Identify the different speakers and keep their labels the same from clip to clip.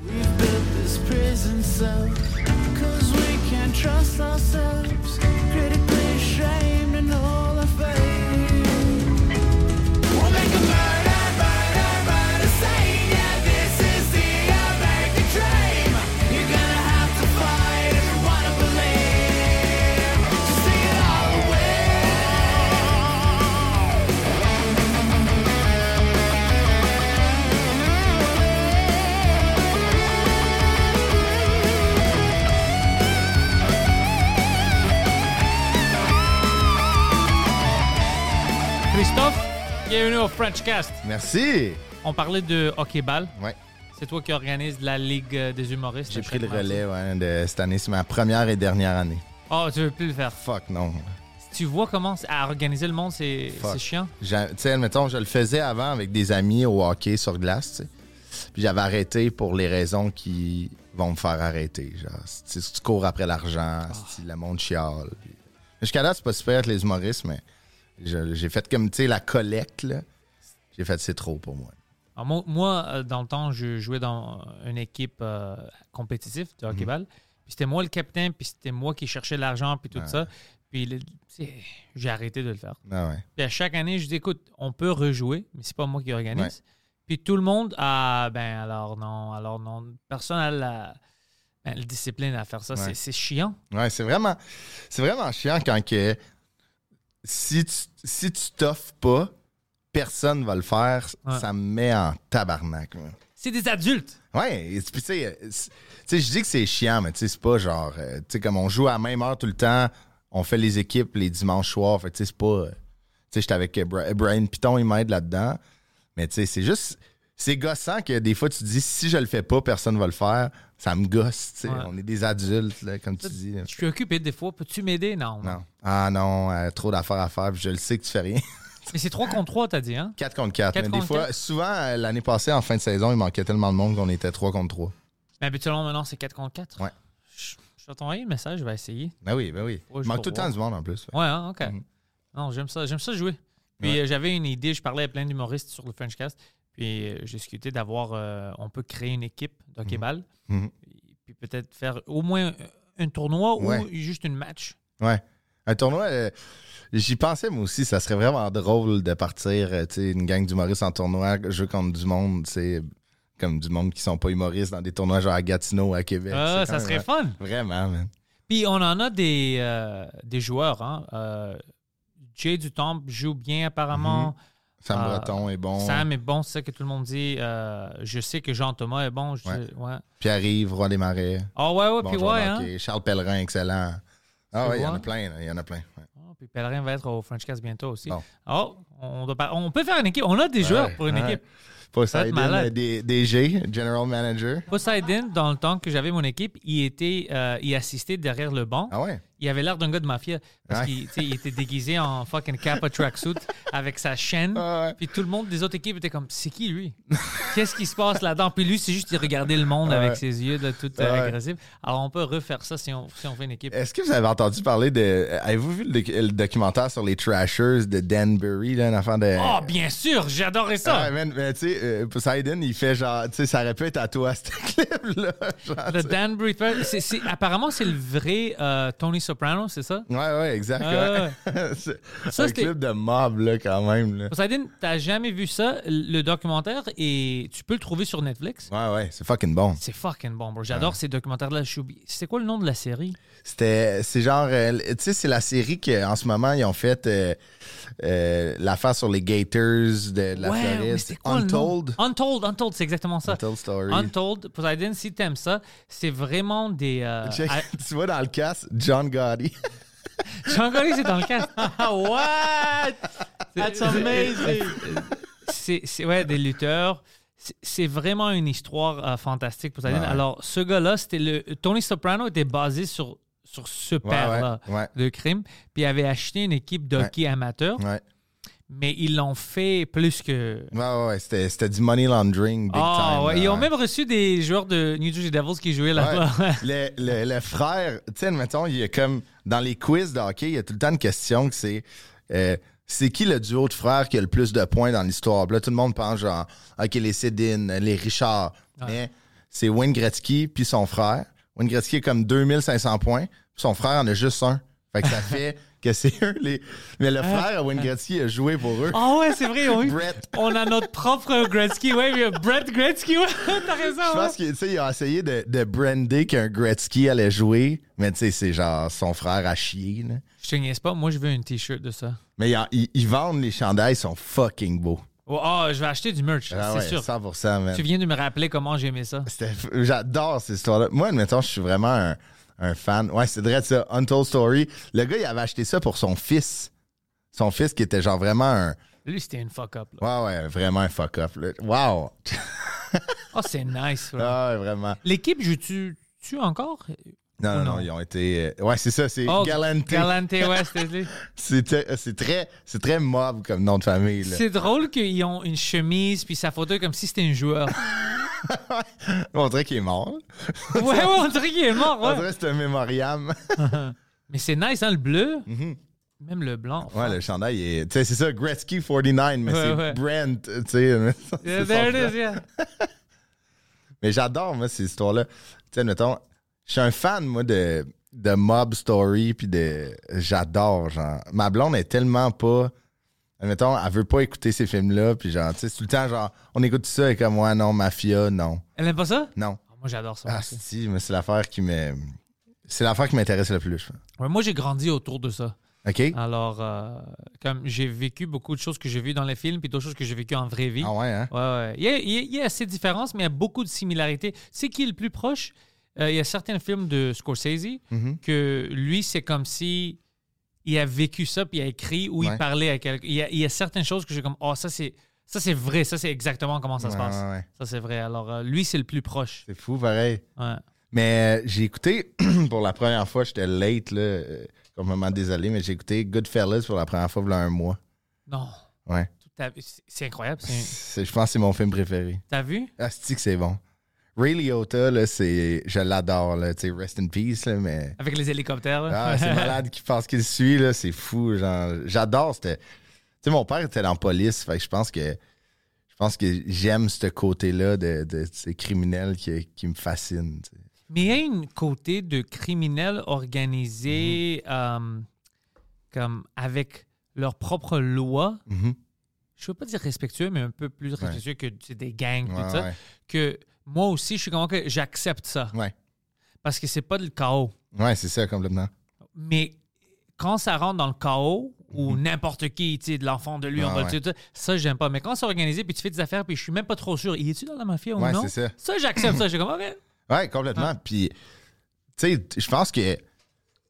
Speaker 1: We've built this prison cell Cause we can't trust ourselves Critically ashamed and all our faith We'll make a murder, murder, murder scene Yeah, this is the American dream You're gonna have to fight if you wanna believe To see it all away
Speaker 2: Christophe, bienvenue au French Cast.
Speaker 3: Merci.
Speaker 2: On parlait de hockey-ball.
Speaker 3: Ouais.
Speaker 2: C'est toi qui organise la Ligue euh, des humoristes.
Speaker 3: J'ai
Speaker 2: chaque
Speaker 3: pris le
Speaker 2: mardi.
Speaker 3: relais ouais, de cette année. C'est ma première et dernière année.
Speaker 2: Oh, tu veux plus le faire.
Speaker 3: Fuck non.
Speaker 2: Tu vois comment c'est- à organiser le monde, c'est
Speaker 3: Fuck.
Speaker 2: c'est chiant.
Speaker 3: J'a- Tu sais, mettons, je le faisais avant avec des amis au hockey sur glace. tu sais. Puis j'avais arrêté pour les raisons qui vont me faire arrêter. Genre, si tu cours après l'argent, si le monde chiale. Puis- Jusqu'à là, c'est pas super avec les humoristes, mais je- j'ai fait comme, tu sais, la collecte. là. J'ai fait, c'est trop pour moi.
Speaker 2: Alors, moi, moi, euh, dans le temps, je jouais dans une équipe euh, compétitive de
Speaker 3: Mhm.
Speaker 2: hockey-ball. Puis c'était moi le capitaine, puis c'était moi qui cherchais l'argent, puis tout ça. Puis le- tu sais, j'ai arrêté de le faire.
Speaker 3: Ah ouais.
Speaker 2: Puis à Ben, chaque année, je dis, écoute, on peut rejouer, mais c'est pas moi qui organise. Puis tout le monde, ah, ben alors non, alors non. Personne n'a la, ben, la discipline à faire ça.
Speaker 3: Ouais.
Speaker 2: C'est- C'est chiant.
Speaker 3: Ouais, c'est vraiment, c'est vraiment chiant quand que si tu si tu t'offres pas, personne va le faire.
Speaker 2: Ouais.
Speaker 3: Ça me met en tabarnak. moi.
Speaker 2: C'est des adultes.
Speaker 3: Ouais, et puis tu sais, euh, c'est- tu sais, je dis que c'est chiant, mais tu sais, c'est pas genre, euh, tu sais, comme on joue à la même heure tout le temps, on fait les équipes les dimanches soirs, fait que tu sais, c'est pas, euh, tu sais, j'étais avec euh, Bra- Brian Piton, il m'aide là-dedans, mais tu sais, c'est juste, c'est gossant que des fois tu dis, si je le fais pas, personne va le faire, ça me gosse, tu sais,
Speaker 2: Ouais.
Speaker 3: on est des adultes, là, comme tu dis. là.
Speaker 2: Je suis occupé des fois. Peux-tu m'aider? Non.
Speaker 3: Non. Ah non, euh, trop d'affaires à faire, puis je le sais que tu fais rien.
Speaker 2: Mais c'est 3 contre 3, t'as dit, hein?
Speaker 3: 4 contre 4.
Speaker 2: Quatre
Speaker 3: mais
Speaker 2: contre
Speaker 3: des fois,
Speaker 2: quatre.
Speaker 3: souvent, euh, l'année passée, en fin de saison, il manquait tellement de monde qu'on était 3 contre 3.
Speaker 2: Mais Ben, habituellement, maintenant, c'est 4 contre 4.
Speaker 3: Ouais.
Speaker 2: Je je vais t'envoyer un message, je vais essayer.
Speaker 3: Ben oui, ben oui.
Speaker 2: Ouais, je
Speaker 3: il manque
Speaker 2: peux
Speaker 3: tout le temps
Speaker 2: voir.
Speaker 3: du monde en plus.
Speaker 2: Ouais, hein, OK.
Speaker 3: Mhm.
Speaker 2: Non, j'aime ça. J'aime ça jouer. Puis
Speaker 3: Ouais.
Speaker 2: euh, j'avais une idée, je parlais à plein d'humoristes sur le Frenchcast. Puis euh, j'ai discuté d'avoir, euh, on peut créer une équipe d'hockey-ball.
Speaker 3: Mhm.
Speaker 2: Puis peut-être faire au moins un, un tournoi ou
Speaker 3: Ouais.
Speaker 2: juste une match.
Speaker 3: Ouais. Un tournoi, euh, j'y pensais moi aussi, ça serait vraiment drôle de partir, euh, tu sais, une gang d'humoristes en tournoi, jouer contre du monde, tu sais, comme du monde qui sont pas humoristes dans des tournois genre à Gatineau, à Québec.
Speaker 2: Ah,
Speaker 3: C'est
Speaker 2: ça
Speaker 3: quand
Speaker 2: serait
Speaker 3: même-
Speaker 2: fun.
Speaker 3: Vraiment, man.
Speaker 2: Puis on en a des, euh, des joueurs. Hein? Euh, Jay Dutombe joue bien
Speaker 3: Mhm.
Speaker 2: apparemment.
Speaker 3: Sam
Speaker 2: Ah,
Speaker 3: Breton est bon.
Speaker 2: Sam est bon, c'est ça que tout le monde dit. Euh, je sais que Jean-Thomas est bon. Je-
Speaker 3: Ouais.
Speaker 2: ouais.
Speaker 3: Pierre-Yves, Roi des Marais.
Speaker 2: Ah ouais, ouais,
Speaker 3: Bon
Speaker 2: puis
Speaker 3: joueur
Speaker 2: ouais.
Speaker 3: de
Speaker 2: hein.
Speaker 3: hockey. Charles Pellerin, excellent. Ah
Speaker 2: Tu
Speaker 3: oui, il y en
Speaker 2: vois?
Speaker 3: a plein, là, il y en a plein. ouais.
Speaker 2: Ah, puis Pellerin va être au Frenchcast bientôt aussi.
Speaker 3: Bon.
Speaker 2: Oh, on, doit pas- on peut faire une équipe. On a des joueurs
Speaker 3: Ouais,
Speaker 2: pour une
Speaker 3: ouais.
Speaker 2: équipe.
Speaker 3: Poseidon,
Speaker 2: malade.
Speaker 3: euh, D- DG, General Manager.
Speaker 2: Poseidon, dans le temps que j'avais mon équipe, il était, euh, il assistait derrière le banc.
Speaker 3: Ah ouais?
Speaker 2: Il avait l'air d'un gars de mafia parce
Speaker 3: Ouais.
Speaker 2: qu'il tu sais, il était déguisé en fucking Kappa tracksuit avec sa chaîne.
Speaker 3: Ah ouais.
Speaker 2: Puis tout le monde des autres équipes était comme c'est qui lui Qu'est-ce qui se passe là-dedans Puis lui, c'est juste il regardait le monde avec
Speaker 3: Ah Ouais. Ah
Speaker 2: ses yeux là, tout euh,
Speaker 3: Ouais. Eh.
Speaker 2: agressif. Alors on peut refaire ça si on, si on fait une équipe.
Speaker 3: Est-ce que vous avez entendu parler de. euh, Avez-vous vu le, doc- le documentaire sur les Trashers de Danbury, là, un enfant de.
Speaker 2: Oh, bien sûr, j'adorais ça.
Speaker 3: Ah, man, mais tu sais, euh, Poseidon, il fait genre. Tu sais, ça répète à toi, ce clip-là. genre,
Speaker 2: Le
Speaker 3: tu sais.
Speaker 2: Dan Breather, c'est- c'est- apparemment c'est le vrai euh, Tony Soprano, c'est ça?
Speaker 3: Ouais, ouais, exact.
Speaker 2: Ah,
Speaker 3: ouais. C'est
Speaker 2: Ça,
Speaker 3: un
Speaker 2: c'était-
Speaker 3: clip de mob, là, quand même. là.
Speaker 2: Poseidon, t'as jamais vu ça, le documentaire, et tu peux le trouver sur Netflix.
Speaker 3: Ouais, ouais, c'est fucking bon.
Speaker 2: C'est fucking bon, bro. J'adore ces documentaires-là. Je suis oublié- C'est quoi le nom de la série?
Speaker 3: C'était, c'est genre, euh, tu sais, c'est la série qu'en ce moment, ils ont fait euh, euh, l'affaire sur les Gators de, de la
Speaker 2: ouais, mais
Speaker 3: Floride.
Speaker 2: c'est quoi le nom?
Speaker 3: Untold.
Speaker 2: Untold, Untold, c'est exactement ça.
Speaker 3: Untold Story.
Speaker 2: Untold, Poseidon, si t'aimes ça, c'est vraiment des... euh,
Speaker 3: Check,
Speaker 2: à-
Speaker 3: Ah, tu vois dans le cast, John Gotti.
Speaker 2: Jean Gory, c'est dans le cas. What? That's amazing. C'est, c'est- ouais, des lutteurs. c'est- c'est vraiment une histoire euh, fantastique pour Sardine.
Speaker 3: Ouais.
Speaker 2: Alors, ce gars-là, c'était le. Tony Soprano était basé sur, sur ce père-là
Speaker 3: ouais, ouais.
Speaker 2: de crime, puis il avait acheté une équipe d'hockey amateur,
Speaker 3: Ouais,
Speaker 2: mais ils l'ont fait plus que.
Speaker 3: ouais, ouais, ouais, c'était, c'était du money laundering big
Speaker 2: Ah,
Speaker 3: time.
Speaker 2: ouais.
Speaker 3: là,
Speaker 2: Ils ont
Speaker 3: ouais.
Speaker 2: même reçu des joueurs de New Jersey Devils qui jouaient là-bas.
Speaker 3: Ouais. le, le- le frère, tu sais, mettons, il y a comme dans les quiz de hockey, il y a tout le temps une question que c'est euh, c'est qui le duo de frères qui a le plus de points dans l'histoire? Puis Là, tout le monde pense genre, OK, les Cédine, les Richard. Mais c'est Wayne Gretzky puis son frère. Wayne Gretzky a comme 2500 points, puis son frère en a juste un. Fait que ça fait que c'est eux les. Mais le frère à Wayne Gretzky a joué pour eux.
Speaker 2: Ah ouais, c'est vrai, ils ont eu-
Speaker 3: Brett.
Speaker 2: On a notre propre Gretzky, ouais, mais Brett Gretzky, ouais, t'as raison.
Speaker 3: Je
Speaker 2: ouais.
Speaker 3: pense qu'il tu sais, il a essayé de, de brander qu'un Gretzky allait jouer, mais tu sais, c'est genre son frère à chier. là.
Speaker 2: Je te niaise pas, moi je veux une t-shirt de ça.
Speaker 3: Mais il y a- ils, ils vendent les chandails, ils sont fucking beaux.
Speaker 2: Oh, ah, je vais acheter du merch,
Speaker 3: Ah
Speaker 2: c'est sûr.
Speaker 3: ouais, 100%, man.
Speaker 2: Tu viens de me rappeler comment j'aimais ça.
Speaker 3: C'était f- J'adore cette histoire-là. Moi, admettons, je suis vraiment un, un fan. Ouais, c'est vrai, ça. Untold Story. Le gars, il avait acheté ça pour son fils. Son fils qui était genre vraiment un.
Speaker 2: Lui, c'était une fuck-up. là.
Speaker 3: Ouais, ouais, vraiment un fuck-up. là. Wow!
Speaker 2: Oh, c'est nice. ouais.
Speaker 3: Ah, ouais, vraiment.
Speaker 2: L'équipe, joues-tu tu encore?
Speaker 3: Non,
Speaker 2: Ou
Speaker 3: non, Oh non,
Speaker 2: non?
Speaker 3: ils ont été. euh, Ouais, c'est ça, c'est
Speaker 2: Oh,
Speaker 3: Galante.
Speaker 2: Galante, ouais, c'était-
Speaker 3: C'est te- euh, c'est très, c'est très mob comme nom de famille. là.
Speaker 2: C'est drôle qu'ils ont une chemise puis sa photo est comme si c'était un joueur.
Speaker 3: On dirait qu'il est mort.
Speaker 2: Ouais, ouais, on dirait qu'il est mort,
Speaker 3: On
Speaker 2: ouais.
Speaker 3: dirait que Ah, c'est un mémoriam.
Speaker 2: Mais c'est nice, hein, le bleu. Même le blanc.
Speaker 3: Mm-hmm. Ouais, le chandail est. Tu sais, c'est ça, Gretzky 49, mais
Speaker 2: Ouais,
Speaker 3: c'est
Speaker 2: ouais.
Speaker 3: Brent. euh, Tu sais,
Speaker 2: Yeah,
Speaker 3: c'est
Speaker 2: there
Speaker 3: son
Speaker 2: it is, yeah.
Speaker 3: Mais j'adore, moi, ces histoires-là. Tu sais, mettons, je suis un fan, moi, de, de mob story, puis de. J'adore, genre. Ma blonde est tellement pas. Mettons, elle veut pas écouter ces films-là, puis genre, tu sais, tout le temps, genre, on écoute ça et comme, ouais, non, mafia, non.
Speaker 2: Elle aime pas ça?
Speaker 3: Non.
Speaker 2: Oh, Moi, j'adore ça.
Speaker 3: Ah,
Speaker 2: aussi.
Speaker 3: si, mais c'est l'affaire qui me. C'est l'affaire qui m'intéresse le plus, je pense.
Speaker 2: Ouais, moi, j'ai grandi autour de ça.
Speaker 3: OK?
Speaker 2: Alors, euh, comme j'ai vécu beaucoup de choses que j'ai vues dans les films, puis d'autres choses que j'ai vécues en vraie vie.
Speaker 3: Ah ouais, hein?
Speaker 2: Ouais, ouais. Il y, a, il y a- il y a assez de différences, mais il y a beaucoup de similarités. C'est qui est le plus proche? Euh, il y a certains films de Scorsese
Speaker 3: Mhm.
Speaker 2: que lui, c'est comme si il a vécu ça, puis il a écrit ou il
Speaker 3: Ouais.
Speaker 2: parlait à quelqu'un. Il, y a- il y a certaines choses que j'ai comme, oh, ça c'est ça c'est vrai, ça c'est exactement comment ça se
Speaker 3: Ouais,
Speaker 2: passe.
Speaker 3: ouais, ouais.
Speaker 2: Ça c'est vrai. Alors, euh, lui, c'est le plus proche.
Speaker 3: C'est fou, pareil.
Speaker 2: Ouais.
Speaker 3: Mais euh, j'ai écouté pour la première fois, j'étais late, là, euh, complètement désolé, mais j'ai écouté Goodfellas pour la première fois, il y a un mois.
Speaker 2: Non.
Speaker 3: Ouais.
Speaker 2: Tout à- c'est- C'est incroyable. c'est-
Speaker 3: C'est- Je pense que c'est mon film préféré.
Speaker 2: T'as vu?
Speaker 3: Asti que c'est bon. Ray Liotta, là, c'est, je l'adore, là, tu sais, rest in peace, là, mais
Speaker 2: Avec les hélicoptères. là.
Speaker 3: ah, c'est malade qui pense qu'il suit, là, c'est fou, genre, j'adore, c'était, tu sais, mon père était dans la police, fait que je pense que, je pense que j'aime ce côté-là de, de ces criminels qui, qui me fascinent, tu sais.
Speaker 2: Mais il y a une côté de criminels organisés
Speaker 3: Mm-hmm.
Speaker 2: euh, comme avec leurs propres lois.
Speaker 3: Mhm.
Speaker 2: Je veux pas dire respectueux, mais un peu plus respectueux que tu sais, des gangs, tout
Speaker 3: Ouais,
Speaker 2: ça.
Speaker 3: ouais.
Speaker 2: Que moi aussi, je suis comme que j'accepte ça
Speaker 3: Ouais.
Speaker 2: parce que c'est pas le chaos.
Speaker 3: Ouais, c'est ça, complètement.
Speaker 2: Mais quand ça rentre dans le chaos ou n'importe qui, tu sais, de l'enfant de lui, on
Speaker 3: Mm-hmm. Ouais,
Speaker 2: va
Speaker 3: ouais.
Speaker 2: le tuer, tout ça, ça, j'aime pas. Mais quand c'est organisé, puis tu fais des affaires, puis je suis même pas trop sûr, y est-tu dans la mafia ou
Speaker 3: Ouais,
Speaker 2: non?
Speaker 3: c'est ça.
Speaker 2: j'accepte ça. J'ai comme, OK.
Speaker 3: Ouais, complètement.
Speaker 2: Ah.
Speaker 3: Puis, tu sais, je pense que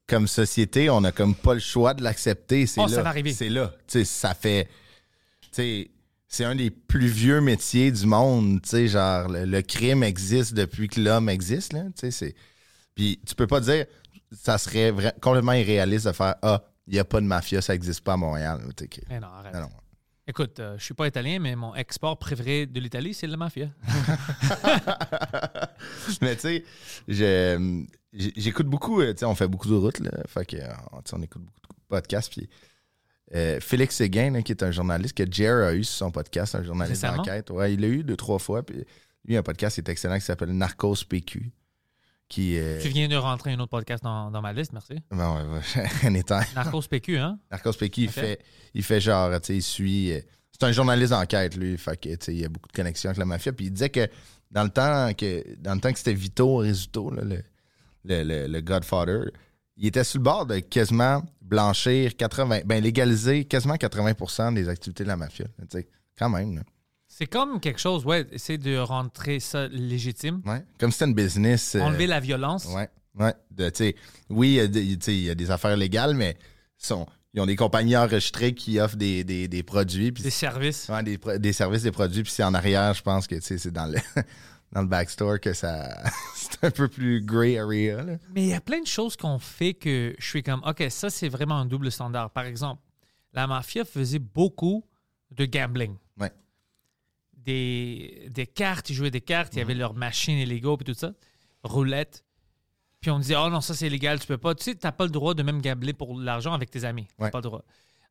Speaker 3: comme société, on n'a comme pas le choix de l'accepter. C'est
Speaker 2: Oh,
Speaker 3: là.
Speaker 2: ça va arriver.
Speaker 3: C'est là. Tu sais, ça fait. Tu sais, c'est un des plus vieux métiers du monde. Tu sais, genre, le, le crime existe depuis que l'homme existe, là. Tu sais, c'est. Puis, tu peux pas dire, ça serait vra- complètement irréaliste de faire Ah, il n'y a pas de mafia, ça n'existe pas à Montréal. Tu sais, que-
Speaker 2: Mais non, arrête.
Speaker 3: Non, non.
Speaker 2: Écoute, euh, je suis pas italien, mais mon export préféré de l'Italie, c'est la mafia.
Speaker 3: Mais tu sais, je- j'ai- j'écoute beaucoup, euh, tu sais, on fait beaucoup de routes, là. Fait que, euh, tu sais, on écoute beaucoup de podcasts. Puis euh, Félix Séguin, là, qui est un journaliste que Jer a eu sur son podcast, un journaliste
Speaker 2: Récemment?
Speaker 3: d'enquête. Ouais, il l'a eu deux, trois fois. Puis lui, un podcast qui est excellent qui s'appelle Narcos PQ. Qui. euh,
Speaker 2: Tu viens de rentrer un autre podcast dans, dans ma liste, merci.
Speaker 3: bon, ouais, ouais, anytime.
Speaker 2: Narcos PQ, hein?
Speaker 3: Narcos PQ, il,
Speaker 2: Ok.
Speaker 3: fait, il fait genre, tu sais, il suit. euh, C'est un journaliste d'enquête, lui. Fait que, tu sais, il y a beaucoup de connexions avec la mafia. Puis il disait que dans le temps que, dans le temps que c'était Vito Rizzuto, là, le, le, le- le Godfather, il était sur le bord de quasiment blanchir 80, ben légaliser quasiment 80 des activités de la mafia. là, Tu sais, quand même. là.
Speaker 2: C'est comme quelque chose, ouais, c'est de rentrer ça légitime,
Speaker 3: Ouais. Comme c'était une business. euh,
Speaker 2: enlever la violence.
Speaker 3: Ouais, ouais. De, tu sais, oui, il y a des- tu sais, il y, a des affaires légales, mais sont, Ils ont des compagnies enregistrées qui offrent des, des, des produits. Puis
Speaker 2: Des services.
Speaker 3: souvent des, pro- des services, des produits. Puis c'est en arrière, je pense que tu sais, c'est dans le, dans le backstore que ça. c'est un peu plus gray area. là.
Speaker 2: Mais il y a plein de choses qu'on fait que je suis comme, OK, ça, c'est vraiment un double standard. Par exemple, la mafia faisait beaucoup de gambling.
Speaker 3: Ouais.
Speaker 2: Des, des cartes, ils jouaient des cartes, il y avait leurs machines illégaux et tout ça, roulette. Puis on disait, oh non, ça c'est illégal, tu peux pas. Tu sais, t'as pas le droit de même gambler pour l'argent avec tes amis. T'as
Speaker 3: Ouais.
Speaker 2: pas le droit.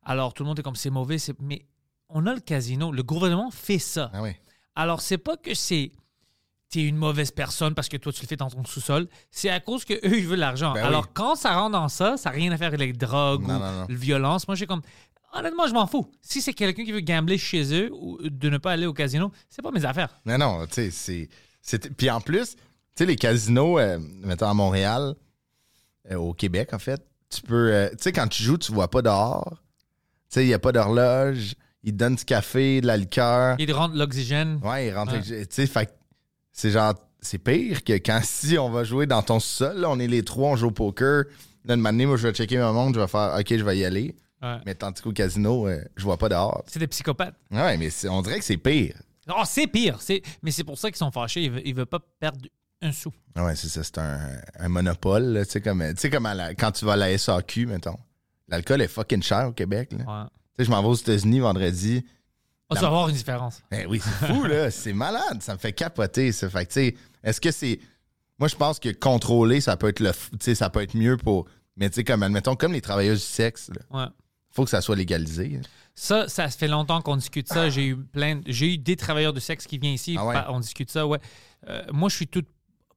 Speaker 2: Alors tout le monde est comme, c'est mauvais. c'est- Mais on a le casino, le gouvernement fait ça.
Speaker 3: Ah oui.
Speaker 2: Alors, c'est pas que c'est t'es une mauvaise personne parce que toi, tu le fais dans ton sous-sol. C'est à cause que eux ils veulent l'argent.
Speaker 3: Ben oui.
Speaker 2: Alors, quand ça rentre dans ça, ça n'a rien à faire avec les drogues
Speaker 3: Non,
Speaker 2: ou
Speaker 3: non, non.
Speaker 2: la violence. Moi, j'ai comme... Honnêtement, je m'en fous. Si c'est quelqu'un qui veut gambler chez eux ou de ne pas aller au casino, c'est pas mes affaires.
Speaker 3: Non, non, tu sais, c'est- c'est. Puis en plus, tu sais, les casinos, euh, mettons à Montréal, euh, au Québec, en fait, tu peux. euh, tu sais, quand tu joues, tu vois pas dehors. Tu sais, il n'y a pas d'horloge. Ils te donnent du café, de la liqueur.
Speaker 2: Ils te rendent l'oxygène.
Speaker 3: Ouais, ils rentrent.
Speaker 2: Ouais.
Speaker 3: Tu sais, fait que c'est genre. C'est pire que quand si on va jouer dans ton sol, là, on est les trois, on joue au poker. Là, une matinée, moi, je vais checker mon monde, je vais faire OK, je vais y aller.
Speaker 2: Ouais.
Speaker 3: Mais tandis qu'au casino, euh, je vois pas dehors.
Speaker 2: C'est des psychopathes.
Speaker 3: Ouais, mais c'est- on dirait que c'est pire.
Speaker 2: Oh, c'est pire. C'est... Mais c'est pour ça qu'ils sont fâchés. Ils veulent, ils veulent pas perdre un sou.
Speaker 3: Ouais, c'est ça, c'est un, un monopole. là, Tu sais, comme, tu sais, comme à la- quand tu vas à la SAQ, mettons. L'alcool est fucking cher au Québec. là. Tu
Speaker 2: Ouais.
Speaker 3: sais, je m'en vais aux États-Unis vendredi.
Speaker 2: On va avoir une différence.
Speaker 3: Ben oui, c'est fou, là. C'est malade. Ça me fait capoter, ça. Fait que, tu sais, est-ce que c'est. Moi, je pense que contrôler, ça peut être le. f- Tu sais, ça peut être mieux pour. Mais, tu sais, comme, admettons, comme les travailleuses du sexe, là.
Speaker 2: Ouais.
Speaker 3: Faut que ça soit légalisé. hein.
Speaker 2: Ça, ça fait longtemps qu'on discute ça. J'ai eu plein, de- j'ai eu des travailleurs de sexe qui viennent ici.
Speaker 3: Ah ouais?
Speaker 2: pa- On discute ça, ouais. Euh, moi, je suis tout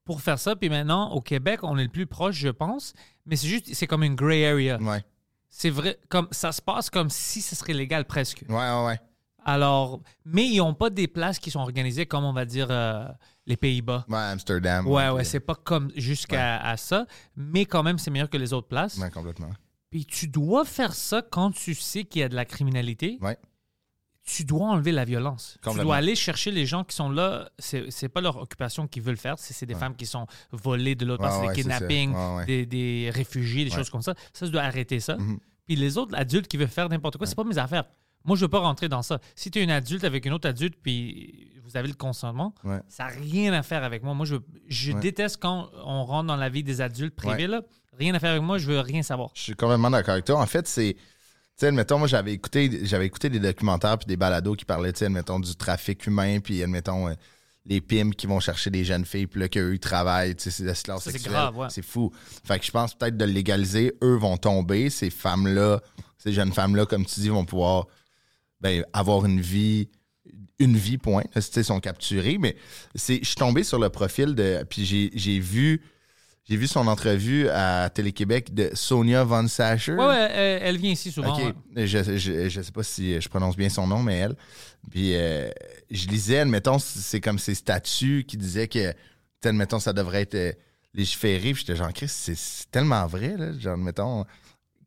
Speaker 2: pour faire ça. Puis maintenant, au Québec, on est le plus proche, je pense. Mais c'est juste, c'est comme une gray area.
Speaker 3: Ouais.
Speaker 2: C'est vrai, comme ça se passe comme si ce serait légal presque.
Speaker 3: Ouais, ouais, ouais.
Speaker 2: Alors, mais ils n'ont pas des places qui sont organisées comme on va dire euh, les Pays-Bas.
Speaker 3: Ouais, Amsterdam.
Speaker 2: Ouais,
Speaker 3: puis-
Speaker 2: ouais, c'est pas comme jusqu'à à ça, mais quand même, c'est meilleur que les autres places.
Speaker 3: euh, Ouais, complètement.
Speaker 2: Puis tu dois faire ça quand tu sais qu'il y a de la criminalité.
Speaker 3: Ouais.
Speaker 2: Tu dois enlever la violence. Tu
Speaker 3: Complètement.
Speaker 2: dois aller chercher les gens qui sont là. C'est n'est pas leur occupation qu'ils veulent faire. C'est c'est des femmes qui sont volées de l'autre
Speaker 3: Ouais,
Speaker 2: part. C'est
Speaker 3: ouais,
Speaker 2: des
Speaker 3: c'est ça.
Speaker 2: kidnappings,
Speaker 3: Ouais, ouais.
Speaker 2: Des, des réfugiés, des
Speaker 3: Ouais.
Speaker 2: choses comme ça. Ça, tu dois arrêter ça.
Speaker 3: Mhm.
Speaker 2: Puis les autres adultes qui veulent faire n'importe quoi, c'est pas mes affaires. Moi, je veux pas rentrer dans ça. Si tu es une adulte avec une autre adulte, puis vous avez le consentement,
Speaker 3: Ouais.
Speaker 2: ça n'a rien à faire avec moi. Moi, je, je
Speaker 3: Ouais.
Speaker 2: déteste quand on rentre dans la vie des adultes privés.
Speaker 3: Ouais.
Speaker 2: Là. Rien à faire avec moi, je veux rien savoir.
Speaker 3: Je suis complètement d'accord avec toi. En fait, c'est. Tu sais, admettons, moi, j'avais écouté, j'avais écouté des documentaires puis des balados qui parlaient, tu sais, admettons, du trafic humain, puis admettons, euh, les pimes qui vont chercher des jeunes filles, puis là, qu'eux, ils travaillent, tu sais, c'est de la
Speaker 2: Ça, c'est
Speaker 3: sexuelle.
Speaker 2: grave, ouais.
Speaker 3: C'est fou. Fait que je pense peut-être de le légaliser, eux vont tomber, ces femmes-là, ces jeunes femmes-là, comme tu dis, vont pouvoir ben, avoir une vie, une vie, point. Là, Tu sais, sont capturés, mais c'est, je suis tombé sur le profil de, puis j'ai, j'ai vu, j'ai vu son entrevue à Télé-Québec de Sonia Von Sacher.
Speaker 2: Ouais, ouais, euh, elle vient ici souvent. hein?
Speaker 3: OK.
Speaker 2: ouais.
Speaker 3: Je, je, je sais pas si je prononce bien son nom, mais elle. Puis euh, je lisais, admettons, c'est comme ses statuts qui disaient que, tu sais, admettons, ça devrait être euh, légiféré. Puis j'étais genre, Chris, c'est- c'est tellement vrai, là. Genre, admettons,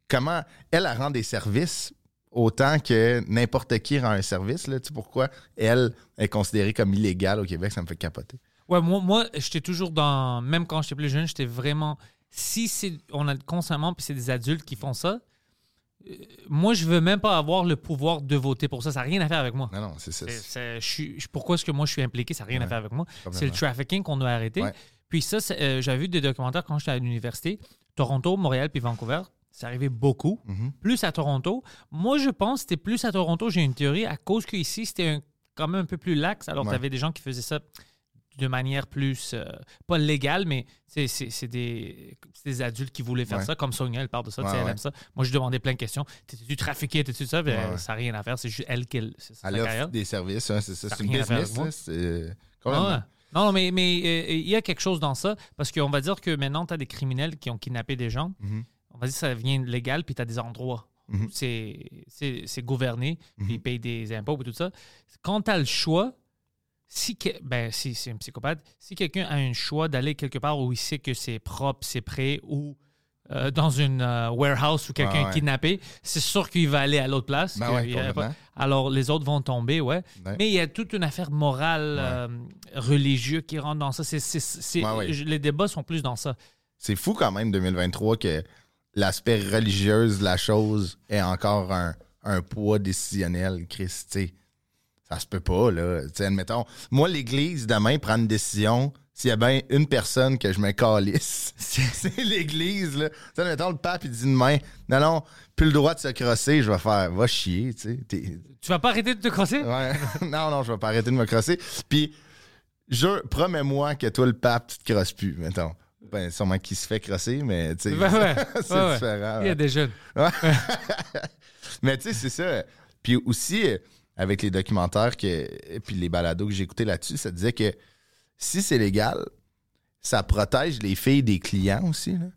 Speaker 3: comment elle, elle rend des services autant que n'importe qui rend un service, là. Tu sais pourquoi elle est considérée comme illégale au Québec? Ça me fait capoter.
Speaker 2: Ouais, moi, moi j'étais toujours dans. Même quand j'étais plus jeune, j'étais vraiment. Si c'est, on a constamment, puis c'est des adultes qui font ça, euh, moi, je veux même pas avoir le pouvoir de voter pour ça. Ça n'a rien à faire avec moi.
Speaker 3: Non, non, c'est ça.
Speaker 2: C'est- c'est- je suis- je- pourquoi est-ce que moi je suis impliqué? Ça n'a rien à faire avec moi. C'est le trafficking qu'on a arrêté.
Speaker 3: Ouais.
Speaker 2: Puis ça, c'est- euh, j'avais vu des documentaires quand j'étais à l'université. Toronto, Montréal, puis Vancouver. Ça arrivait beaucoup.
Speaker 3: Mhm.
Speaker 2: Plus à Toronto. Moi, je pense que c'était plus à Toronto, j'ai une théorie, à cause qu'ici, c'était un- quand même un peu plus lax. Alors,
Speaker 3: Ouais.
Speaker 2: tu avais des gens qui faisaient ça de manière plus, euh, pas légale, mais c'est- c'est c'est des, c'est des adultes qui voulaient faire
Speaker 3: Ouais.
Speaker 2: ça, comme Sonia, elle parle de ça, tu sais,
Speaker 3: Ouais,
Speaker 2: elle
Speaker 3: ouais.
Speaker 2: aime ça. Moi, je demandais plein de questions. T'étais-tu trafiqué, t'étais-tu ça? Ben,
Speaker 3: Ouais, ouais.
Speaker 2: Ça n'a rien à faire, c'est juste elle qui c'est sa
Speaker 3: Elle offre
Speaker 2: carrière.
Speaker 3: des services, hein, c'est ça.
Speaker 2: Ça a
Speaker 3: C'est une
Speaker 2: rien à faire avec
Speaker 3: business,
Speaker 2: moi.
Speaker 3: là. C'est euh,
Speaker 2: Ah
Speaker 3: complètement-
Speaker 2: ouais. Non, non, mais mais, euh, il y a quelque chose dans ça, parce qu'on va dire que maintenant, tu as des criminels qui ont kidnappé des gens.
Speaker 3: Mhm.
Speaker 2: On va dire que ça vient légal, puis tu as des endroits
Speaker 3: Mhm.
Speaker 2: où c'est- c'est c'est gouverné, puis ils payent des impôts, et tout ça. Quand tu as le choix, si, que- ben, si c'est un psychopathe, si quelqu'un a un choix d'aller quelque part où il sait que c'est propre, c'est prêt, ou euh, dans une euh, warehouse où quelqu'un
Speaker 3: ouais.
Speaker 2: est kidnappé, c'est sûr qu'il va aller à l'autre place.
Speaker 3: Ben
Speaker 2: que-
Speaker 3: ouais,
Speaker 2: il y a pas-
Speaker 3: complètement.
Speaker 2: alors, les autres vont tomber, ouais.
Speaker 3: Ouais.
Speaker 2: Mais il y a toute une affaire morale, euh, religieuse qui rentre dans ça. C'est, c'est- c'est-
Speaker 3: Ouais, ouais.
Speaker 2: je- Les débats sont plus dans ça.
Speaker 3: C'est fou quand même 2023 que l'aspect religieux de la chose est encore un, un poids décisionnel, Christ. Ça se peut pas, là. T'sais, admettons, moi, l'Église, demain, prend une décision. S'il y a bien une personne que je me calisse, c'est l'Église, là. T'sais, admettons, le pape, il dit demain, non, non, plus le droit de se crosser, je vais faire, va chier, tu sais. T'es-
Speaker 2: Tu vas pas arrêter de te crosser?
Speaker 3: Ouais. non, non, je vais pas arrêter de me crosser. Puis, je promets-moi que toi, le pape, tu te crosses plus, mettons. Ben, sûrement qu'il se fait crosser, mais tu sais,
Speaker 2: Ben ouais,
Speaker 3: c'est
Speaker 2: ouais, ouais.
Speaker 3: différent.
Speaker 2: Il y a
Speaker 3: ouais.
Speaker 2: des jeunes.
Speaker 3: Mais tu sais, c'est ça. Puis aussi, euh, avec les documentaires que, et puis les balados que j'ai écoutés là-dessus, ça disait que si c'est légal, ça protège les filles des clients aussi. là. Tu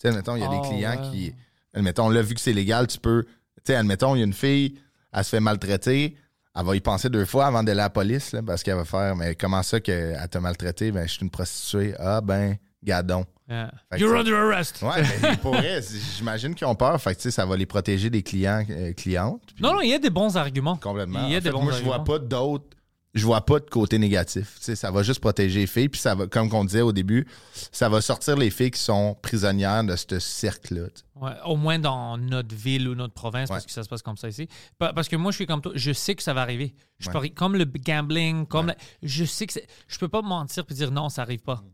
Speaker 3: sais, admettons, il y a
Speaker 2: Oh,
Speaker 3: des clients
Speaker 2: ouais.
Speaker 3: qui. Admettons, là, vu que c'est légal, tu peux. Tu sais, admettons, il y a une fille, elle se fait maltraiter. Elle va y penser deux fois avant d'aller à la police, là, parce qu'elle va faire Mais comment ça qu'elle t'a maltraité? Ben, je suis une prostituée. Ah, ben, gadon.
Speaker 2: Yeah.
Speaker 3: Fait que
Speaker 2: Euh, You're
Speaker 3: ça-
Speaker 2: under arrest.
Speaker 3: Ouais, mais pour vrai, j'imagine qu'ils ont peur. Fait que, tu sais, ça va les protéger des clients, euh, clientes. Puis-
Speaker 2: Non, non, il y a des bons arguments.
Speaker 3: Complètement.
Speaker 2: Il y a
Speaker 3: En
Speaker 2: des
Speaker 3: fait,
Speaker 2: bons
Speaker 3: moi, je vois
Speaker 2: arguments.
Speaker 3: pas d'autres. Je vois pas de côté négatif. Tu sais, ça va juste protéger les filles. Puis ça va, comme on disait au début, ça va sortir les filles qui sont prisonnières de ce cercle-là. tu sais.
Speaker 2: Ouais, au moins dans notre ville ou notre province, parce
Speaker 3: Ouais.
Speaker 2: que ça se passe comme ça ici. Pa- Parce que moi, je suis comme toi, je sais que ça va arriver. Je
Speaker 3: Ouais.
Speaker 2: parie- comme le gambling, comme la- je sais que c'est- je peux pas mentir et dire non, ça arrive pas.
Speaker 3: Mm.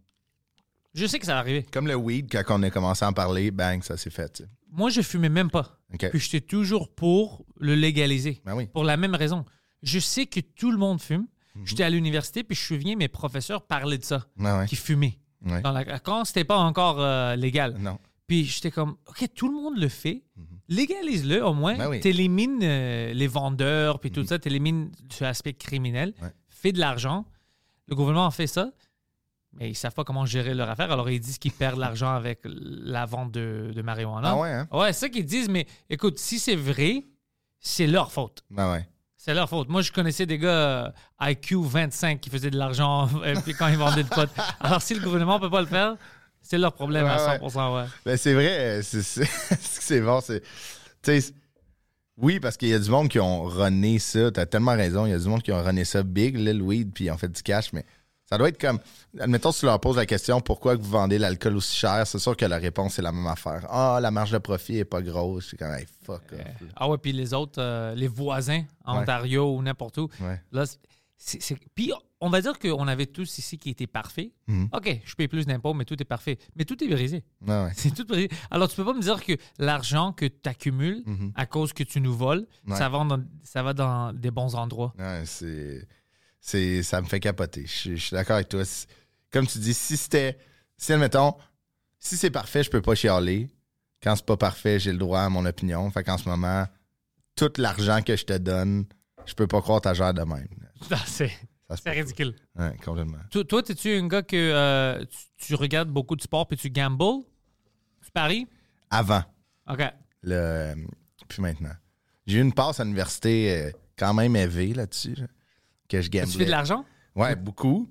Speaker 2: Je sais que ça va arriver.
Speaker 3: Comme le weed, quand on a commencé à en parler, bang, ça s'est fait. tu sais.
Speaker 2: Moi, je fumais même pas.
Speaker 3: OK.
Speaker 2: Puis j'étais toujours pour le légaliser.
Speaker 3: Ben oui.
Speaker 2: Pour la même raison. Je sais que tout le monde fume.
Speaker 3: Mm-hmm.
Speaker 2: J'étais à l'université, puis je me souviens, mes professeurs parlaient de ça,
Speaker 3: Ah ouais.
Speaker 2: qui fumaient.
Speaker 3: Ouais. Mm.
Speaker 2: Dans la- quand c'était pas encore euh, légal.
Speaker 3: Non.
Speaker 2: Puis j'étais comme, OK, tout le monde le fait. Légalise-le au moins.
Speaker 3: Mm-hmm. Ben oui. Mm-hmm.
Speaker 2: T'élimines euh, les vendeurs, puis tout ça. T'élimines ce aspect criminel.
Speaker 3: Ouais.
Speaker 2: Fais de l'argent. Le gouvernement fait ça, mais ils savent pas comment gérer leur affaire. Alors ils disent qu'ils perdent l'argent avec la vente de, de marijuana.
Speaker 3: Ah ouais, hein?
Speaker 2: Ouais, c'est ça qu'ils disent. Mais écoute, si c'est vrai, c'est leur faute.
Speaker 3: Ah ouais.
Speaker 2: C'est leur faute. Moi, je connaissais des gars euh, IQ 25 qui faisaient de l'argent euh, puis quand ils vendaient de potes. Alors, si le gouvernement peut pas le faire, c'est leur problème
Speaker 3: Ouais,
Speaker 2: à
Speaker 3: ouais.
Speaker 2: 100%. ouais.
Speaker 3: Ben, c'est vrai, euh, c'est c'est- c'est que c'est bon. c'est- tu sais, c'est- oui, parce qu'il y a du monde qui ont runné ça. T'as tellement raison. Il y a du monde qui ont runné ça big, là, le weed, puis ils ont fait du cash. Mais ça doit être comme. Admettons, si tu leur poses la question pourquoi que vous vendez l'alcool aussi cher, c'est sûr que la réponse est la même affaire. Ah, la marge de profit est pas grosse. C'est comme, hey, fuck. off, là.
Speaker 2: Ah ouais, puis les autres, euh, les voisins, en
Speaker 3: Ouais.
Speaker 2: Ontario ou n'importe où.
Speaker 3: Ouais.
Speaker 2: Là, c'est- c'est- Puis on va dire qu'on avait tous ici qui étaient parfaits.
Speaker 3: Mhm.
Speaker 2: OK, je paye plus d'impôts, mais tout est parfait. Mais tout est brisé.
Speaker 3: Ah ouais.
Speaker 2: C'est tout brisé. Alors, tu peux pas me dire que l'argent que tu accumules
Speaker 3: Mhm.
Speaker 2: à cause que tu nous voles,
Speaker 3: Ouais.
Speaker 2: ça, va dans, ça va dans des bons endroits.
Speaker 3: Ouais, c'est, c'est, ça me fait capoter. Je, suis- je suis d'accord avec toi. C'est- Comme tu dis, si c'était, si admettons, si c'est parfait, je peux pas chialer. Quand c'est pas parfait, j'ai le droit à mon opinion. Fait qu'en ce moment, tout l'argent que je te donne, je peux pas croire ta gère de même.
Speaker 2: Non, C'est
Speaker 3: Ça se
Speaker 2: c'est
Speaker 3: peut
Speaker 2: ridicule.
Speaker 3: pas. Ouais, complètement.
Speaker 2: Toi, toi, es-tu un gars que euh, tu, tu regardes beaucoup de sport puis tu gambles? Tu paries?
Speaker 3: Avant,
Speaker 2: OK.
Speaker 3: le, puis maintenant. J'ai eu une passe à l'université euh, quand même élevée là-dessus, là, que je gagne.
Speaker 2: Tu fais de l'argent?
Speaker 3: Ouais, beaucoup.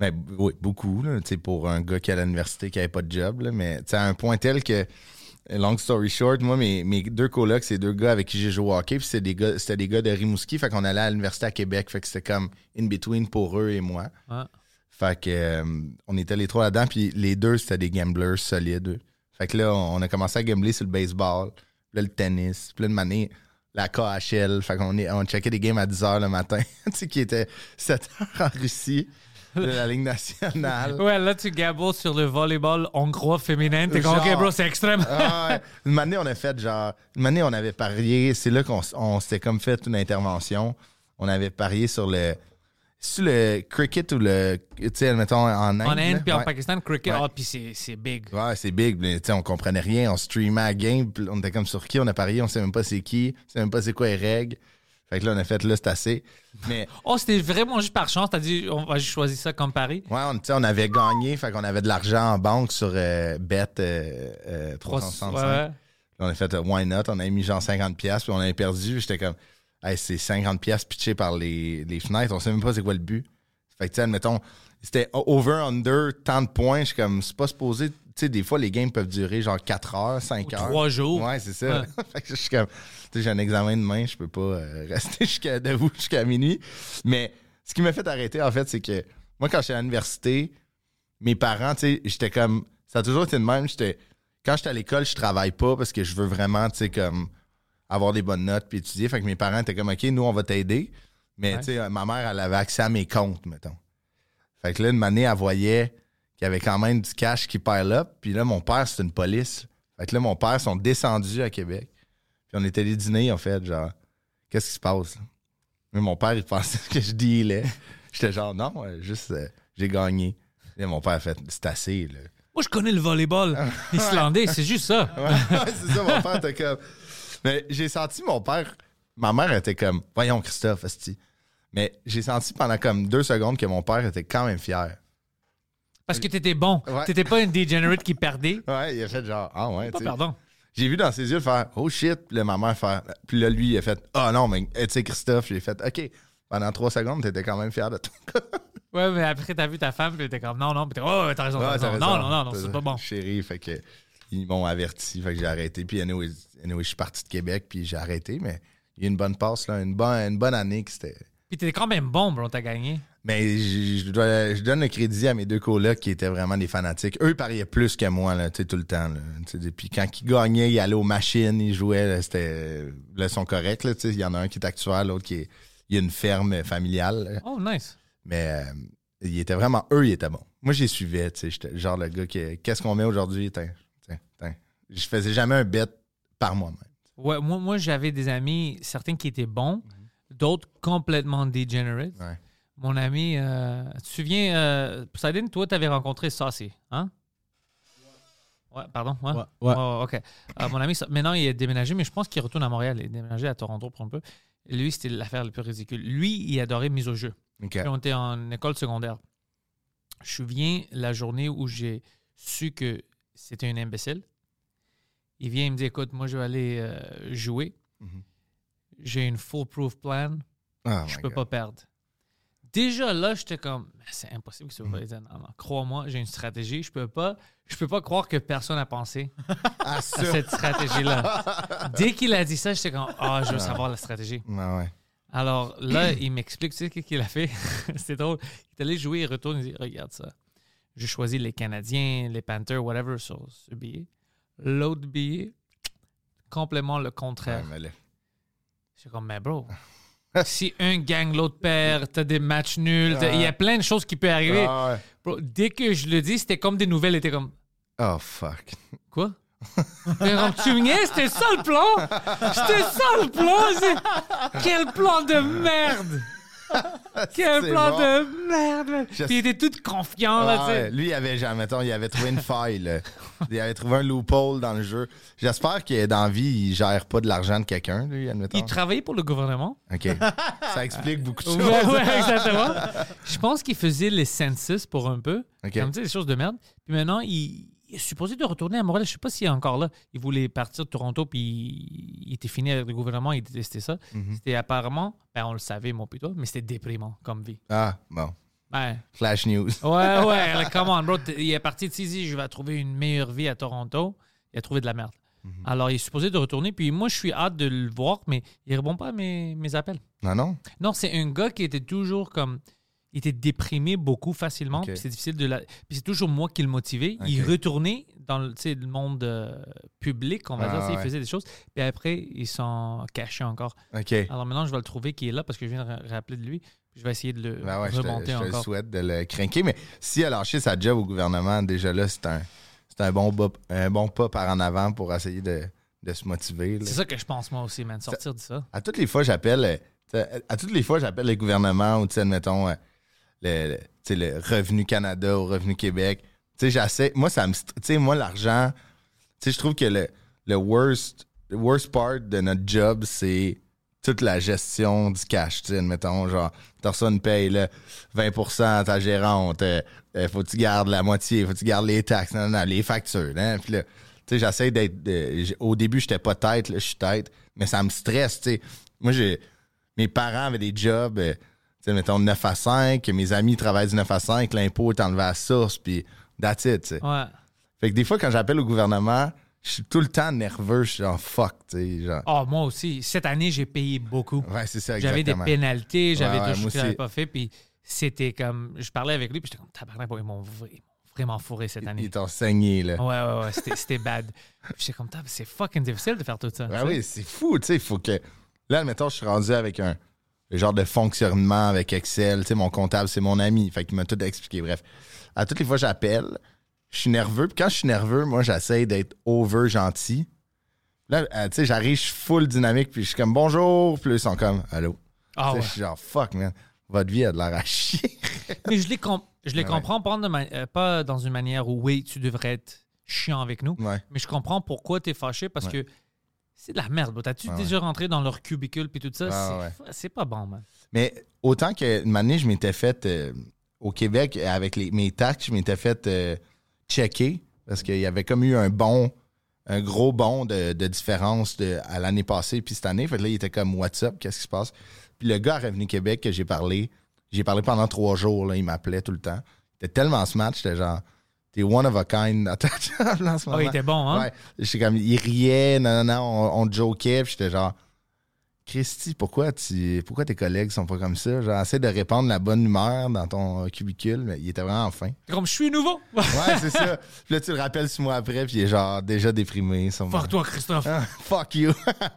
Speaker 3: Mais b- oui, beaucoup, là, tu sais, pour un gars qui est à l'université qui n'avait pas de job. là, mais tu sais, à un point tel que, long story short, moi, mes, mes deux colocs, c'est deux gars avec qui j'ai joué au hockey. Puis c'est des gars- c'était des, gars de Rimouski. Fait qu'on allait à l'université à Québec. Fait que c'était comme in-between pour eux et moi.
Speaker 2: Ouais.
Speaker 3: Fait que, euh, on était les trois là-dedans. Puis les deux, c'était des gamblers solides. eux. Fait que là, on a commencé à gambler sur le baseball, puis là, le tennis, puis là, une année, la KHL. Fait qu'on est- on checkait des games à 10 h le matin, tu sais, qui était 7 h en Russie, de la Ligue nationale.
Speaker 2: Ouais, là, tu gables sur le volleyball hongrois féminin. T'es comme,
Speaker 3: Genre.
Speaker 2: OK, bro, c'est extrême.
Speaker 3: Ah ouais. Une année, on a fait genre. Une année, on avait parié. C'est là qu'on s- on s'était comme fait une intervention. On avait parié sur le. Sur le cricket ou le. Tu sais, mettons en Inde.
Speaker 2: En Inde
Speaker 3: là.
Speaker 2: puis en
Speaker 3: Ouais.
Speaker 2: Pakistan, cricket,
Speaker 3: Ouais.
Speaker 2: ah, puis c'est c'est big.
Speaker 3: Ouais, c'est big, mais tu sais, on comprenait rien. On streamait à game, puis on était comme sur qui, on a parié, on sait même pas c'est qui, on sait même pas c'est quoi les règles. Fait que là, on a fait là, c'est assez. Mais
Speaker 2: Oh, c'était vraiment juste par chance. T'as dit, on va juste choisir ça comme pari.
Speaker 3: ouais, on, tu sais, on avait gagné, fait qu'on avait de l'argent en banque sur euh, Bet euh, euh,
Speaker 2: Trois-
Speaker 3: 365.
Speaker 2: ouais, ouais.
Speaker 3: Puis On a fait euh, why not, on avait mis genre 50$, piastres, puis on avait perdu. puis J'étais comme, hey, c'est 50$ piastres pitchés par les, les fenêtres, on sait même pas c'est quoi le but. Fait que, tu sais, admettons, c'était o- over-under, tant de points, je suis comme, c'est pas supposé. Tu sais, des fois, les games peuvent durer genre 4 heures, 5 heures.
Speaker 2: trois jours.
Speaker 3: Ouais, c'est ça.
Speaker 2: Ouais.
Speaker 3: fait que je suis comme, tu sais, j'ai un examen demain, je peux pas euh, rester jusqu'à debout jusqu'à minuit. Mais ce qui m'a fait arrêter, en fait, c'est que moi, quand j'étais à l'université, mes parents, tu sais, j'étais comme, ça a toujours été de même, j'étais, quand j'étais à l'école, je travaille pas parce que je veux vraiment, tu sais, comme avoir des bonnes notes puis étudier. Fait que mes parents étaient comme, OK, nous, on va t'aider. Mais,
Speaker 2: Ouais.
Speaker 3: tu sais, ma mère, elle avait accès à mes comptes, mettons. Fait que là, une année, elle voyait qu'il y avait quand même du cash qui pile up. Puis là, mon père, c'est une police. Fait que là, mon père, ils sont descendus à Québec. Puis on était allés dîner, en fait, genre, qu'est-ce qui se passe? là? Mais mon père, il pensait que je dealais. J'étais genre, non, euh, juste, euh, j'ai gagné. Là, mon père a fait, c'est assez, là.
Speaker 2: Moi, je connais le volleyball islandais, c'est juste ça.
Speaker 3: Ouais, c'est ça, mon père était comme. Mais j'ai senti mon père. Ma mère était comme, voyons, Christophe, esti. Mais j'ai senti pendant comme deux secondes que mon père était quand même fier.
Speaker 2: Parce que t'étais bon.
Speaker 3: Ouais.
Speaker 2: T'étais pas une degenerate qui perdait.
Speaker 3: Ouais, il a fait genre, ah ouais,
Speaker 2: Pas
Speaker 3: tu sais.
Speaker 2: Oh, pardon.
Speaker 3: J'ai vu dans ses yeux faire, oh shit, puis là, ma mère faire. Puis là, lui, il a fait, ah non, mais eh, tu sais, Christophe, j'ai fait, ok, pendant trois secondes, t'étais quand même fier de toi.
Speaker 2: Ouais, mais après, t'as vu ta femme, puis t'es comme non, non, puis t'es oh, t'as raison, t'as
Speaker 3: Ouais,
Speaker 2: raison.
Speaker 3: Ah, t'as raison.
Speaker 2: Non, non, non, non,
Speaker 3: T'as-
Speaker 2: c'est pas bon.
Speaker 3: Chérie, fait que ils m'ont averti, fait que j'ai arrêté. Puis anyway, anyway, je suis parti de Québec, puis j'ai arrêté, mais il y a eu une bonne passe, là, une, bonne, une bonne année que c'était.
Speaker 2: Puis t'étais quand même bon, bro, t'as gagné.
Speaker 3: Mais je, je dois- je donne le crédit à mes deux colocs qui étaient vraiment des fanatiques. Eux, ils pariaient plus que moi, là, tu sais, tout le temps. Là, Tu sais, puis quand ils gagnaient, ils allaient aux machines, ils jouaient, là, c'était le son correct. là, tu sais. Il y en a un qui est actuel, l'autre qui est. Il y a une ferme euh, familiale. là.
Speaker 2: Oh, nice.
Speaker 3: Mais euh, ils étaient vraiment. Eux, ils étaient bons. Moi, j'y suivais, tu sais. J'étais le genre le gars qui. Qu'est-ce qu'on met aujourd'hui? Tiens, tiens, tiens. Je faisais jamais un bet par moi-même.
Speaker 2: Ouais, moi, moi j'avais des amis, certains qui étaient bons,
Speaker 4: Mhm.
Speaker 2: d'autres complètement degenerate.
Speaker 3: Ouais.
Speaker 2: Mon ami, euh, tu te souviens, euh, Poseidon, toi, t'avais rencontré Saucy, hein? Ouais, pardon, ouais.
Speaker 4: Ouais, ouais.
Speaker 2: Oh, ok. Euh, mon ami, ça- maintenant, il est déménagé, mais je pense qu'il retourne à Montréal. Il est déménagé à Toronto pour un peu. Lui, c'était l'affaire la plus ridicule. Lui, il adorait mise au jeu.
Speaker 3: OK.
Speaker 2: Puis on était en école secondaire. Je me souviens la journée où j'ai su que c'était un imbécile. Il vient, il me dit Écoute, moi, je vais aller euh, jouer.
Speaker 3: Mhm.
Speaker 2: J'ai une foolproof plan.
Speaker 3: Ah,
Speaker 2: je
Speaker 3: my
Speaker 2: peux
Speaker 3: God.
Speaker 2: pas perdre. Déjà là, j'étais comme Mais C'est impossible que ça
Speaker 3: Mhm.
Speaker 2: va être. Non, non, Crois-moi, j'ai une stratégie. Je peux pas. Je peux pas croire que personne n'a pensé
Speaker 3: Ah,
Speaker 2: à
Speaker 3: ça.
Speaker 2: cette stratégie-là. Dès qu'il a dit ça, j'étais comme Ah, je veux savoir la stratégie.
Speaker 3: Ah, ouais.
Speaker 2: Alors là, il m'explique, tu sais, qu'est-ce qu'il a fait? c'est drôle. Il est allé jouer, il retourne, il dit, regarde ça. Je choisis les Canadiens, les Panthers, whatever, sur ce billet. L'autre billet, complètement le contraire.
Speaker 3: Ouais, mais là,
Speaker 2: Je suis comme, mais bro, si un gagne, l'autre perd, t'as des matchs nuls, t'as- il y a plein de choses qui peuvent arriver.
Speaker 3: Ah, ouais.
Speaker 2: Bro, dès que je le dis, c'était comme des nouvelles, était comme,
Speaker 3: Oh, fuck.
Speaker 2: Quoi? Mais Rob, tu me niaises, c'était ça le plan! C'était ça le plan! c'est- Quel plan de merde! Quel
Speaker 3: C'est
Speaker 2: plan
Speaker 3: bon.
Speaker 2: de merde! man.
Speaker 3: Je-
Speaker 2: Puis il était tout confiant, là,
Speaker 3: Ah
Speaker 2: tu sais.
Speaker 3: ouais, lui, il avait, genre, mettons, il avait trouvé une faille. là. Il avait trouvé un loophole dans le jeu. J'espère que dans la vie, il gère pas de l'argent de quelqu'un, lui, admettons.
Speaker 2: Il travaillait pour le gouvernement.
Speaker 3: OK. Ça explique beaucoup de
Speaker 2: Ouais,
Speaker 3: choses.
Speaker 2: ouais, exactement. Je pense qu'il faisait les census pour un peu.
Speaker 3: OK.
Speaker 2: Comme tu sais, des choses de merde. Puis maintenant, il, il est supposé de retourner à Montréal. Je sais pas s'il est encore là. Il voulait partir de Toronto, puis il, il était fini avec le gouvernement. Il détestait ça.
Speaker 3: Mhm.
Speaker 2: C'était apparemment, ben on le savait, mon plutôt, mais c'était déprimant comme vie.
Speaker 3: Ah, bon.
Speaker 2: Ben,
Speaker 3: Flash News.
Speaker 2: Ouais, ouais, like, come on, bro. T- Il est parti de Tizi, je vais trouver une meilleure vie à Toronto. Il a trouvé de la merde.
Speaker 3: Mhm.
Speaker 2: Alors, il est supposé de retourner. Puis moi, je suis hâte de le voir, mais il répond pas à mes, mes appels.
Speaker 3: Non, non?
Speaker 2: Non, c'est un gars qui était toujours comme. Il était déprimé beaucoup facilement.
Speaker 3: Ok.
Speaker 2: Puis c'est difficile de la. Puis c'est toujours moi qui le motivais. Il
Speaker 3: Ok.
Speaker 2: retournait dans le, tu sais, le monde euh, public, on va
Speaker 3: Ah,
Speaker 2: dire. tu sais, Il
Speaker 3: ouais.
Speaker 2: faisait des choses. Puis après, ils s'en cachaient encore.
Speaker 3: OK.
Speaker 2: Alors maintenant, je vais le trouver qui est là parce que je viens de ra- rappeler de lui. Je vais essayer de le
Speaker 3: Ben ouais, je te,
Speaker 2: remonter
Speaker 3: je te le
Speaker 2: encore.
Speaker 3: souhaite de le craquer. Mais si elle a lâché sa job au gouvernement, déjà là, c'est un, c'est un, bon, bop- un bon pas par en avant pour essayer de, de se motiver. là.
Speaker 2: C'est ça que je pense moi aussi, man. Sortir de ça.
Speaker 3: À toutes les fois, j'appelle. euh, tu sais, À toutes les fois, j'appelle les gouvernements ou, tu sais, admettons, euh, le, le- tu sais, le Revenu Canada ou Revenu Québec. Tu sais, j'essaie. Moi, ça me. st- Tu sais, moi, l'argent. Tu sais, je trouve que le, le worst, le worst part de notre job, c'est toute la gestion du cash. Tu sais, admettons, genre, tu reçois une paye, là, 20 à ta gérante, euh, euh, faut que tu gardes la moitié, faut que tu gardes les taxes, non, non, les factures. Hein, puis là, tu sais, j'essaie d'être. de- j- au début, j'étais pas tête, là, je suis tête, mais ça me stresse, tu sais. Moi, j'ai. Mes parents avaient des jobs. euh, tu sais, mettons 9 à 5, mes amis travaillent du 9 à 5, l'impôt est enlevé à la source, puis that's it. tu sais.
Speaker 2: Ouais.
Speaker 3: Fait que des fois, quand j'appelle au gouvernement, je suis tout le temps nerveux. Je suis genre fuck, tu sais. Genre...
Speaker 2: Oh, moi aussi. Cette année, j'ai payé beaucoup.
Speaker 3: Ouais, c'est ça,
Speaker 2: j'avais des
Speaker 3: exactement.
Speaker 2: pénalités, j'avais
Speaker 3: Ouais, ouais,
Speaker 2: des
Speaker 3: moi
Speaker 2: choses que j'avais
Speaker 3: aussi.
Speaker 2: pas fait. Puis c'était comme. Je parlais avec lui, puis j'étais comme tabarnak, bon, ils m'ont vra- ils m'ont vraiment fourré cette année.
Speaker 3: Ils t'ont saigné, là.
Speaker 2: Ouais, ouais, ouais, c'était- c'était bad. Puis J'étais comme, Tab, c'est fucking difficile de faire tout ça.
Speaker 3: Ah oui, c'est fou, tu sais, il faut que... Là, admettons, je suis rendu avec un le genre de fonctionnement avec Excel, tu sais, mon comptable, c'est mon ami, fait qu'il m'a tout expliqué, bref. À toutes les fois, j'appelle, je suis nerveux, puis quand je suis nerveux, moi, j'essaie d'être over gentil. Là, euh, tu sais, j'arrive, je suis full dynamique, puis je suis comme « Bonjour », puis là, ils sont comme « Allô
Speaker 2: Ah
Speaker 3: Tu sais,
Speaker 2: ouais.
Speaker 3: Je suis genre « Fuck, man, votre vie a de l'air à chier
Speaker 2: Mais je les, com- je les
Speaker 3: Ben Ouais.
Speaker 2: comprends pas, de ma- euh, pas dans une manière où, oui, tu devrais être chiant avec nous. ».
Speaker 3: Ouais,
Speaker 2: Mais je comprends pourquoi tu es fâché parce que c'est de la merde. bro. T'as-tu
Speaker 3: Ben Ouais,
Speaker 2: déjà rentré dans leur cubicule puis tout ça?
Speaker 3: Ah,
Speaker 2: c'est, c'est pas bon, man.
Speaker 3: Mais autant que une année, je m'étais fait euh, au Québec euh, avec les, mes taxes, je m'étais fait euh, checker parce qu'il y avait comme eu un bon, un gros bond de, de différence de- à l'année passée puis cette année. Fait que là, il était comme What's up, qu'est-ce qui se passe? Puis le gars à Revenu Québec que j'ai parlé, j'ai parlé pendant trois jours, là, il m'appelait tout le temps. C'était tellement smart, j'étais genre T'es one of a kind dans ta table en ce
Speaker 2: Ah,
Speaker 3: moment.
Speaker 2: il était bon, hein?
Speaker 3: Ouais. J'étais comme, il riait, non, non, non, on, on jokait. Puis j'étais genre, Christy, pourquoi, tu, pourquoi tes collègues sont pas comme ça? Genre, essaie de répandre la bonne humeur dans ton cubicule, mais il était vraiment fin.
Speaker 2: T'es Comme je suis nouveau.
Speaker 3: Ouais, c'est ça. Puis là, tu le rappelles six mois après, puis il est genre déjà déprimé. son-
Speaker 2: Fuck toi, Christophe.
Speaker 3: Ah, fuck you.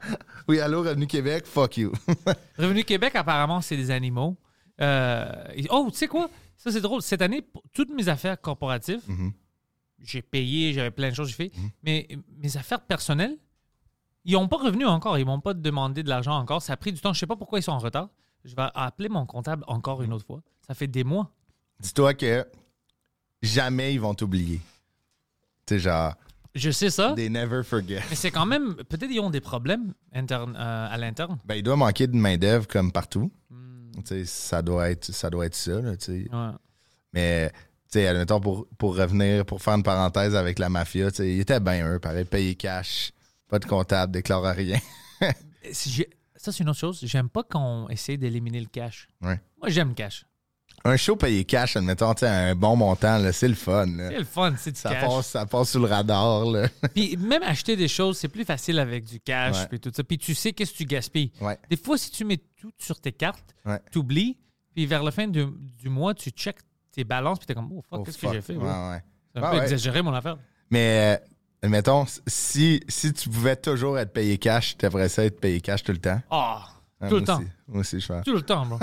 Speaker 3: oui, allô, Revenu Québec, fuck you.
Speaker 2: Revenu Québec, apparemment, c'est des animaux. Euh, et- oh, tu sais quoi? Ça, c'est drôle. Cette année, pour toutes mes affaires corporatives,
Speaker 3: Mhm.
Speaker 2: j'ai payé, j'avais plein de choses, j'ai fait. Mais euh, mes affaires personnelles, ils n'ont pas revenu encore. Ils m'ont pas demandé de l'argent encore. Ça a pris du temps. Je sais pas pourquoi ils sont en retard. Je vais appeler mon comptable encore une autre fois. Ça fait des mois.
Speaker 3: Dis-toi que jamais ils vont t'oublier. Tu sais, genre,
Speaker 2: Je sais ça.
Speaker 3: they never forget.
Speaker 2: Mais c'est quand même. Peut-être ils ont des problèmes interne, euh, à l'interne.
Speaker 3: Ben, il doit manquer de main-d'œuvre comme partout.
Speaker 2: Hmm.
Speaker 3: Tu sais, ça doit être ça, doit être ça là, tu sais.
Speaker 2: Ouais.
Speaker 3: Mais, tu sais, admettons, pour, pour revenir, pour faire une parenthèse avec la mafia, tu sais, ils étaient bien eux, pareil, payés cash, pas de comptable, déclare à rien.
Speaker 2: Et si j'ai- Ça, c'est une autre chose. J'aime pas qu'on essaye d'éliminer le cash.
Speaker 3: Ouais.
Speaker 2: Moi, j'aime le cash.
Speaker 3: Un show payé cash, admettons, tu sais, un bon montant, là, c'est le fun. là.
Speaker 2: C'est le fun, c'est du
Speaker 3: Ça
Speaker 2: cash.
Speaker 3: passe, ça passe sous le radar, là.
Speaker 2: Puis même acheter des choses, c'est plus facile avec du cash
Speaker 3: Ouais.
Speaker 2: puis tout ça. Puis tu sais qu'est-ce que tu gaspilles.
Speaker 3: Ouais.
Speaker 2: Des fois, si tu mets tout sur tes cartes,
Speaker 3: Ouais.
Speaker 2: t'oublies, puis vers la fin du, du mois, tu checkes tes balances, puis t'es comme, oh fuck,
Speaker 3: Oh,
Speaker 2: qu'est-ce que
Speaker 3: fuck.
Speaker 2: j'ai fait?
Speaker 3: Ouais,
Speaker 2: ouais?
Speaker 3: ouais.
Speaker 2: C'est un
Speaker 3: Ah
Speaker 2: peu
Speaker 3: ouais.
Speaker 2: exagéré, mon affaire.
Speaker 3: Mais, euh, admettons, si, si tu pouvais toujours être payé cash, tu aimerais ça être payé cash tout le temps.
Speaker 2: Ah,
Speaker 3: Ah,
Speaker 2: tout
Speaker 3: moi
Speaker 2: le temps.
Speaker 3: aussi. Moi aussi, je fais.
Speaker 2: Tout le temps, bro.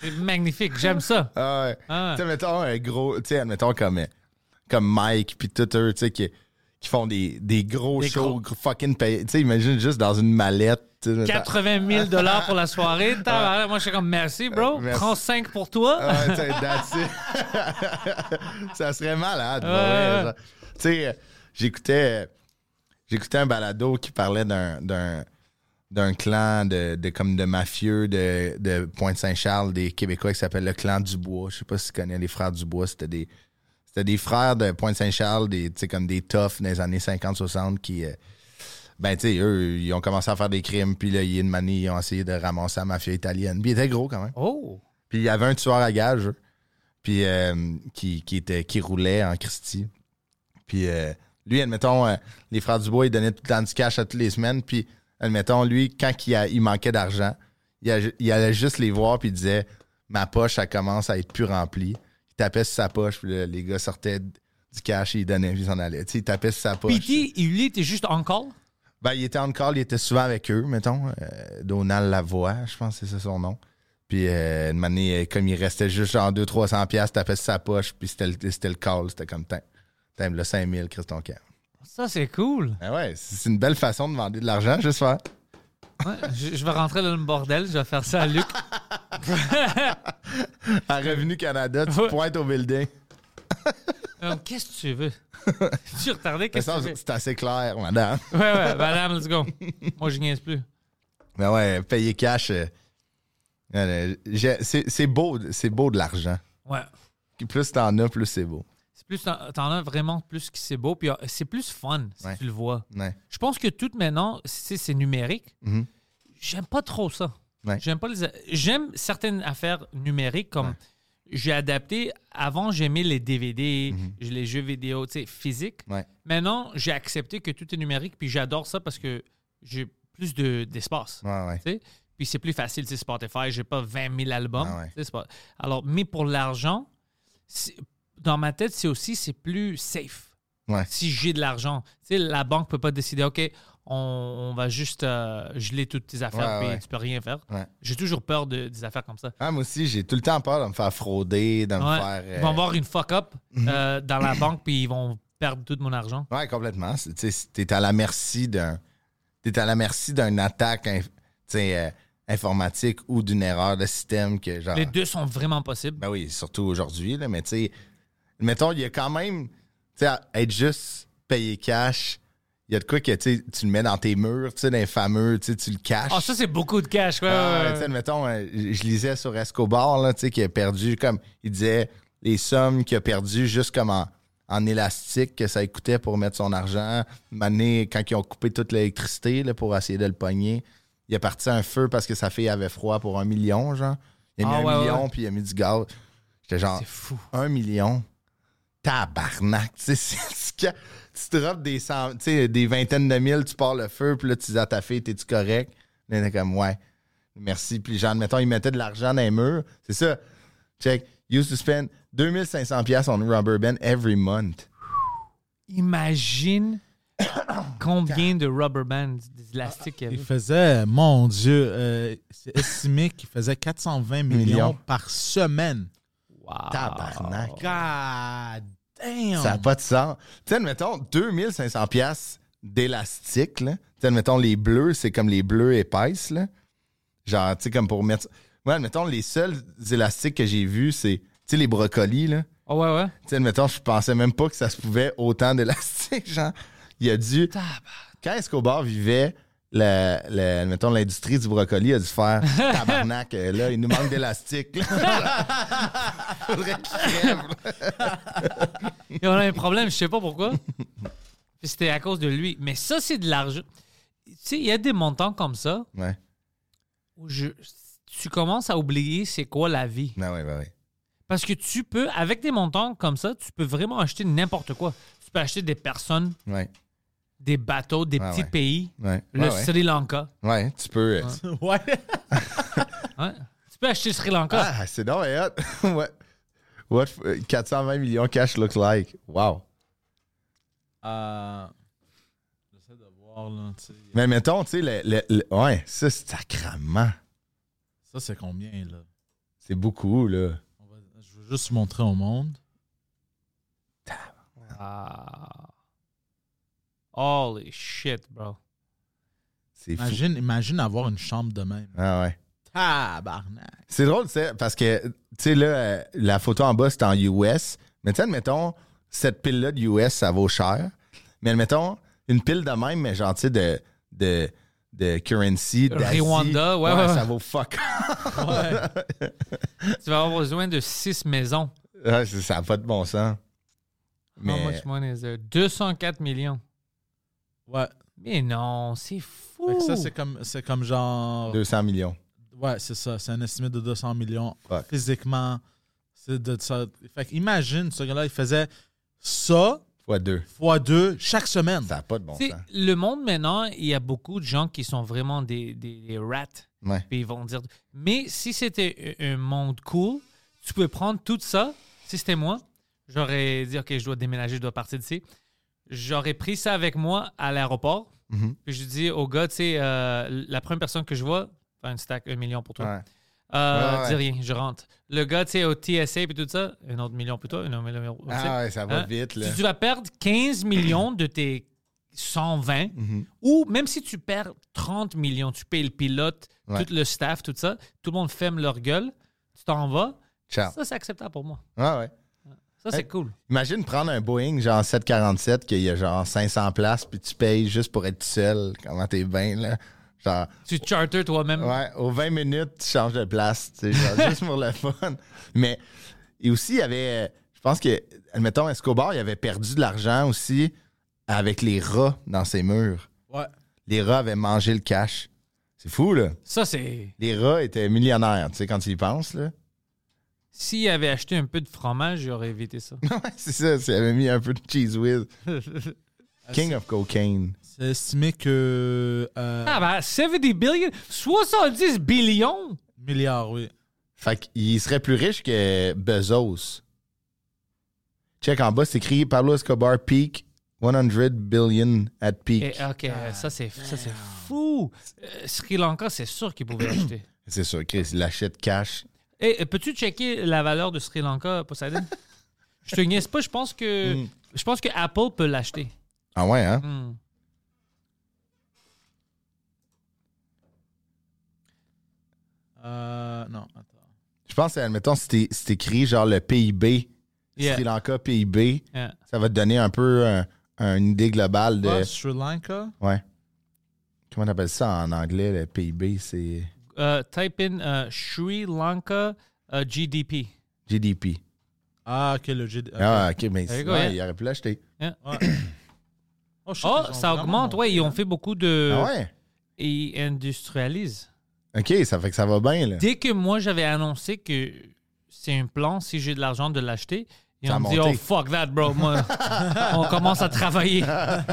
Speaker 2: c'est magnifique, j'aime ça.
Speaker 3: Ah ouais.
Speaker 2: Ah.
Speaker 3: Tu sais, mettons un gros, tu sais, admettons comme, euh, comme Mike puis tout eux, tu sais, qui, qui font des, des gros
Speaker 2: Des
Speaker 3: shows
Speaker 2: gros-
Speaker 3: gros fucking payés. Tu sais, imagine juste dans une mallette. tu sais, mettons-
Speaker 2: 80 000 dollars pour la soirée. Tabarnak, Moi, je suis comme, merci, bro.
Speaker 3: Euh, merci.
Speaker 2: Prends 5 pour toi.
Speaker 3: Ah, tu sais, that's it. ça serait malade. pour
Speaker 2: Ouais,
Speaker 3: vrai,
Speaker 2: ouais.
Speaker 3: genre. Tu sais, euh, j'écoutais, euh, j'écoutais un balado qui parlait d'un, d'un, d'un clan de, de, comme de mafieux de, de Pointe-Saint-Charles, des Québécois, qui s'appelle le clan Dubois. Je sais pas si tu connais les frères Dubois. C'était des, c'était des frères de Pointe-Saint-Charles, des, tu sais, comme des toughs dans les années 50-60 qui... euh, ben, tu sais, eux, ils ont commencé à faire des crimes, puis là, il y a une manie, ils ont essayé de ramasser la mafia italienne. Puis ils étaient gros quand même.
Speaker 2: Oh,
Speaker 3: Puis il y avait un tueur à gage, puis euh, qui, qui, était, qui roulait en Christie. Puis euh, lui, admettons, euh, les frères Dubois, ils donnaient tout le temps du cash à toutes les semaines. Puis, admettons, lui, quand il, a- il manquait d'argent, il, a- il allait juste les voir, puis il disait Ma poche, elle commence à être plus remplie. Il tapait sur sa poche, puis là, les gars sortaient du cash, et ils donnaient, puis ils s'en allaient. Tu sais, il tapait sur sa poche.
Speaker 2: Pity, il était juste encore.
Speaker 3: Ben, il était en call, il était souvent avec eux, mettons. Euh, Donald Lavoie, je pense que c'est ça son nom. Puis, euh, une année, comme il restait juste genre 200-300$, piastres, tapait sur sa poche, puis c'était le, c'était le call, c'était comme t'aimes. T'aimes le 5000, Chris ton camp.
Speaker 2: Ça, c'est cool.
Speaker 3: Ben ouais, c'est c'est une belle façon de demander de l'argent, juste faire.
Speaker 2: Ouais, je, je vais rentrer dans le bordel, je vais faire ça à Luc.
Speaker 3: À Revenu Canada, tu
Speaker 2: Ouais.
Speaker 3: pointes au building.
Speaker 2: Euh, qu'est-ce que tu veux? Je suis retardé,
Speaker 3: Mais
Speaker 2: qu'est-ce
Speaker 3: ça,
Speaker 2: que tu veux?
Speaker 3: C'est assez clair, madame.
Speaker 2: Ouais, ouais, madame, let's go. Moi, je niaise plus.
Speaker 3: Ben ouais, payer cash. euh, euh, j'ai- c'est c'est beau, c'est beau de l'argent.
Speaker 2: Ouais.
Speaker 3: Plus t'en as, plus c'est beau.
Speaker 2: C'est plus, t'en t'en as vraiment plus qui c'est beau, puis euh, c'est plus fun si
Speaker 3: Ouais.
Speaker 2: tu le vois.
Speaker 3: Ouais.
Speaker 2: Je pense que tout maintenant, c'est c'est numérique.
Speaker 3: Mhm.
Speaker 2: J'aime pas trop ça.
Speaker 3: Ouais.
Speaker 2: J'aime pas les. a- J'aime certaines affaires numériques comme j'ai adapté. Avant, j'aimais les DVD, les jeux vidéo, tu sais, physiques.
Speaker 3: Mhm. Ouais.
Speaker 2: Maintenant, j'ai accepté que tout est numérique, puis j'adore ça parce que j'ai plus de- d'espace.
Speaker 3: Ouais, ouais.
Speaker 2: tu sais. Puis c'est plus facile, tu sais, Spotify, j'ai pas 20 000 albums.
Speaker 3: Ah ouais.
Speaker 2: tu sais, c'est pas- Alors, mais pour l'argent, c'est- dans ma tête, c'est aussi, c'est plus safe.
Speaker 3: Ouais.
Speaker 2: Si j'ai de l'argent, tu sais, la banque peut pas décider, OK, on, on va juste euh, geler toutes tes affaires
Speaker 3: Ouais,
Speaker 2: puis
Speaker 3: ouais.
Speaker 2: tu peux rien faire.
Speaker 3: Ouais.
Speaker 2: J'ai toujours peur de, des affaires comme ça.
Speaker 3: Ah, moi aussi, j'ai tout le temps peur de me faire frauder, de
Speaker 2: Ouais.
Speaker 3: me faire. euh, Mhm.
Speaker 2: Ils vont avoir une fuck-up euh, dans la banque puis ils vont perdre tout mon argent.
Speaker 3: euh, Ouais, complètement. C'est- Tu sais, t'es à la merci d'un. T'es à la merci d'une attaque inf- tu sais, euh, informatique ou d'une erreur de système que genre.
Speaker 2: Les deux sont vraiment possibles.
Speaker 3: Ah. Ben oui, surtout aujourd'hui, là, mais tu sais, mettons, il y a quand même, tu sais, à être juste payé cash, il y a de quoi que tu sais, tu le mets dans tes murs, tu sais, dans les fameux, tu sais, tu le caches.
Speaker 2: Ah, ça, c'est beaucoup de cash. Ouais, ouais,
Speaker 3: Ah,
Speaker 2: ouais.
Speaker 3: tu sais, mettons, euh, je je lisais sur Escobar, là, tu sais, qui a perdu, comme, il disait, les sommes qu'il a perdu juste comme en, en élastique que ça coûtait pour mettre son argent. Mané, quand ils ont coupé toute l'électricité, là, pour essayer de le pogner, il a parti un feu parce que sa fille avait froid pour un million, genre. Il a
Speaker 2: Ah,
Speaker 3: mis
Speaker 2: ouais,
Speaker 3: un
Speaker 2: ouais,
Speaker 3: million,
Speaker 2: ouais.
Speaker 3: puis il a mis du gaz. J'étais genre,
Speaker 2: C'est fou.
Speaker 3: un million. Tabarnak, tu sais, c'est- tu ca- tu te droppes des cent- tu sais, des vingtaines de mille, tu pars le feu, puis là, tu dis à ta fille, t'es-tu correct? Là, elle est comme, ouais, merci. Puis genre, mettons, ils mettaient de l'argent dans les murs. C'est ça. Check, used to spend 2500 pièces on rubber band every month.
Speaker 2: Imagine combien de rubber bands, des élastiques il y
Speaker 4: Il
Speaker 3: Ah,
Speaker 2: avait.
Speaker 4: faisait, mon Dieu, euh, c'est estimé qu'il faisait 420 millions,
Speaker 3: Millions.
Speaker 4: par semaine.
Speaker 2: Wow.
Speaker 3: Tabarnak.
Speaker 4: God damn!
Speaker 3: Ça n'a pas de sens. Tu sais, mettons, 2500 pièces d'élastique, là. Tu sais, mettons, les bleus, c'est comme les bleus épaisses, là. Genre, tu sais, comme pour mettre... Ouais, mettons, les seuls élastiques que j'ai vus, c'est, tu sais, les brocolis, là.
Speaker 2: Ah ouais, ouais.
Speaker 3: Tu sais, mettons, je pensais même pas que ça se pouvait autant d'élastiques, genre. Il a dû... Quand Escobar vivait... La, la- mettons, l'industrie du brocoli a dû faire tabarnak, euh, là, il nous manque d'élastique. là. Faudrait qu'il crève, là.
Speaker 2: Et on a un problème, je sais pas pourquoi. Puis c'était à cause de lui. Mais ça, c'est de l'argent. Tu sais, il y a des montants comme ça
Speaker 3: Ouais,
Speaker 2: où je, tu commences à oublier c'est quoi la vie.
Speaker 3: non, ouais, ouais, ouais.
Speaker 2: Parce que tu peux, avec des montants comme ça, tu peux vraiment acheter n'importe quoi. Tu peux acheter des personnes,
Speaker 3: Ouais,
Speaker 2: des bateaux, des
Speaker 3: Ah
Speaker 2: petits
Speaker 3: ouais.
Speaker 2: pays,
Speaker 3: ouais.
Speaker 2: le
Speaker 3: ouais, ouais.
Speaker 2: Sri Lanka.
Speaker 3: Ouais, tu peux. euh,
Speaker 4: Ouais.
Speaker 2: hein. Tu peux acheter le Sri Lanka.
Speaker 3: Ah, c'est donc hot. What, what f- euh, 420 millions cash looks like. Wow.
Speaker 4: Euh, J'essaie de voir, là, tu sais.
Speaker 3: Mais mettons, tu sais, le, le- le- ouais, ça, c'est sacrament.
Speaker 4: Ça, c'est combien, là?
Speaker 3: C'est beaucoup, là.
Speaker 4: On va- je veux juste montrer au monde.
Speaker 2: Ah. Holy shit, bro.
Speaker 3: C'est fou.
Speaker 4: Imagine, imagine avoir une chambre de même.
Speaker 3: Ah ouais.
Speaker 4: Tabarnak!
Speaker 3: C'est drôle, c'est parce que, tu sais, là, euh, la photo en bas, c'est en US. Mais tu sais, admettons, cette pile-là de US, ça vaut cher. Mais admettons, une pile de même, mais genre, tu sais, de, de, de currency, d'Asie.
Speaker 2: Rwanda, ouais, ouais, ouais.
Speaker 3: Ça vaut fuck.
Speaker 2: tu vas avoir besoin de six maisons. Ah,
Speaker 3: Ouais, c'est- ça n'a pas de bon sens.
Speaker 2: How
Speaker 3: Mais,
Speaker 2: much money is there? 204 millions.
Speaker 4: Ouais.
Speaker 2: Mais non, c'est fou.
Speaker 4: Fait que ça, c'est comme, c'est comme genre.
Speaker 3: 200 millions.
Speaker 4: Ouais, c'est ça. C'est un estimé de 200 millions.
Speaker 3: Fuck.
Speaker 4: Physiquement, c'est de ça. Fait que imagine, ce gars-là, il faisait ça
Speaker 3: Fois deux.
Speaker 4: fois deux chaque semaine.
Speaker 3: Hmm. Ça n'a pas de bon
Speaker 2: Tu sais,
Speaker 3: sens.
Speaker 2: le monde maintenant, il y a beaucoup de gens qui sont vraiment des, des, des rats.
Speaker 3: Ouais.
Speaker 2: Puis ils vont dire. Mais si c'était un un monde cool, tu pouvais prendre tout ça. Si c'était moi, j'aurais dit OK, je dois déménager, je dois partir d'ici. J'aurais pris ça avec moi à l'aéroport.
Speaker 3: Mhm.
Speaker 2: Puis je dis au gars, tu sais, euh, la première personne que je vois, fais un stack, un million pour toi.
Speaker 3: Ouais.
Speaker 2: Euh,
Speaker 3: Ouais, ouais.
Speaker 2: Dis rien, je rentre. Le gars, tu sais, au TSA puis tout ça, un autre million plus tôt, un autre million plus tard.
Speaker 3: Ah ouais, ça va
Speaker 2: Hein?
Speaker 3: vite, là.
Speaker 2: Si tu vas perdre 15 millions de tes 120,
Speaker 3: Mhm.
Speaker 2: ou même si tu perds 30 millions, tu payes le pilote,
Speaker 3: Ouais.
Speaker 2: tout le staff, tout ça, tout le monde ferme leur gueule, tu t'en vas,
Speaker 3: Ciao.
Speaker 2: ça c'est acceptable pour moi.
Speaker 3: Ouais, ouais.
Speaker 2: Ça c'est
Speaker 3: Hey.
Speaker 2: cool.
Speaker 3: Imagine prendre un Boeing genre 747 qu'il y a genre 500 places puis tu payes juste pour être seul. Comment t'es bien, là? Genre,
Speaker 2: Tu charter toi-même.
Speaker 3: ouais, aux 20 minutes, tu changes de place. tu sais, genre, juste pour le fun. Mais, et aussi, il y avait, je pense que, admettons, Escobar, il avait perdu de l'argent aussi avec les rats dans ses murs.
Speaker 4: Ouais.
Speaker 3: Les rats avaient mangé le cash. C'est fou, là.
Speaker 2: Ça c'est.
Speaker 3: Les rats étaient millionnaires, tu sais, quand tu y penses, là.
Speaker 2: S'il avait acheté un peu de fromage, j'aurais évité ça.
Speaker 3: Ouais, c'est ça, ça avait mis un peu de cheese with. King of cocaine.
Speaker 4: C'est estimé que. Euh,
Speaker 2: Ah ben 70 billion, 70 billions.
Speaker 4: Milliard, oui.
Speaker 3: Fait qu'il serait plus riche que Bezos. Check en bas, c'est écrit Pablo Escobar peak 100 billion at peak.
Speaker 2: Et, ah. OK,
Speaker 3: Ah,
Speaker 2: ça, c'est ça, c'est fou. Euh, Sri Lanka, c'est sûr qu'ils pouvaient acheter.
Speaker 3: C'est sûr, Chris, il achète cash.
Speaker 2: Et euh, peux-tu checker la valeur de Sri Lanka, Poseidon? je te niaise pas, je pense que
Speaker 3: Hmm.
Speaker 2: je pense que Apple peut l'acheter.
Speaker 3: Ah ouais, hein?
Speaker 2: Hmm.
Speaker 4: Euh, non, attends.
Speaker 3: Je pense, admettons, si t'es- si t'écris genre le PIB,
Speaker 2: Yeah.
Speaker 3: Sri Lanka, PIB,
Speaker 2: Yeah.
Speaker 3: ça va te donner un peu un- une idée globale de.
Speaker 4: Ah, Sri Lanka?
Speaker 3: Ouais. Comment on appelle ça en anglais, le PIB? C'est
Speaker 2: Euh, type in euh, Sri Lanka euh, GDP.
Speaker 3: GDP.
Speaker 4: Ah, ok, le GD. ok.
Speaker 3: Ah, ok, mais
Speaker 2: There you
Speaker 3: sinon,
Speaker 2: go, yeah.
Speaker 3: il aurait pu l'acheter.
Speaker 4: Ouais. Oh, shit,
Speaker 2: Oh,
Speaker 4: ils ont
Speaker 2: ça
Speaker 4: vraiment
Speaker 2: augmente,
Speaker 4: monté,
Speaker 2: ouais. Ils ont
Speaker 4: hein.
Speaker 2: fait beaucoup de.
Speaker 3: Ah ouais?
Speaker 2: Ils industrialisent.
Speaker 3: Ok, ça fait que ça va bien, là.
Speaker 2: Dès que moi, j'avais annoncé que c'est un plan, si j'ai de l'argent, de l'acheter, ils
Speaker 3: Ça a
Speaker 2: ont dit,
Speaker 3: monté.
Speaker 2: oh fuck that, bro. Moi, on commence à travailler.
Speaker 3: Ah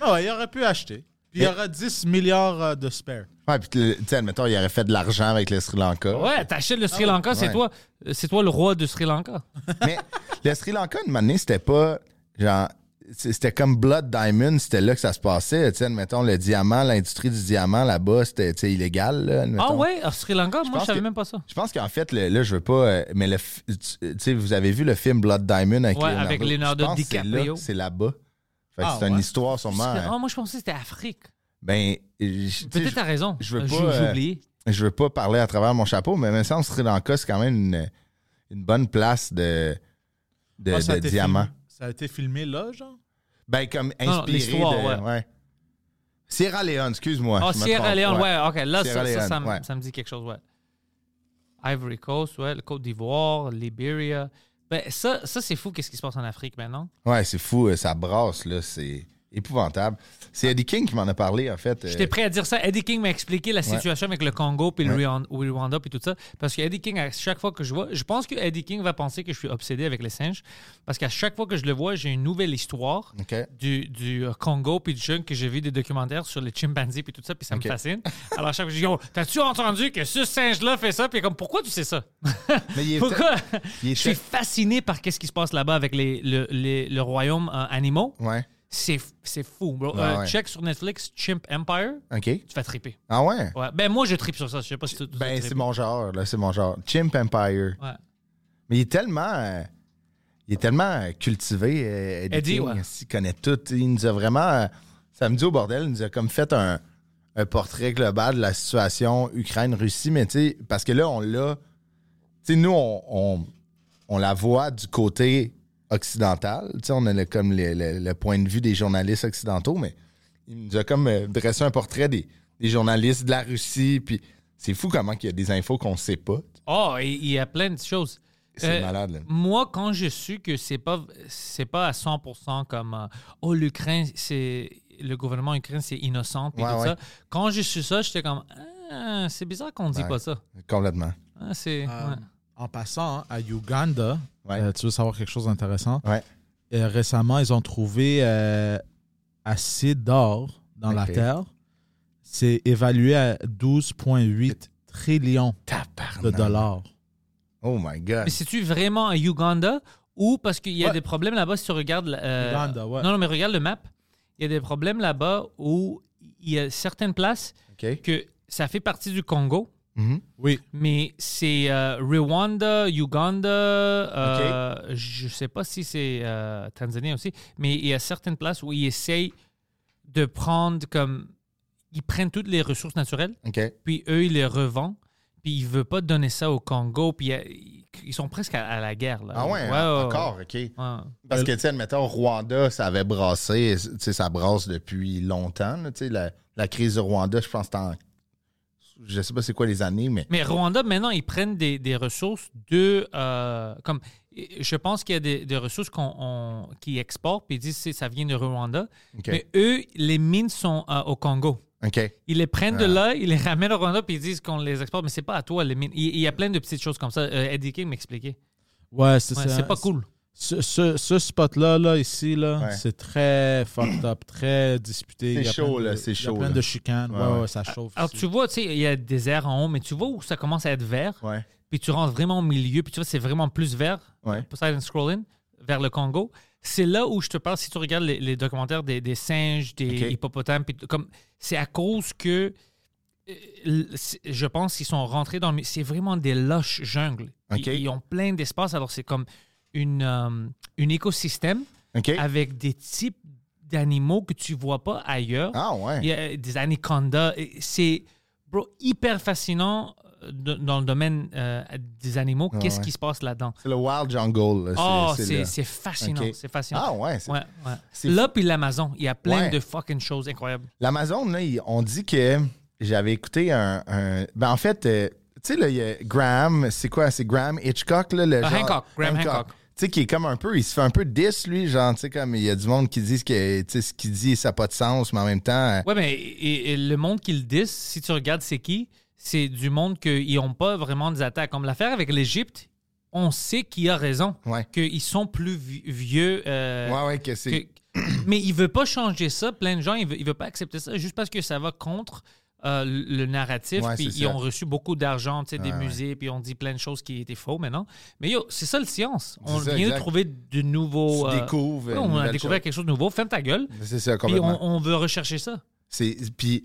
Speaker 4: Non, Ah ouais, il aurait pu acheter. Puis il y aura 10 milliards euh, de spare.
Speaker 3: Ouais, puis tu sais, admettons, il aurait fait de l'argent avec le Sri Lanka.
Speaker 2: Ah Ouais, t'achètes le Sri Lanka, c'est
Speaker 3: Ah Ouais.
Speaker 2: toi, euh, c'est toi le roi de Sri Lanka.
Speaker 3: Mais le Sri Lanka, une année, c'était pas genre. c'est- C'était comme Blood Diamond, c'était là que ça se passait. Tu sais, admettons, le diamant, l'industrie du diamant là-bas, c'était tu sais, illégal. là, admettons.
Speaker 2: Ah ouais, au Sri Lanka, moi,
Speaker 3: pense
Speaker 2: je savais
Speaker 3: que-
Speaker 2: même pas ça.
Speaker 3: Je pense qu'en fait, le- là, je veux pas. euh, Mais le, f- tu tu sais, vous avez vu le film Blood Diamond avec
Speaker 2: Ouais,
Speaker 3: Leonardo,
Speaker 2: avec Leonardo
Speaker 3: Je pense que c'est là-
Speaker 2: DiCaprio.
Speaker 3: C'est là-bas. Fait que
Speaker 4: Ah,
Speaker 3: c'est une
Speaker 4: ouais.
Speaker 3: histoire sûrement.
Speaker 2: Ah,
Speaker 3: euh,
Speaker 2: moi, je pensais que c'était Afrique.
Speaker 3: Ben, je- tu sais,
Speaker 2: Peut-être t'as raison.
Speaker 3: je veux
Speaker 2: Euh,
Speaker 3: pas,
Speaker 2: J'ai j'ai
Speaker 3: euh,
Speaker 2: oublié.
Speaker 3: je veux pas parler à travers mon chapeau, mais il me semble que Sri Lanka, c'est quand même une, une bonne place de, de,
Speaker 4: Ah, ça a
Speaker 3: de
Speaker 4: été
Speaker 3: diamants.
Speaker 4: filmé- Ça a été filmé là, genre?
Speaker 3: Ben, comme
Speaker 2: non,
Speaker 3: inspiré
Speaker 2: l'histoire,
Speaker 3: de.
Speaker 2: ouais.
Speaker 3: ouais. Sierra Leone, excuse-moi.
Speaker 2: Ah,
Speaker 3: je me
Speaker 2: Sierra
Speaker 3: trompe,
Speaker 2: Leone, ouais, ok. Là, ça,
Speaker 3: Sierra
Speaker 2: ça,
Speaker 3: Leone,
Speaker 2: ça me-
Speaker 3: ouais.
Speaker 2: ça me dit quelque chose, ouais. Ivory Coast, ouais, le Côte d'Ivoire, Liberia. Ben, ça, ça c'est fou, qu'est-ce qui se passe en Afrique maintenant.
Speaker 3: Ouais, c'est fou, euh, ça brasse, là, c'est épouvantable. C'est Eddie King qui m'en a parlé, en fait. euh,
Speaker 2: J'étais prêt à dire ça. Eddie King m'a expliqué la situation avec le Congo puis le
Speaker 3: Ouais.
Speaker 2: Rwan- ou le Rwanda puis tout ça. Parce que Eddie King, à chaque fois que je vois, je pense que Eddie King va penser que je suis obsédé avec les singes. Parce qu'à chaque fois que je le vois, j'ai une nouvelle histoire
Speaker 3: OK.
Speaker 2: du, du, euh, Congo puis du jeune que j'ai vu des documentaires sur les chimpanzés puis tout ça. Puis ça
Speaker 3: Ok.
Speaker 2: me fascine. Alors, à chaque fois, je dis Oh, T'as-tu entendu que ce singe-là fait ça Puis comme, pourquoi tu sais ça
Speaker 3: Mais il est-
Speaker 2: Pourquoi
Speaker 3: il est-
Speaker 2: Je suis fasciné par qu'est-ce qui se passe là-bas avec les, le, les- le royaume euh, animaux.
Speaker 3: Ouais,
Speaker 2: C'est c'est fou, bro.
Speaker 3: Ouais,
Speaker 2: Euh,
Speaker 3: Ah ouais.
Speaker 2: Check sur Netflix Chimp Empire.
Speaker 3: OK.
Speaker 2: Tu vas triper.
Speaker 3: Ah ouais?
Speaker 2: Ouais. Ben, moi, je tripe sur ça. Je sais pas si tu. tu
Speaker 3: Ben,
Speaker 2: tripes.
Speaker 3: c'est mon genre, là, c'est mon genre. Chimp Empire.
Speaker 2: Ouais.
Speaker 3: Mais il est tellement. euh, il est tellement euh, cultivé, euh, Eddie,
Speaker 2: Eddie,
Speaker 3: King,
Speaker 2: ouais.
Speaker 3: Il connaît tout. Il nous a vraiment. euh, Samedi au bordel, il nous a comme fait un, un portrait global de la situation Ukraine-Russie. Mais tu sais, parce que là, on l'a. Tu sais, nous, on, on- on la voit du côté occidental. Tu sais, on a le- comme le, le- le point de vue des journalistes occidentaux, mais il nous a comme euh, dressé un portrait des, des journalistes de la Russie. Puis c'est fou comment il y a des infos qu'on sait pas.
Speaker 2: Oh, il il y a plein de choses.
Speaker 3: C'est
Speaker 2: Euh,
Speaker 3: malade, là.
Speaker 2: Moi, quand je suis que c'est pas c'est pas à 100% comme euh, oh l'Ukraine c'est le gouvernement ukrainien c'est innocent puis
Speaker 3: Ouais,
Speaker 2: tout
Speaker 3: ouais.
Speaker 2: ça. Quand je suis ça, j'étais comme Ah, c'est bizarre qu'on dit
Speaker 3: Ouais.
Speaker 2: pas ça.
Speaker 3: Complètement.
Speaker 2: Ah, c'est
Speaker 4: Euh,
Speaker 2: ouais.
Speaker 4: En passant, hein, à Uganda,
Speaker 3: Ouais.
Speaker 4: euh, tu veux savoir quelque chose d'intéressant?
Speaker 3: Ouais.
Speaker 4: Euh, récemment, ils ont trouvé euh, assez d'or dans la
Speaker 3: Ok.
Speaker 4: terre. C'est évalué à 12,8 trillions de dollars.
Speaker 3: Oh my God.
Speaker 2: Mais c'est-tu vraiment à Uganda ou parce qu'il y a
Speaker 4: Ouais.
Speaker 2: des problèmes là-bas si tu regardes. euh,
Speaker 4: Uganda, ouais.
Speaker 2: Non, non, mais regarde le map. Il y a des problèmes là-bas où il y a certaines places
Speaker 3: OK.
Speaker 2: que ça fait partie du Congo,
Speaker 3: Mhm.
Speaker 4: Oui.
Speaker 2: mais c'est euh, Rwanda, Uganda, euh, je sais pas si c'est euh, Tanzanie aussi, mais il y a certaines places où ils essayent de prendre comme. Ils prennent toutes les ressources naturelles
Speaker 3: OK.
Speaker 2: puis eux, ils les revendent, puis ils ne veulent pas donner ça au Congo, puis euh, ils sont presque à, à la guerre. Là.
Speaker 3: Ah ouais, hein? encore, OK.
Speaker 2: ouais.
Speaker 3: Parce que, tu sais, admettons, Rwanda, ça avait brassé, tu sais, ça brasse depuis longtemps. là, Tu sais, la, la crise du Rwanda, je pense, que c'est en. Je sais pas c'est quoi les années, mais.
Speaker 2: Mais Rwanda, maintenant, ils prennent des, des ressources de. euh, comme, je pense qu'il y a des, des ressources qu'on, on- qu'ils exportent, puis ils disent que ça vient de Rwanda.
Speaker 3: OK.
Speaker 2: Mais eux, les mines sont euh, au Congo.
Speaker 3: OK.
Speaker 2: Ils les prennent de
Speaker 3: Ah.
Speaker 2: là, ils les ramènent au Rwanda, puis ils disent qu'on les exporte, mais c'est pas à toi, les mines. Il, il y a plein de petites choses comme ça. Euh, Eddie King m'expliquait.
Speaker 4: Ouais, c'est
Speaker 2: Ouais,
Speaker 4: ça.
Speaker 2: c'est pas cool.
Speaker 4: Ce, ce- ce spot-là, là, ici, là,
Speaker 3: Ouais.
Speaker 4: c'est très fucked up, très disputé.
Speaker 3: C'est
Speaker 4: Il y a
Speaker 3: chaud,
Speaker 4: plein de-
Speaker 3: là, c'est
Speaker 4: Il y
Speaker 3: chaud,
Speaker 4: a plein
Speaker 3: là.
Speaker 4: de chicanes. Ouais,
Speaker 3: Ouais, ouais.
Speaker 4: ouais, ça chauffe.
Speaker 2: Alors,
Speaker 4: ici.
Speaker 2: Ah, tu vois, tu sais, il y a des airs en haut, mais tu vois où ça commence à être vert.
Speaker 3: Ouais.
Speaker 2: puis tu rentres vraiment au milieu, puis tu vois, c'est vraiment plus vert,
Speaker 3: Ouais.
Speaker 2: Poseidon Scrolling, vers le Congo, c'est là où je te parle, si tu regardes les, les documentaires des, des singes, des
Speaker 3: Ok.
Speaker 2: hippopotames, puis tout, comme c'est à cause que euh, l- c'est- je pense qu'ils sont rentrés dans... le mi- C'est vraiment des loches jungles. Ils-
Speaker 3: Ok.
Speaker 2: Ils, ont plein d'espace, alors c'est comme une, euh, une écosystème
Speaker 3: OK?
Speaker 2: avec des types d'animaux que tu vois pas ailleurs.
Speaker 3: Ah ouais.
Speaker 2: Il y a des anacondas. Et C'est bro, hyper fascinant euh, de- dans le domaine euh, des animaux.
Speaker 3: Ouais,
Speaker 2: Qu'est-ce
Speaker 3: Ah ouais.
Speaker 2: qui se passe là-dedans?
Speaker 3: C'est le Wild Jungle. là, c'est-
Speaker 2: Oh,
Speaker 3: c'est
Speaker 2: c'est
Speaker 3: le-
Speaker 2: c'est fascinant.
Speaker 3: Ok.
Speaker 2: C'est fascinant.
Speaker 3: Ah ouais. c'est-
Speaker 2: Ouais, ouais.
Speaker 3: c'est-
Speaker 2: Là, puis l'Amazon, il y a plein
Speaker 3: Ouais.
Speaker 2: de fucking choses incroyables.
Speaker 3: L'Amazon, là, il- on dit que j'avais écouté un. un- ben, en fait, euh, tu sais, là, il y a Graham, c'est quoi C'est Graham Hitchcock, là, le
Speaker 2: Ah,
Speaker 3: genre-
Speaker 2: Hancock, Graham Hancock.
Speaker 3: Tu sais, qui est comme un peu, il se fait un peu 10, lui, genre, tu sais, comme il y a du monde qui disent que tu sais, ce qu'il dit, ça n'a pas de sens, mais en même temps. euh,
Speaker 2: Ouais, mais et- et le monde qu'ils disent, si tu regardes c'est qui, c'est du monde qu'ils n'ont pas vraiment des attaques. Comme l'affaire avec l'Égypte, on sait qu'il a raison,
Speaker 3: Ouais.
Speaker 2: qu'ils sont plus vi- vieux. euh,
Speaker 3: ouais, ouais, que c'est.
Speaker 2: que- mais il veut pas changer ça. Plein de gens, il veut, il veut pas accepter ça juste parce que ça va contre euh, le narratif.
Speaker 3: Ouais,
Speaker 2: puis
Speaker 3: c'est
Speaker 2: ils
Speaker 3: ça.
Speaker 2: ont reçu beaucoup d'argent, tu sais, des
Speaker 3: Ouais, ouais.
Speaker 2: musées, puis on dit plein de choses qui étaient faux maintenant. Mais yo, c'est ça le science. On
Speaker 3: C'est ça,
Speaker 2: vient de
Speaker 3: exact.
Speaker 2: trouver de nouveaux.
Speaker 3: tu
Speaker 2: euh,
Speaker 3: découvres.
Speaker 2: ouais,
Speaker 3: une
Speaker 2: on a
Speaker 3: nouvelle
Speaker 2: découvert quelque chose de nouveau. Ferme ta gueule.
Speaker 3: chose. C'est ça,
Speaker 2: Puis
Speaker 3: complètement.
Speaker 2: on, on veut rechercher ça.
Speaker 3: C'est- Puis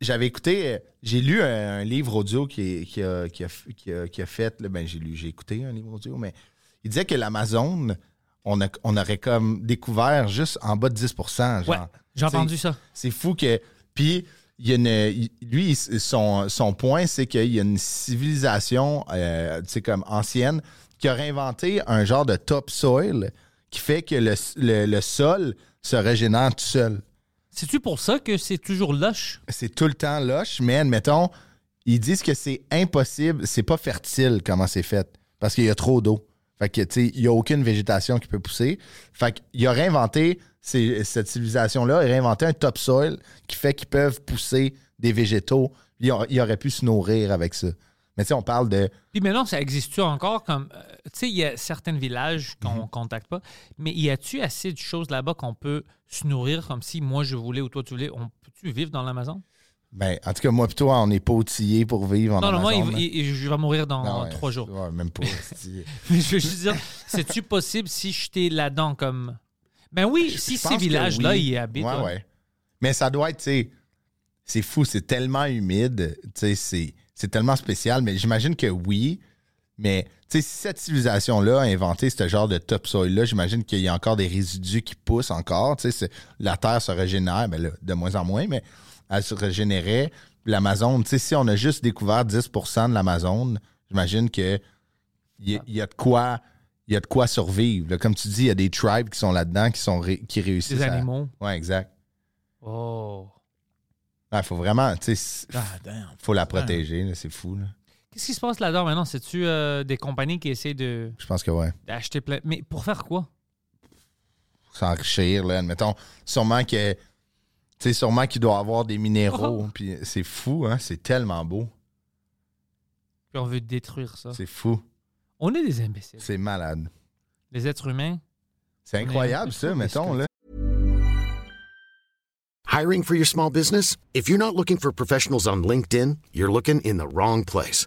Speaker 3: j'avais écouté, euh, j'ai lu un, un livre audio qui, est- qui, a, qui, a, qui a- qui a fait, là, ben j'ai lu, j'ai écouté un livre audio, mais il disait que l'Amazon, on, a- on aurait comme découvert juste en bas de 10 genre.
Speaker 2: Ouais, j'ai
Speaker 3: T'sais,
Speaker 2: entendu ça.
Speaker 3: C'est fou que. Puis il y a une, il- lui, il- son, son point, c'est qu'il y a une civilisation, euh, tu sais, comme ancienne, qui aurait inventé un genre de topsoil qui fait que le, le- le sol se régénère tout seul
Speaker 2: C'est-tu pour ça que c'est toujours lâche?
Speaker 3: c'est tout le temps loche, mais admettons, ils disent que c'est impossible, c'est pas fertile comment c'est fait, parce qu'il y a trop d'eau. Fait que, tu sais, il n'y a aucune végétation qui peut pousser. Fait qu'il aurait inventé, ces- cette civilisation-là, aurait inventé un topsoil qui fait qu'ils peuvent pousser des végétaux. Ils, ont- ils auraient pu se nourrir avec ça. Mais tu sais, on parle de.
Speaker 2: Puis maintenant, ça existe-tu encore comme. euh, tu sais, il y a certains villages qu'on
Speaker 3: Mhm.
Speaker 2: ne contacte pas, mais y a-tu assez de choses là-bas qu'on peut se nourrir comme si moi je voulais ou toi tu voulais? On peut-tu vivre dans l'Amazon?
Speaker 3: Ben, en tout cas, moi, pis toi, on n'est pas outillés pour vivre en
Speaker 2: Non, non, moi,
Speaker 3: Amazon,
Speaker 2: il-
Speaker 3: hein.
Speaker 2: il- il- je vais mourir dans
Speaker 3: Non, ouais,
Speaker 2: trois jours.
Speaker 3: ouais, même pas. c'est-
Speaker 2: Mais je veux juste dire, c'est-tu possible si j'étais là-dedans comme. Ben oui, si
Speaker 3: Je
Speaker 2: ces
Speaker 3: pense que
Speaker 2: villages-là,
Speaker 3: oui.
Speaker 2: ils y habitent.
Speaker 3: Ouais,
Speaker 2: ouais.
Speaker 3: ouais. Mais ça doit être, tu sais, c'est fou, c'est tellement humide, tu sais, c'est, c'est tellement spécial, mais j'imagine que oui. Mais, tu sais, si cette civilisation-là a inventé ce genre de topsoil-là, j'imagine qu'il y a encore des résidus qui poussent encore, tu sais, c'est- la Terre se régénère, ben là, de moins en moins, mais elle se régénérait. L'Amazon, tu sais, si on a juste découvert 10 de l'Amazon, j'imagine que il y,
Speaker 4: Ah.
Speaker 3: a- il y a de quoi... Il y a de quoi survivre. là. Comme tu dis, il y a des tribes qui sont là-dedans, qui, sont ré- qui réussissent
Speaker 2: Ces
Speaker 3: à-
Speaker 2: animaux.
Speaker 3: Ouais, exact.
Speaker 2: Oh.
Speaker 3: Il faut vraiment, tu sais, c-
Speaker 4: Ah, damn.
Speaker 3: faut la protéger, là, c'est fou. là.
Speaker 2: Qu'est-ce qui se passe là-dedans maintenant? C'est-tu euh, des compagnies qui essaient de-
Speaker 3: Je pense que ouais.
Speaker 2: d'acheter plein. Mais pour faire quoi?
Speaker 3: S'enrichir, là, admettons. Sûrement que, tu sais, sûrement qu'il doit avoir des minéraux.
Speaker 4: Oh!
Speaker 3: Puis c'est fou, hein, c'est tellement beau.
Speaker 2: Puis on veut détruire
Speaker 4: Ah.
Speaker 2: ça.
Speaker 3: C'est fou,
Speaker 2: On est des imbéciles.
Speaker 3: c'est malade.
Speaker 2: Les êtres humains.
Speaker 3: C'est incroyable, ça, mettons, là.
Speaker 5: Hiring for your small business? If you're not looking for professionals on LinkedIn, you're looking in the wrong place.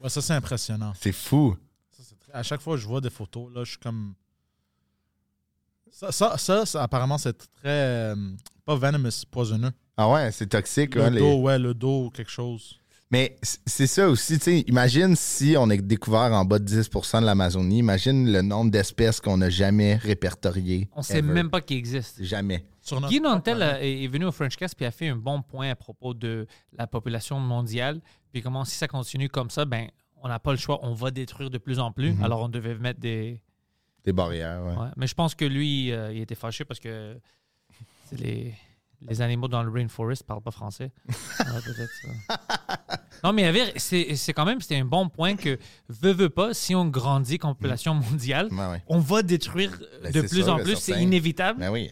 Speaker 4: Ouais, ça, c'est impressionnant.
Speaker 3: C'est fou.
Speaker 4: Ça, c'est très- À chaque fois que je vois des photos, là, je suis comme. Ça, ça, ça, ça, apparemment, c'est très. euh, pas venomous, poisonneux.
Speaker 3: Ah ouais, c'est toxique.
Speaker 4: Le
Speaker 3: hein, les-
Speaker 4: dos, ouais, le dos, ou quelque chose.
Speaker 3: Mais c- c'est ça aussi, tu sais, imagine si on a découvert en bas de 10 de l'Amazonie, imagine le nombre d'espèces qu'on n'a jamais répertoriées.
Speaker 2: On sait
Speaker 3: ever.
Speaker 2: même pas qu'ils existent.
Speaker 3: Jamais.
Speaker 4: Sur notre-
Speaker 2: Guy Nantel euh, est est venu au French Cast puis a fait un bon point à propos de la population mondiale. Puis comment si ça continue comme ça, ben on n'a pas le choix, on va détruire de plus en plus. Alors on devait mettre des.
Speaker 3: Des barrières, Mm-hmm. ouais.
Speaker 2: Ouais. Mais je pense que lui, euh, il était fâché parce que c'est les les animaux dans le rainforest parlent pas français. Ouais, peut-être ça. Non, mais il y avait- c'est c'est quand même c'était un bon point que, veut, veut pas, si on grandit comme population mondiale,
Speaker 3: Ben oui.
Speaker 2: on va détruire
Speaker 3: Ben,
Speaker 2: de
Speaker 3: c'est
Speaker 2: plus
Speaker 3: sûr,
Speaker 2: en
Speaker 3: ben,
Speaker 2: plus. C'est
Speaker 3: certain.
Speaker 2: inévitable.
Speaker 3: Ben oui.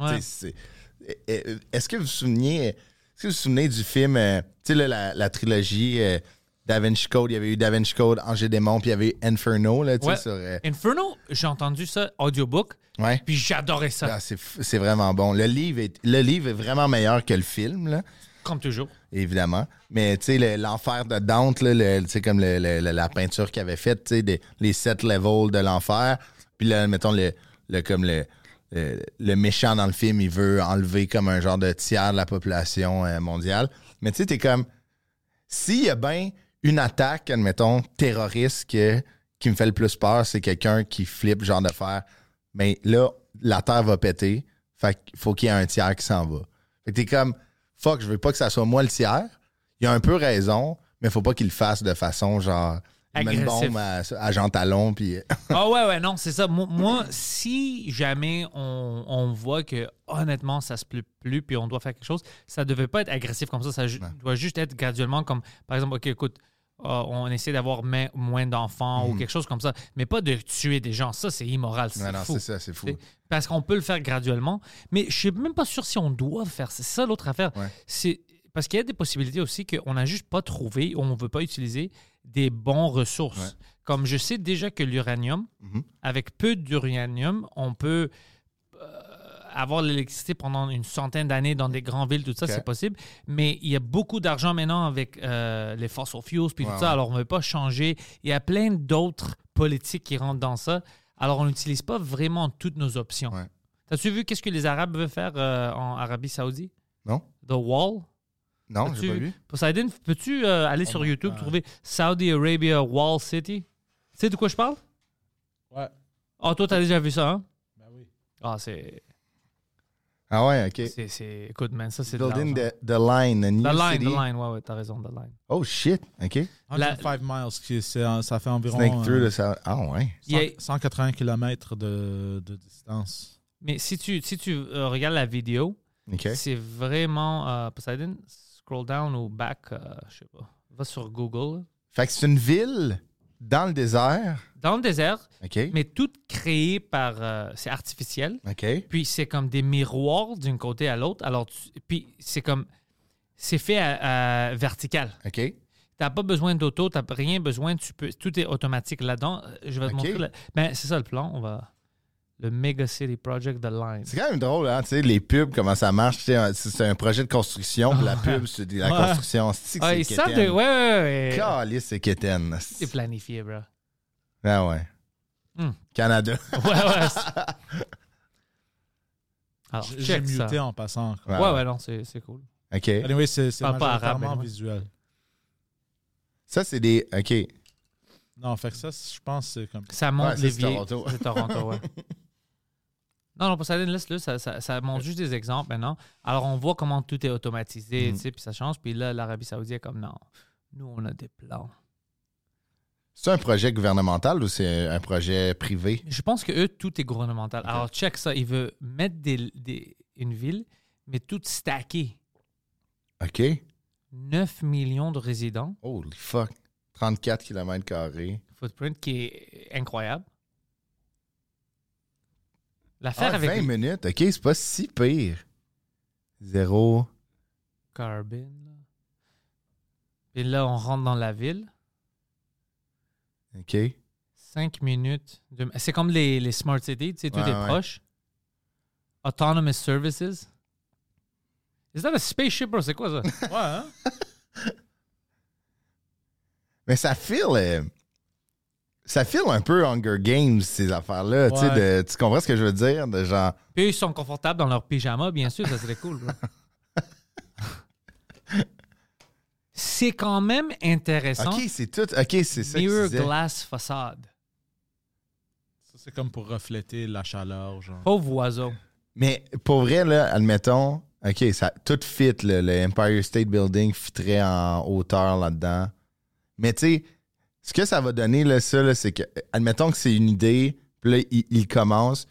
Speaker 2: Ouais.
Speaker 3: Tu sais, c'est- Eh, eh, Est-ce que vous vous souvenez, est-ce que vous vous souvenez du film, euh, tu sais, là, la, la trilogie euh, Da Vinci Code, il y avait eu Da Vinci Code, Angers Démon, puis il y avait Inferno, là, tu sais,
Speaker 2: Ouais.
Speaker 3: sur, euh,
Speaker 2: Inferno, j'ai entendu ça, audiobook,
Speaker 3: ouais.
Speaker 2: puis j'adorais ça,
Speaker 3: Ah, c'est f- c'est vraiment bon. Le livre, est, le livre est vraiment meilleur que le film, là,
Speaker 2: comme toujours.
Speaker 3: évidemment. Mais tu sais, le- l'enfer de Dante, là, le- tu sais, comme le- le- le- la peinture qu'il avait faite, tu sais, des- les sept levels de l'enfer. Puis là, mettons, le, le- comme le, le, le méchant dans le film, il veut enlever comme un genre de tiers de la population euh, mondiale. Mais tu sais, t'es comme... S'il y a bien une attaque, admettons, terroriste que- qui me fait le plus peur, c'est quelqu'un qui flippe, genre de faire. Mais là, la terre va péter. Fait qu'il faut qu'il y ait un tiers qui s'en va. Fait que t'es comme, fuck, je veux pas que ça soit moi le tiers. Il a un peu raison, mais faut pas qu'il le fasse de façon genre. il met Une
Speaker 2: Agressif.
Speaker 3: bombe à, à Jean Talon, puis.
Speaker 2: Ah ouais, ouais, non, c'est ça. Moi, moi, si jamais on, on voit que honnêtement, ça se plaît plus, puis on doit faire quelque chose, ça devait pas être agressif comme ça. Ça ju- doit juste être graduellement comme, par exemple, OK, écoute, euh, on essaie d'avoir mai- moins d'enfants ou quelque chose comme ça, mais pas de tuer des gens. Ça, c'est immoral.
Speaker 3: Non,
Speaker 2: C'est
Speaker 3: non,
Speaker 2: fou.
Speaker 3: c'est ça, c'est fou. hein.
Speaker 2: T'sais, Parce qu'on peut le faire graduellement, mais je suis même pas sûr si on doit le faire. C'est ça l'autre affaire.
Speaker 3: Ouais.
Speaker 2: C'est parce qu'il y a des possibilités aussi qu'on n'a juste pas trouvé, on ne veut pas utiliser des bons ressources.
Speaker 3: Ouais.
Speaker 2: Comme je sais déjà que l'uranium,
Speaker 3: Mhm.
Speaker 2: avec peu d'uranium, on peut euh, avoir l'électricité pendant une centaine d'années dans des grandes villes, tout ça,
Speaker 3: Ok.
Speaker 2: c'est possible. Mais il y a beaucoup d'argent maintenant avec euh, les fossil fuels, puis
Speaker 3: Ouais,
Speaker 2: tout ça,
Speaker 3: ouais.
Speaker 2: alors on ne veut pas changer. Il y a plein d'autres politiques qui rentrent dans ça. Alors, on n'utilise pas vraiment toutes nos options.
Speaker 3: Ouais.
Speaker 2: T'as-tu vu qu'est-ce que les Arabes veulent faire euh, en Arabie Saoudite?
Speaker 3: Non?
Speaker 2: The Wall?
Speaker 3: Non, j'ai
Speaker 2: Peux-tu-
Speaker 3: pas vu.
Speaker 2: Poseidon, peux-tu euh, aller
Speaker 3: Oh
Speaker 2: sur YouTube trouver Saudi Arabia Wall City? Tu sais de quoi je parle?
Speaker 4: Ouais.
Speaker 2: Ah, toi, t'as déjà vu ça, hein?
Speaker 4: Ben oui.
Speaker 2: Ah, c'est...
Speaker 3: Ah ouais, ok.
Speaker 2: c'est, c'est- Écoute, man, ça, c'est de
Speaker 3: Building
Speaker 2: l'argent.
Speaker 3: the, the line, a new
Speaker 2: The line,
Speaker 3: city.
Speaker 2: the line. Ouais, ouais, t'as raison, the line.
Speaker 3: Oh shit, ok.
Speaker 4: 105 miles, qui, c'est en- ça fait environ
Speaker 3: Snake through
Speaker 4: euh,
Speaker 3: the South- Ah ouais.
Speaker 4: cent-
Speaker 2: Yeah.
Speaker 4: 180 km de, de distance.
Speaker 2: Mais si tu, si tu euh, regardes la vidéo,
Speaker 3: Ok.
Speaker 2: C'est vraiment. euh, Poseidon, scroll down ou back, euh, je sais pas. Va sur Google.
Speaker 3: Fait que c'est une ville dans le désert.
Speaker 2: Dans le désert,
Speaker 3: OK.
Speaker 2: mais tout créé par. euh, c'est artificiel.
Speaker 3: OK.
Speaker 2: Puis c'est comme des miroirs d'un côté à l'autre. Alors, tu- puis c'est comme. C'est fait à, à vertical.
Speaker 3: OK.
Speaker 2: T'as pas besoin d'auto, t'as rien besoin, tu peux, tout est automatique là-dedans. Euh, Je vais te
Speaker 3: Ok.
Speaker 2: montrer. la- ben, c'est ça le plan. On va. Le Mega City Project The Line.
Speaker 3: C'est quand même drôle, hein, tu sais, les pubs, comment ça marche. tu sais, un- C'est un projet de construction, puis la pub, c'est de la
Speaker 2: Ah. Ouais.
Speaker 3: construction. C'est que
Speaker 2: Ah,
Speaker 3: c'est
Speaker 2: ils savent de. Ouais,
Speaker 3: quétaine.
Speaker 2: ouais, ouais.
Speaker 3: Caliste, c'est quétaine.
Speaker 2: C'est planifié, bro.
Speaker 3: Ah ouais.
Speaker 2: Hmm.
Speaker 3: Canada.
Speaker 2: Ouais, ouais. c'est- Alors,
Speaker 4: J'ai- J'ai
Speaker 2: Ah, check ça.
Speaker 4: muté en passant. encore.
Speaker 2: Ouais, ouais, non, c'est c'est cool.
Speaker 3: OK.
Speaker 4: Anyway, c'est c'est
Speaker 2: Pas- pas arabe,
Speaker 4: majoritairement
Speaker 2: anyway.
Speaker 4: visuel.
Speaker 3: Ça, c'est des... OK.
Speaker 4: Non, fait que ça, c'est- je pense que c'est comme.
Speaker 2: Ça monte
Speaker 3: Ouais, ça,
Speaker 2: les
Speaker 3: c'est
Speaker 2: vieilles.
Speaker 3: Toronto.
Speaker 2: C'est Toronto, ouais. Non, non, Poseidon, laisse-le, ça, ça, ça
Speaker 3: Euh.
Speaker 2: montre juste des exemples maintenant. Alors, on voit comment tout est automatisé,
Speaker 3: Mhm.
Speaker 2: tu sais, puis ça change. Puis là, l'Arabie Saoudite est comme, non, nous, on a des plans.
Speaker 3: C'est un projet gouvernemental ou c'est un projet privé?
Speaker 2: Je pense que eux, tout est gouvernemental. Alors, check ça, il veut mettre des, des- une ville, mais tout stacké.
Speaker 3: OK.
Speaker 2: 9 millions de résidents,
Speaker 3: Holy fuck. 34 km carrés.
Speaker 2: footprint qui est incroyable. L'affaire
Speaker 3: Ah, 20
Speaker 2: avec les-
Speaker 3: minutes. OK, c'est pas si pire. Zéro.
Speaker 2: Carbine. là. Puis là, on rentre dans la ville.
Speaker 3: OK.
Speaker 2: Cinq minutes. de- C'est comme les, les Smart Cities, tu sais, tout
Speaker 3: Ouais,
Speaker 2: est
Speaker 3: ouais.
Speaker 2: proche. Autonomous Services. Is that a spaceship, bro? C'est quoi ça?
Speaker 4: Ouais, hein?
Speaker 3: Mais ça file. euh, ça file un peu Hunger Games, ces affaires-là. Tu sais,
Speaker 4: Ouais.
Speaker 3: de- Tu comprends ce que je veux dire? De genre.
Speaker 2: Puis eux, ils sont confortables dans leur pyjama, bien sûr, ça serait cool. bro. C'est quand même intéressant.
Speaker 3: Ok, c'est tout. Ok, c'est ça. que tu
Speaker 2: Mirror
Speaker 3: disais.
Speaker 2: glass façade.
Speaker 4: Ça, c'est comme pour refléter la chaleur, genre.
Speaker 2: Pauvre oiseau.
Speaker 3: Mais pour vrai, là, admettons, ok, ça, tout fit. là, le Empire State Building fitterait en hauteur là-dedans. Mais tu sais, ce que ça va donner, là, ça, là, c'est que, admettons que c'est une idée, puis là, il, il commence.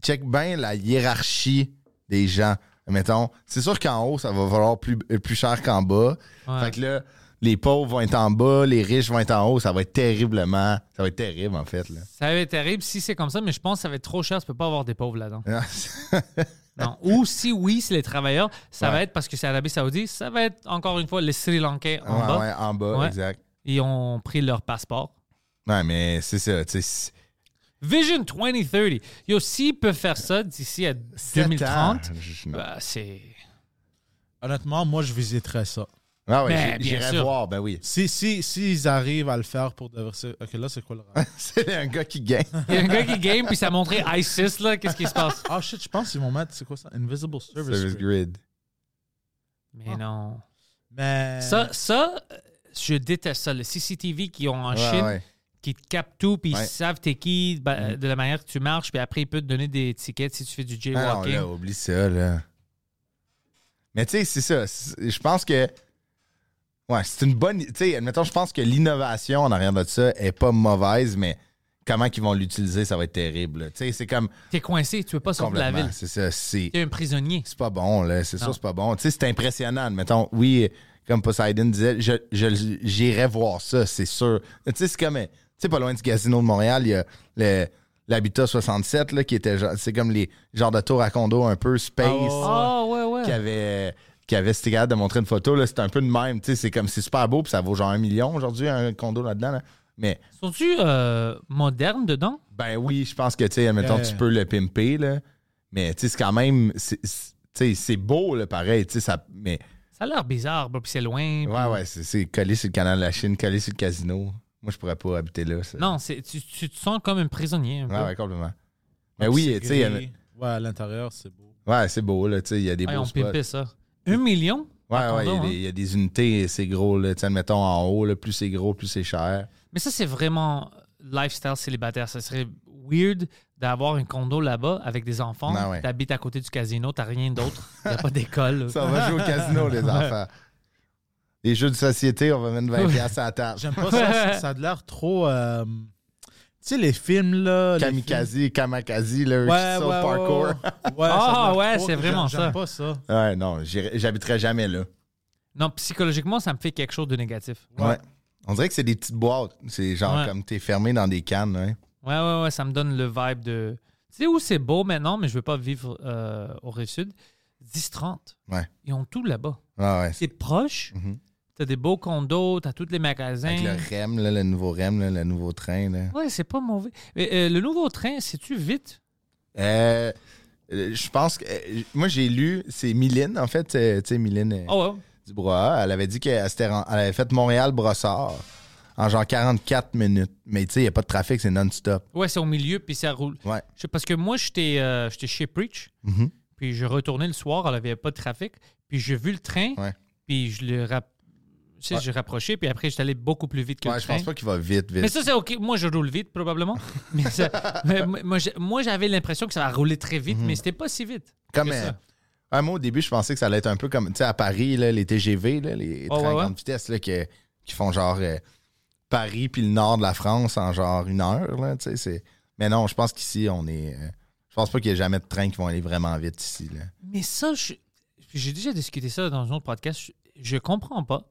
Speaker 3: Check bien la hiérarchie des gens. Admettons, c'est sûr qu'en haut, ça va valoir plus, euh, plus cher qu'en bas.
Speaker 2: Ouais.
Speaker 3: Fait que là, les pauvres vont être en bas, les riches vont être en haut. Ça va être terriblement. Ça va être terrible, en fait. Là.
Speaker 2: Ça va être terrible si c'est comme ça, mais je pense que ça va être trop cher. Tu peux pas avoir des pauvres là-dedans.
Speaker 3: Ouais.
Speaker 2: Non. Ou si oui, c'est les travailleurs, ça
Speaker 3: Ouais.
Speaker 2: va être parce que c'est Arabie Saoudite, ça va être encore une fois les Sri Lankais en
Speaker 3: Ouais,
Speaker 2: bas.
Speaker 3: ouais, en bas,
Speaker 2: Ouais.
Speaker 3: exact.
Speaker 2: Ils ont pris leur passeport.
Speaker 3: Ouais, mais c'est ça. Tu sais, c'est-
Speaker 2: Vision 2030. Yo, s'ils peuvent faire ça d'ici à
Speaker 3: sept
Speaker 2: 2030,
Speaker 3: ans, Ah, je- non.
Speaker 2: bah, c'est.
Speaker 4: Honnêtement, moi, je visiterais ça.
Speaker 3: Ah ouais,
Speaker 2: Ben,
Speaker 3: j'ai-
Speaker 2: bien
Speaker 3: j'irai
Speaker 2: sûr.
Speaker 3: voir, ben oui.
Speaker 4: Si, si, si ils arrivent à le faire pour de vrai, c'est- Ok, là, c'est quoi le rêve?
Speaker 3: C'est un gars qui gagne.
Speaker 2: Il y a un gars qui game, puis ça a montré ISIS, là, qu'est-ce qui se passe.
Speaker 4: Ah shit, je pense qu'ils vont mettre, c'est quoi ça? Invisible Service.
Speaker 3: Service Grid.
Speaker 4: Grid.
Speaker 2: Mais non.
Speaker 4: Mais.
Speaker 2: Ça, ça, euh, je déteste ça. Le CCTV qui ont en
Speaker 3: Ouais,
Speaker 2: Chine,
Speaker 3: ouais.
Speaker 2: qui te captent tout, puis
Speaker 3: Ouais.
Speaker 2: ils savent t'es qui, bah,
Speaker 3: Mhm.
Speaker 2: de la manière que tu marches, puis après, ils peuvent te donner des étiquettes si tu fais du
Speaker 3: Ah non,
Speaker 2: jaywalking.
Speaker 3: là, oublie ça, là. Mais tu sais, c'est ça. C'est- Je pense que. Ouais, c'est une bonne. Tu sais, admettons, je pense que l'innovation en arrière de ça est pas mauvaise, mais comment qu'ils vont l'utiliser, ça va être terrible. là. Tu sais, c'est comme.
Speaker 2: T'es coincé, tu peux pas sortir de la
Speaker 3: Complètement.
Speaker 2: ville.
Speaker 3: C'est ça. C'est.
Speaker 2: T'es un prisonnier.
Speaker 3: c'est pas bon, là. C'est sûr,
Speaker 2: Non.
Speaker 3: c'est pas bon. Tu sais, c'est impressionnant. Mettons, oui, comme Poseidon disait, je, je- j'irai voir ça, c'est sûr. Tu sais, c'est comme, euh, tu sais, pas loin du casino de Montréal, il y a le- l'Habitat 67, là, qui était, genre- c'est comme les genres de tours à condo un peu space,
Speaker 2: Ah, ouais, ouais.
Speaker 3: qui avait, qui avait c'était capable de montrer une photo, là. C'est un peu de même, tu sais, c'est comme, c'est super beau, puis ça vaut genre un million aujourd'hui, un condo là-dedans, là. Mais,
Speaker 2: Sont-tu euh, modernes dedans?
Speaker 3: ben oui, je pense que, tu sais, admettons,
Speaker 4: Yeah.
Speaker 3: tu peux le pimper, là. Mais, tu sais, c'est quand même, c'est, c'est- tu sais, c'est beau, là, pareil, tu sais, ça, mais...
Speaker 2: Ça a l'air bizarre, bro, puis c'est loin. puis-
Speaker 3: Ouais, ouais, c'est- c'est collé sur le canal de la Chine, collé sur le casino. Moi, je pourrais pas habiter là. ça.
Speaker 2: Non, c'est- tu, tu te sens comme un prisonnier. un peu.
Speaker 3: Ouais, ouais, complètement. Mais oui, tu sais, il y a-
Speaker 4: gris. Ouais, à l'intérieur, c'est beau.
Speaker 3: ouais, c'est beau, là, tu sais, il y a des
Speaker 2: Ouais,
Speaker 3: beaux
Speaker 2: on
Speaker 3: spots.
Speaker 2: pimpait ça. Un million?
Speaker 3: Ouais,
Speaker 2: par
Speaker 3: ouais, il y a
Speaker 2: condo,
Speaker 3: des-
Speaker 2: hein.
Speaker 3: il y, a des unités, c'est gros, là, tu sais, admettons, en haut, là, plus c'est gros, plus c'est cher.
Speaker 2: Mais ça, c'est vraiment lifestyle célibataire. Ça serait weird d'avoir un condo là-bas avec des enfants.
Speaker 3: Ah ouais.
Speaker 2: T'habites à côté du casino, t'as rien d'autre. Y a pas d'école.
Speaker 3: Ça, on va jouer au casino, les enfants. Les jeux de société, on va mettre 20
Speaker 2: Ouais.
Speaker 3: piastres à la table.
Speaker 4: J'aime pas ça, ça, ça a de l'air trop. euh, Tu sais, les films, là. les films-
Speaker 3: Kamikaze, Kamakazi, le
Speaker 4: Ouais, ouais, ouais,
Speaker 3: parkour.
Speaker 4: ouais. Ouais,
Speaker 2: Ah,
Speaker 4: ça a de l'air
Speaker 2: ouais,
Speaker 4: trop-
Speaker 2: c'est vraiment
Speaker 4: j'aime-
Speaker 2: ça.
Speaker 4: J'aime pas ça.
Speaker 3: Ouais, non, j'irai- j'habiterai jamais là.
Speaker 2: Non, psychologiquement, ça me fait quelque chose de négatif.
Speaker 3: Ouais. On dirait que c'est des petites boîtes. C'est genre
Speaker 2: Ouais.
Speaker 3: comme t'es fermé dans des cannes, hein. ouais.
Speaker 2: Ouais, ouais, ouais, ça me donne le vibe de. Tu sais où c'est beau maintenant, mais je veux pas vivre euh, au Rive-Sud? 10-30.
Speaker 3: Ouais.
Speaker 2: Ils ont tout là-bas.
Speaker 3: Ouais, ouais.
Speaker 2: C'est proche.
Speaker 3: Mhm.
Speaker 2: T'as des beaux condos, t'as tous les magasins.
Speaker 3: Avec le REM, là, le nouveau REM, là, le nouveau train. là.
Speaker 2: Ouais, c'est pas mauvais. Mais, euh, le nouveau train, c'est-tu vite?
Speaker 3: Euh, euh, je pense que. euh, moi, j'ai lu, c'est Mylène, en fait. euh, tu sais, Mylène euh,
Speaker 2: Ah ouais.
Speaker 3: Dubois. Elle avait dit qu'elle s'était ren- elle avait fait Montréal-Brossard en genre 44 minutes. Mais tu sais, il n'y a pas de trafic, c'est non-stop.
Speaker 2: Ouais, c'est au milieu, puis ça roule.
Speaker 3: Ouais.
Speaker 2: Je- Parce que moi, j'étais euh, j'étais chez Preach,
Speaker 3: Mhm.
Speaker 2: puis je retournais le soir, il n'y avait pas de trafic, puis j'ai vu le train,
Speaker 3: Ouais.
Speaker 2: puis je le rap... tu sais,
Speaker 3: Ouais.
Speaker 2: j'ai rapproché, puis après, j'étais allé beaucoup plus vite que
Speaker 3: Ouais,
Speaker 2: le
Speaker 3: je
Speaker 2: train.
Speaker 3: pense pas qu'il va vite, vite.
Speaker 2: Mais ça, c'est OK. Moi, je roule vite, probablement. mais ça- mais moi, moi, j'ai- moi, j'avais l'impression que ça va rouler très vite, mais c'était pas si vite.
Speaker 3: Comme,
Speaker 2: que ça.
Speaker 3: euh, ouais, moi, au début, je pensais que ça allait être un peu comme, tu sais, à Paris, là, les TGV, là, les
Speaker 2: Oh,
Speaker 3: trains
Speaker 2: ouais,
Speaker 3: à
Speaker 2: ouais.
Speaker 3: grande vitesse, là, que- qui font genre euh, Paris puis le nord de la France en genre une heure, là, tu sais, c'est- Mais non, je pense qu'ici, on est... euh, je pense pas qu'il y a jamais de trains qui vont aller vraiment vite ici, là.
Speaker 2: Mais ça, je- j'ai déjà discuté ça dans un autre podcast. Je, je comprends pas.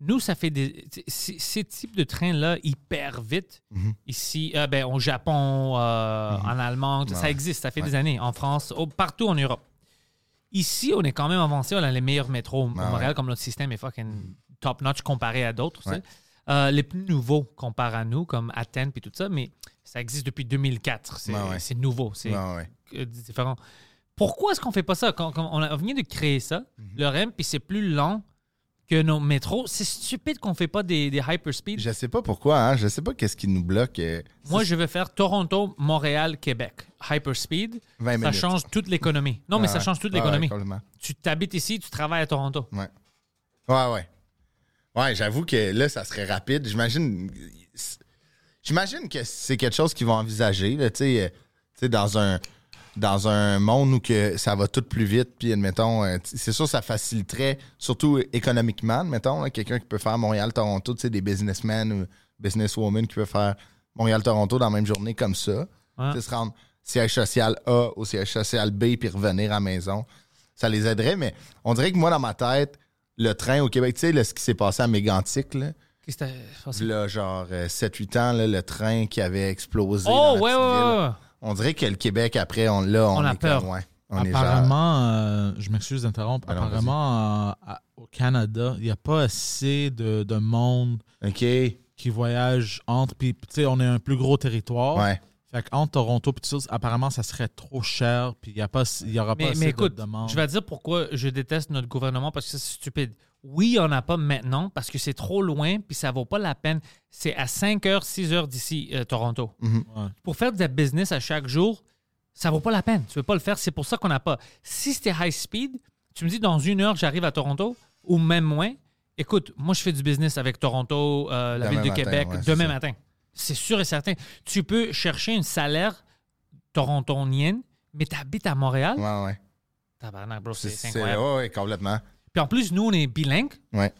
Speaker 2: Nous, ça fait des. c- c- Ces types de trains-là, hyper vite,
Speaker 3: Mhm.
Speaker 2: ici, euh, ben, au Japon, euh, en Allemagne, ça
Speaker 3: Ouais.
Speaker 2: existe, ça fait
Speaker 3: Ouais.
Speaker 2: des années. En France, au- partout en Europe. Ici, on est quand même avancé, on a les meilleurs métros. Au
Speaker 3: Ah Ouais, Mhm.
Speaker 2: Montréal, comme notre système est fucking top-notch comparé à d'autres. tu sais.
Speaker 3: Ouais.
Speaker 2: Euh, les plus nouveaux comparés à nous, comme Athènes et tout ça, mais ça existe depuis 2004. C'est
Speaker 3: Ouais, ouais.
Speaker 2: c'est nouveau. C'est
Speaker 3: Ouais, ouais.
Speaker 2: euh, différents. Pourquoi est-ce qu'on fait pas ça? Quand, quand on a- on vient de créer ça,
Speaker 3: Mhm.
Speaker 2: le REM, puis c'est plus lent que nos métros. C'est stupide qu'on fait pas des, des hyperspeed.
Speaker 3: Je sais pas pourquoi, hein, je sais pas qu'est-ce qui nous bloque. euh,
Speaker 2: Moi, je veux faire Toronto, Montréal, Québec. Hyperspeed,
Speaker 3: 20
Speaker 2: ça
Speaker 3: minutes. Ah
Speaker 2: change toute l'économie. Non, mais
Speaker 3: Ouais,
Speaker 2: ça change toute
Speaker 3: ouais,
Speaker 2: l'économie.
Speaker 3: ouais, complètement.
Speaker 2: tu t'habites ici, tu travailles à Toronto.
Speaker 3: Ouais. Ouais, ouais. Ouais, j'avoue que là, ça serait rapide. J'imagine. J'imagine que c'est quelque chose qu'ils vont envisager, là, tu sais, euh, tu sais, dans un. Dans un monde où que ça va tout plus vite, puis admettons, euh, t- c'est sûr ça faciliterait, surtout économiquement, admettons, là, quelqu'un qui peut faire Montréal-Toronto, tu sais, des businessmen ou businesswomen qui peuvent faire Montréal-Toronto dans la même journée comme ça.
Speaker 2: Ouais.
Speaker 3: Tu sais, se rendre siège social A au siège social B puis revenir à la maison. Ça les aiderait, mais on dirait que moi, dans ma tête, le train au Québec. Tu sais, là, ce qui s'est passé à Mégantic, là,
Speaker 2: Qu'est-ce que t'as- je pense-
Speaker 3: là, genre euh, 7-8 ans, là, le train qui avait explosé. dans
Speaker 2: Oh,
Speaker 3: la
Speaker 2: ouais,
Speaker 3: petite ville.
Speaker 2: ouais, ouais.
Speaker 3: On dirait que le Québec, après, on, là, on,
Speaker 2: On a
Speaker 3: est
Speaker 2: peur.
Speaker 3: comme, ouais, on est Ben genre-
Speaker 4: Apparemment, euh, je m'excuse d'interrompre,
Speaker 3: Allons,
Speaker 4: apparemment, euh, à- au Canada, il n'y a pas assez de, de monde
Speaker 3: OK. Ouais.
Speaker 4: qui voyage entre. Puis, tu sais, on est un plus gros
Speaker 2: Oh.
Speaker 4: territoire. Fait qu'entre Toronto et tout ça, apparemment, ça serait trop cher. Puis, il n'y aura pas
Speaker 2: Mais,
Speaker 4: assez
Speaker 2: mais écoute,
Speaker 4: de demandes.
Speaker 2: je vais te dire pourquoi je déteste notre gouvernement parce que ça, c'est stupide. Oui, il n'y en a pas maintenant parce que c'est trop loin puis ça vaut pas la peine. C'est à 5 h, 6 h d'ici, euh, Toronto.
Speaker 3: Mhm.
Speaker 4: Ouais.
Speaker 2: Pour faire de la business à chaque jour, ça vaut pas la peine. Tu veux pas le faire. C'est pour ça qu'on n'a pas. Si c'était high speed, tu me dis dans une heure, j'arrive à Toronto ou même moins. Écoute, moi, je fais du business avec Toronto, euh, la
Speaker 3: Demain
Speaker 2: ville de
Speaker 3: matin,
Speaker 2: Québec,
Speaker 3: ouais, c'est
Speaker 2: demain
Speaker 3: ça.
Speaker 2: matin. C'est sûr et certain. Tu peux chercher un salaire torontonienne, mais tu habites à Montréal.
Speaker 3: Ouais, ouais.
Speaker 2: Tabarnak, bro,
Speaker 3: C'est,
Speaker 2: c'est c'est
Speaker 3: c'est-
Speaker 2: incroyable.
Speaker 3: ouais, ouais, complètement.
Speaker 2: Puis en plus, nous, on est bilingue.
Speaker 3: Ouais.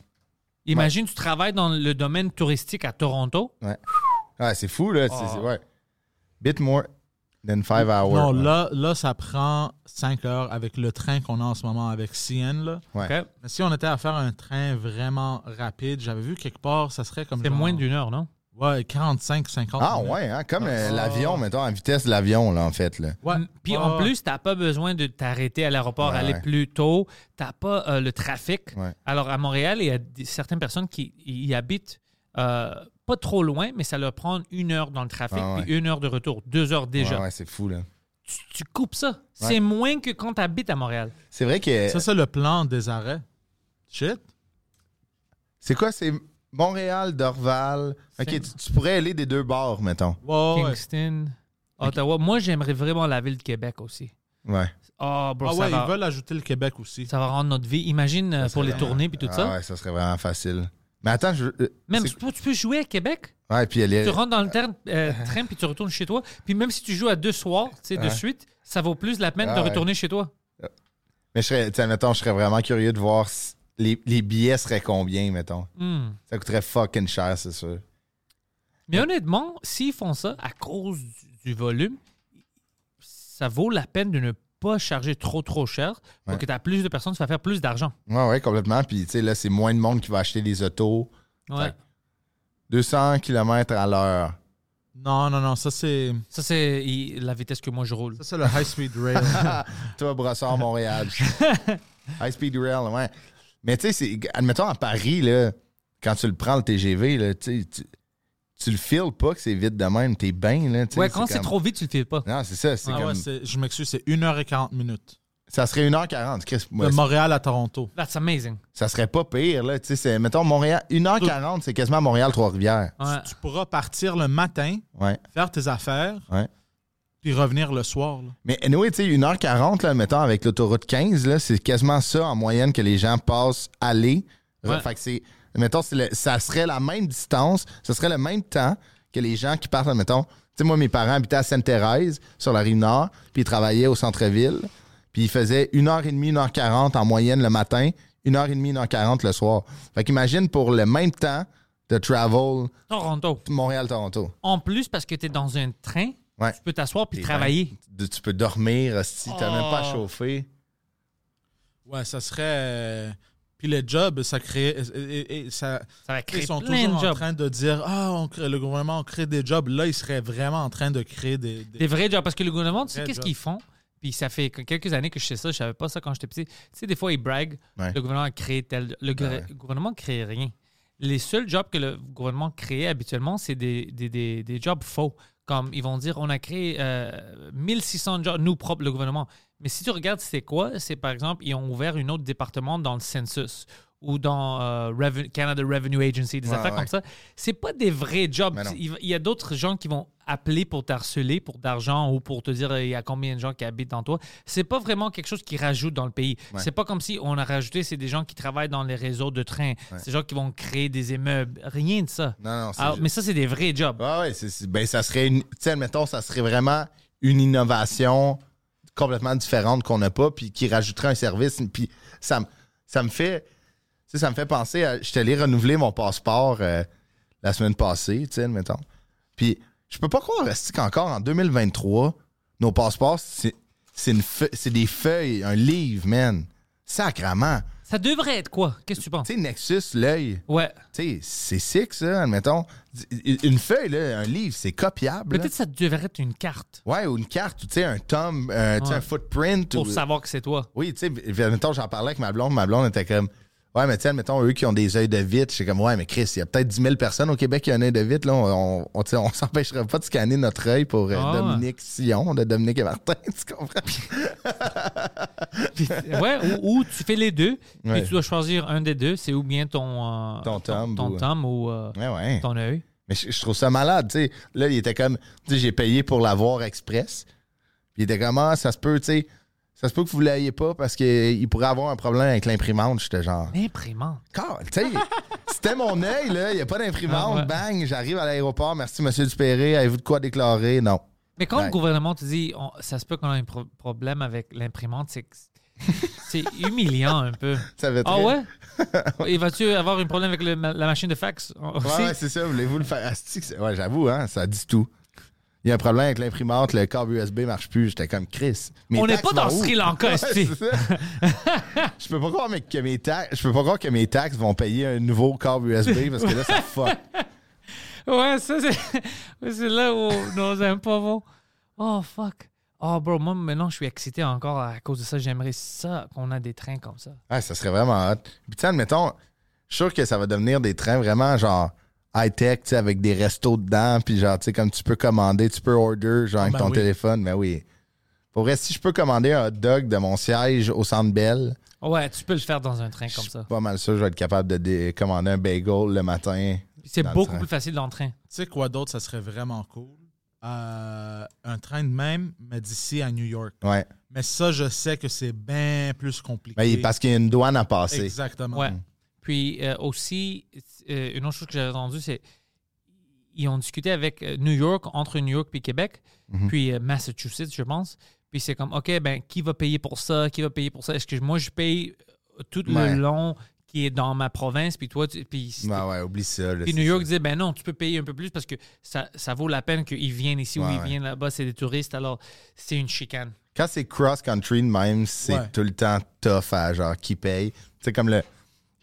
Speaker 2: Imagine, tu travailles dans le domaine touristique à Toronto.
Speaker 3: Ouais, c'est fou, là. c'est-
Speaker 2: Oh.
Speaker 3: c'est- ouais. Bit more than five hours.
Speaker 4: Non, là, là, ça prend 5 heures avec le train qu'on a en ce moment avec CN. Là.
Speaker 3: Ouais.
Speaker 2: OK?
Speaker 4: Mais si on était à faire un train vraiment rapide, j'avais vu quelque part, ça serait comme.
Speaker 2: C'est
Speaker 4: genre-
Speaker 2: moins d'une heure, non?
Speaker 4: Ouais, 45, 50.
Speaker 3: Ah,
Speaker 4: minutes.
Speaker 3: ouais, hein, comme euh,
Speaker 2: Oh.
Speaker 4: Ah.
Speaker 3: l'avion, mettons, en vitesse de l'avion, là, en fait, là.
Speaker 4: Ouais.
Speaker 2: Mm, Puis
Speaker 4: Ouais,
Speaker 2: en
Speaker 4: ouais.
Speaker 2: plus, t'as pas besoin de t'arrêter à l'aéroport,
Speaker 3: Ouais,
Speaker 2: aller
Speaker 3: ouais.
Speaker 2: plus tôt. T'as pas euh, le trafic.
Speaker 3: Ouais.
Speaker 2: Alors à Montréal, il y a des- certaines personnes qui y habitent euh, pas trop loin, mais ça leur prend une heure dans le trafic,
Speaker 3: Ah, ouais.
Speaker 2: puis une heure de retour, deux heures déjà.
Speaker 3: Ouais, ouais, c'est fou, là.
Speaker 2: Tu, tu coupes ça. C'est moins que quand t'habites à Montréal.
Speaker 3: C'est vrai que.
Speaker 4: Ça, c'est le plan des arrêts. Shit.
Speaker 3: c'est quoi? C'est Montréal, Dorval. OK,
Speaker 2: C'est-
Speaker 3: tu, tu pourrais aller des deux bords, mettons.
Speaker 4: Ouais, ouais.
Speaker 2: Kingston, Ottawa. Moi, j'aimerais vraiment la ville de Québec aussi.
Speaker 3: Ouais.
Speaker 2: Oh, bro,
Speaker 4: Ah
Speaker 2: ça
Speaker 4: ouais,
Speaker 2: va-
Speaker 4: ils veulent ajouter le Québec aussi.
Speaker 2: Ça va rendre notre vie. Imagine euh, pour les tournées puis tout
Speaker 3: ah,
Speaker 2: ça.
Speaker 3: Ouais, ça serait vraiment facile. Mais attends, je. euh,
Speaker 2: Même
Speaker 3: c'est-
Speaker 2: tu peux, tu peux jouer à Québec.
Speaker 3: Ouais, puis elle est.
Speaker 2: Tu rentres dans le ter- euh, train puis tu retournes chez toi. Puis même si tu joues à deux soirs, tu sais, de
Speaker 3: Ouais.
Speaker 2: suite, ça vaut plus la peine
Speaker 3: Ah
Speaker 2: de
Speaker 3: ouais.
Speaker 2: retourner chez toi.
Speaker 3: Mais je serais, tu sais, mettons, je serais vraiment curieux de voir si- les, les billets seraient combien, mettons.
Speaker 2: Hmm.
Speaker 3: Ça coûterait fucking cher, c'est sûr.
Speaker 2: Mais honnêtement, s'ils font ça à cause du, du volume, ça vaut la peine de ne pas charger trop trop cher pour
Speaker 3: Ouais.
Speaker 2: que tu as plus de personnes, tu vas faire plus d'argent.
Speaker 3: Ouais, ouais, complètement. Puis, tu sais, là, c'est moins de monde qui va acheter des autos.
Speaker 2: Ouais.
Speaker 3: 200 km à l'heure.
Speaker 4: Non, non, non, ça c'est
Speaker 2: Ça, c'est il- la vitesse que moi je roule.
Speaker 4: ça c'est le high speed rail. Ah
Speaker 3: Toi, Brossard, Montréal. High Speed Rail, ouais. Mais tu sais, c'est- admettons à Paris, là, quand tu le prends le TGV, là, tu, sais, tu, tu le files pas que c'est vite de même, t'es bien. là, tu sais,
Speaker 2: Ouais, quand c'est
Speaker 3: comme-
Speaker 2: trop vite, tu le fais pas.
Speaker 3: Non, c'est ça. c'est
Speaker 4: Ah
Speaker 3: comme-
Speaker 4: ouais, c'est- je m'excuse, c'est 1h40 minutes.
Speaker 3: ça serait 1h40, Chris. moi,
Speaker 4: De Montréal à Toronto.
Speaker 2: That's amazing.
Speaker 3: ça serait pas pire. Là, tu sais, c'est- mettons, Montréal, 1h40, c'est quasiment Montréal-Trois-Rivières.
Speaker 2: Ouais.
Speaker 4: Tu pourras partir le matin,
Speaker 3: Ouais.
Speaker 4: faire tes affaires,
Speaker 3: Ouais.
Speaker 4: puis revenir le soir. là.
Speaker 3: Mais anyway, tu sais, 1h40, là, mettons, avec l'autoroute 15, là, c'est quasiment ça en moyenne que les gens passent aller. Euh,
Speaker 2: Ouais.
Speaker 3: Fait que c'est, mettons, c'est le- ça serait la même distance, ce serait le même temps que les gens qui partent, mettons, tu sais, moi, mes parents habitaient à Sainte-Thérèse, sur la rive nord, puis ils travaillaient au centre-ville, puis ils faisaient 1h30, 1h40 en moyenne le matin, 1h30, 1h40 le soir. Fait qu'imagine pour le même temps de travel
Speaker 2: Toronto.
Speaker 3: Montréal-Toronto.
Speaker 2: En plus, parce que tu es dans un train,
Speaker 3: Ouais.
Speaker 2: tu peux t'asseoir puis
Speaker 3: Et ben,
Speaker 2: travailler.
Speaker 3: Tu tu peux dormir, si t'as même pas à
Speaker 2: Oh.
Speaker 3: chauffer.
Speaker 4: Ouais, ça serait. euh, Puis les jobs, ça crée. et- et- et ça,
Speaker 2: Ça va créer
Speaker 4: ils sont
Speaker 2: plein
Speaker 4: toujours
Speaker 2: de
Speaker 4: en
Speaker 2: jobs.
Speaker 4: train de dire Ah, on crée- le gouvernement on crée des jobs. Là, ils seraient vraiment en train de créer des. des-
Speaker 2: Des vrais jobs. Parce que le gouvernement, tu sais,
Speaker 4: Vrais
Speaker 2: qu'est-ce
Speaker 4: jobs.
Speaker 2: qu'ils font? Puis ça fait que- quelques années que je sais ça, je savais pas ça quand j'étais petit. Tu sais, des fois, ils braguent.
Speaker 3: Ouais.
Speaker 2: Le gouvernement a créé tel. Le
Speaker 3: Ouais,
Speaker 2: gouvernement gouvernement crée rien. Les seuls jobs que le gouvernement crée habituellement, c'est des, des, des, des jobs faux. Comme ils vont dire, on a créé euh, 1600 jobs, nous propres, le gouvernement. Mais si tu regardes, c'est quoi? C'est par exemple, ils ont ouvert une autre département dans le census ou dans euh, Reven- Canada Revenue Agency, des
Speaker 3: Ouais,
Speaker 2: affaires
Speaker 3: ouais.
Speaker 2: comme ça. C'est pas des vrais jobs.
Speaker 3: Mais non.
Speaker 2: Il il y a d'autres gens qui vont appeler pour t'harceler pour d'argent ou pour te dire euh, il y a combien de gens qui habitent dans toi. C'est pas vraiment quelque chose qui rajoute dans le pays.
Speaker 3: Ouais.
Speaker 2: C'est pas comme si on a rajouté, c'est des gens qui travaillent dans les réseaux de train,
Speaker 3: Ouais.
Speaker 2: c'est des gens qui vont créer des immeubles, rien de ça.
Speaker 3: Non, non, c'est
Speaker 2: Ah,
Speaker 3: juste-
Speaker 2: mais ça, c'est des vrais jobs.
Speaker 3: Ouais, ouais, c'est- c'est- ben, ça serait une. Tu sais, admettons, ça serait vraiment une innovation complètement différente qu'on n'a pas, puis qui rajouterait un service. Puis ça, me- ça me fait. tu sais, ça me fait penser à. Je suis allé renouveler mon passeport euh, la semaine passée, tu sais, admettons. Puis je peux pas croire esti, qu'encore en 2023, nos passeports, c'est c'est une feu- c'est des feuilles, un livre, man. Sacrement.
Speaker 2: Ça devrait être quoi? Qu'est-ce que tu penses?
Speaker 3: Tu sais, Nexus, l'œil,
Speaker 2: Ouais.
Speaker 3: tu sais, c'est sick, ça, admettons. Une feuille, là, un livre, c'est copiable. là.
Speaker 2: Peut-être que ça devrait être une carte
Speaker 3: Ouais, ou une carte, ou tu sais, un tome, un, tu sais,
Speaker 2: Ouais.
Speaker 3: un footprint.
Speaker 2: pour
Speaker 3: ou-
Speaker 2: savoir que c'est toi.
Speaker 3: Oui, tu sais, puis, admettons, j'en parlais avec ma blonde, ma blonde était comme. Ouais, mais tu sais, admettons, eux qui ont des œils de vitre, c'est comme, ouais, mais Chris, il y a peut-être 10 000 personnes au Québec qui ont un œil de vitre, là, on, on, on, tu sais, on s'empêchera pas de scanner notre œil pour euh,
Speaker 2: Ah.
Speaker 3: Dominique Sion, de Dominique et Martin, tu comprends?
Speaker 2: ouais, ou, ou tu fais les deux,
Speaker 3: Ouais.
Speaker 2: puis tu dois choisir un des deux. C'est ou bien ton, euh,
Speaker 3: Ton
Speaker 2: ton,
Speaker 3: thumb
Speaker 2: ton
Speaker 3: ou-
Speaker 2: thumb ou euh,
Speaker 3: Ouais, ouais.
Speaker 2: ton œil.
Speaker 3: Mais je, je trouve ça malade, tu sais. Là, il était comme, tu sais, j'ai payé pour l'avoir express. Puis il était comme, ah, ça se peut, tu sais, ça se peut que vous l'ayez pas parce qu'il pourrait avoir un problème avec l'imprimante. J'étais genre,
Speaker 2: L'imprimante.
Speaker 3: Car- tu sais, c'était mon œil, là, il n'y a pas d'imprimante,
Speaker 2: Ah, ouais.
Speaker 3: bang, j'arrive à l'aéroport, merci, monsieur Dupéré, avez-vous de quoi déclarer? Non.
Speaker 2: Mais quand
Speaker 3: Ouais.
Speaker 2: le gouvernement te dit on- ça se peut qu'on a un pro- problème avec l'imprimante, c'est que- c'est humiliant un peu.
Speaker 3: Ça va être
Speaker 2: Ah ouais? Et vas-tu avoir un problème avec le ma- la machine de fax aussi?
Speaker 3: Ouais, ouais, c'est ça, voulez-vous le faire? Asti que c'est- Ouais, j'avoue, hein, ça dit tout. Il y a un problème avec l'imprimante, le câble USB marche plus. J'étais comme Chris. mes
Speaker 2: On n'est
Speaker 3: taxes
Speaker 2: pas dans
Speaker 3: vont où?
Speaker 2: Sri Lanka,
Speaker 3: Ouais,
Speaker 2: esti.
Speaker 3: c'est ça. Je peux pas croire mais, que mes taxes. Je peux pas croire que mes taxes vont payer un nouveau câble USB parce que là, ça fuck.
Speaker 2: Ouais, ça, c'est ouais, c'est là où nos impôts vont. Oh, fuck. Oh, bro, moi, maintenant, je suis excité encore à cause de ça. J'aimerais ça qu'on a des trains comme ça.
Speaker 3: Ouais, ça serait vraiment hot. Puis, tu sais, admettons, je suis sûr que ça va devenir des trains vraiment genre high-tech, tu sais, avec des restos dedans. Puis, genre, tu sais, comme tu peux commander, tu peux order,
Speaker 2: Ah,
Speaker 3: genre, avec
Speaker 4: ben
Speaker 3: ton
Speaker 4: oui.
Speaker 3: téléphone. Mais oui. Pour vrai, si je peux commander un hot dog de mon siège au centre Bell,
Speaker 2: Ouais, tu peux le faire dans un train
Speaker 3: je
Speaker 2: comme
Speaker 3: suis
Speaker 2: ça.
Speaker 3: pas mal sûr que je vais être capable de dé- commander un bagel le matin.
Speaker 2: Puis C'est
Speaker 3: dans le
Speaker 2: beaucoup
Speaker 3: train.
Speaker 2: plus facile dans le train.
Speaker 4: Tu sais quoi d'autre, ça serait vraiment cool? Euh, un train de même, mais d'ici à New York.
Speaker 3: Ouais.
Speaker 4: Mais ça, je sais que c'est bien plus compliqué.
Speaker 3: Ben, il- parce qu'il y a une douane à passer.
Speaker 4: Exactement.
Speaker 3: Hum.
Speaker 2: Ouais. Puis euh, aussi, euh, une autre chose que j'avais entendue, c'est ils ont discuté avec euh, New York, entre New York puis Québec,
Speaker 3: Mhm.
Speaker 2: puis euh, Massachusetts, je pense. Puis c'est comme, OK, ben qui va payer pour ça? Qui va payer pour ça? Est-ce que moi, je paye euh, tout
Speaker 3: Ouais.
Speaker 2: le long qui est dans ma province, puis toi, tu, puis si
Speaker 3: Ben ouais, oublie ça. là,
Speaker 2: Puis
Speaker 3: c'est
Speaker 2: New York
Speaker 3: ça.
Speaker 2: disait, ben non, tu peux payer un peu plus parce que ça, ça vaut la peine qu'ils viennent ici ou
Speaker 3: Ouais,
Speaker 2: ils
Speaker 3: ouais.
Speaker 2: viennent là-bas, c'est des touristes, alors c'est une chicane.
Speaker 3: Quand c'est cross-country de même, c'est
Speaker 4: Ouais.
Speaker 3: tout le temps tough à genre qui paye. C'est comme le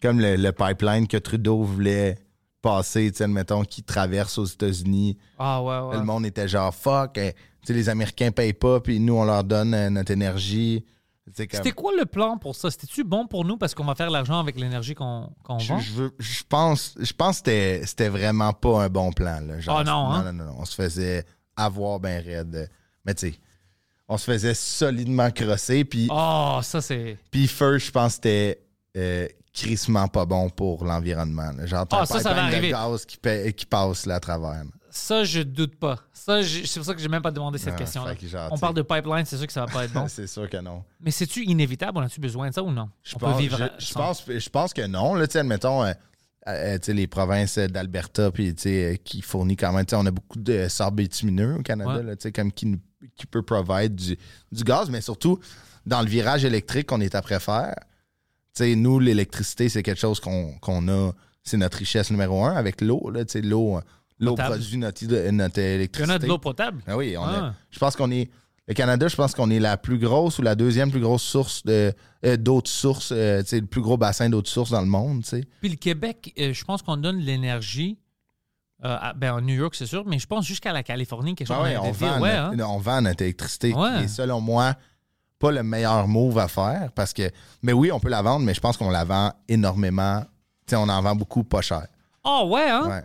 Speaker 3: comme le, le pipeline que Trudeau voulait passer, tu sais, admettons, qui traverse aux États-Unis.
Speaker 2: Ah ouais, ouais.
Speaker 3: Le monde était genre fuck, eh, tu sais, les Américains payent pas, puis nous on leur donne euh, notre énergie. Tu sais, comme-
Speaker 2: C'était quoi le plan pour ça? C'était-tu bon pour nous parce qu'on va faire l'argent avec l'énergie qu'on qu'on
Speaker 3: Je,
Speaker 2: vend?
Speaker 3: je veux- je pense, je pense que c'était- c'était vraiment pas un bon plan. Là. Genre,
Speaker 2: Ah non, hein?
Speaker 3: non, non, non, On se faisait avoir ben raide. Mais tu sais, on se faisait solidement crosser. Puis,
Speaker 2: Oh, ça c'est.
Speaker 3: puis first, je pense que c'était euh, crissement pas bon pour l'environnement. là. Genre, t'as
Speaker 2: Ah,
Speaker 3: un
Speaker 2: ça, ça
Speaker 3: pipeline
Speaker 2: va
Speaker 3: de
Speaker 2: arriver.
Speaker 3: gaz qui, pa- qui passe là à travers. là.
Speaker 2: Ça, je doute pas. Ça, je- c'est pour ça que j'ai même pas demandé cette
Speaker 3: Ah,
Speaker 2: question-là.
Speaker 3: fait que genre,
Speaker 2: On
Speaker 3: t'sais.
Speaker 2: parle de pipeline, c'est sûr que ça va pas être bon.
Speaker 3: C'est sûr que non.
Speaker 2: Mais c'est-tu inévitable? On a-tu besoin de ça ou non?
Speaker 3: Je
Speaker 2: On
Speaker 3: pense,
Speaker 2: peut vivre
Speaker 3: je- je
Speaker 2: sans.
Speaker 3: pense, je pense que non. Là, tu sais, admettons, euh, euh, tu sais, les provinces d'Alberta puis, tu sais, euh, qui fournit quand même. tu sais, On a beaucoup de sable bitumineux au Canada,
Speaker 2: Ouais.
Speaker 3: là, tu sais, comme qui, nous- qui peut provide du, du gaz, mais surtout dans le virage électrique qu'on est après faire. tu sais, nous, l'électricité, c'est quelque chose qu'on qu'on a. C'est notre richesse numéro un avec l'eau. là, tu sais, L'eau euh, l'eau
Speaker 2: Potable.
Speaker 3: produit notre, hydro-
Speaker 2: Il
Speaker 3: notre
Speaker 2: y en a de
Speaker 3: électricité.
Speaker 2: l'eau potable?
Speaker 3: Ah oui, on a-
Speaker 2: Ah.
Speaker 3: je pense qu'on est. Le Canada, je pense qu'on est la plus grosse ou la deuxième plus grosse source de euh, d'eau de source, euh, tu sais, le plus gros bassin d'eau de source dans le monde, tu sais.
Speaker 2: Puis le Québec, euh, je pense qu'on donne de l'énergie. euh, à- ben, en New York, c'est sûr, mais je pense jusqu'à la Californie, quelque chose
Speaker 3: Ah ouais,
Speaker 2: dans
Speaker 3: on,
Speaker 2: les villes.
Speaker 3: vend
Speaker 2: Ouais, hein?
Speaker 3: notre, on vend notre électricité.
Speaker 2: Ouais.
Speaker 3: qui est, selon moi, pas le meilleur move à faire parce que. Mais oui, on peut la vendre, mais je pense qu'on la vend énormément. Tu sais, on en vend beaucoup pas cher.
Speaker 2: Ah ouais, hein?
Speaker 3: Ouais.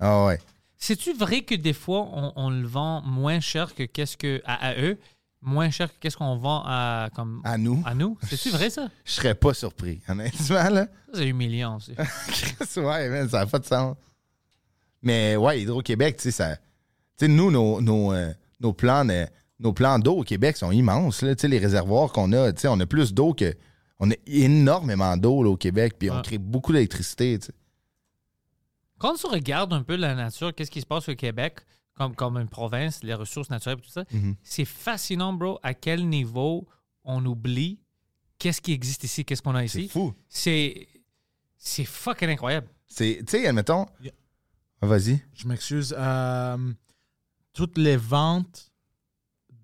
Speaker 3: Ah ouais.
Speaker 2: C'est-tu vrai que des fois, on, on le vend moins cher que qu'est-ce que à, à eux, moins cher que qu'est-ce qu'on vend à, comme,
Speaker 3: À nous,
Speaker 2: à nous? C'est-tu vrai, ça?
Speaker 3: je serais pas surpris. Honnêtement, là.
Speaker 2: Ça, c'est humiliant aussi.
Speaker 3: Chris, ouais, man, ça n'a pas de sens. Mais ouais, Hydro-Québec, tu sais, ça. Tu sais, nous, nos, nos, euh, nos plans de- nos plans d'eau au Québec sont immenses. là. Tu sais, les réservoirs qu'on a, tu sais, on a plus d'eau que. On a énormément d'eau là, au Québec, puis on
Speaker 2: Ouais.
Speaker 3: crée beaucoup d'électricité. tu sais.
Speaker 2: Quand on se regarde un peu la nature, qu'est-ce qui se passe au Québec, comme, comme une province, les ressources naturelles et tout ça,
Speaker 3: Mhm.
Speaker 2: c'est fascinant, bro, à quel niveau on oublie qu'est-ce qui existe ici, qu'est-ce qu'on a
Speaker 3: C'est
Speaker 2: ici.
Speaker 3: fou.
Speaker 2: C'est c'est fucking incroyable.
Speaker 3: C'est, tu sais, admettons.
Speaker 4: Yeah.
Speaker 3: Ah, vas-y.
Speaker 4: Je m'excuse. Euh, toutes les ventes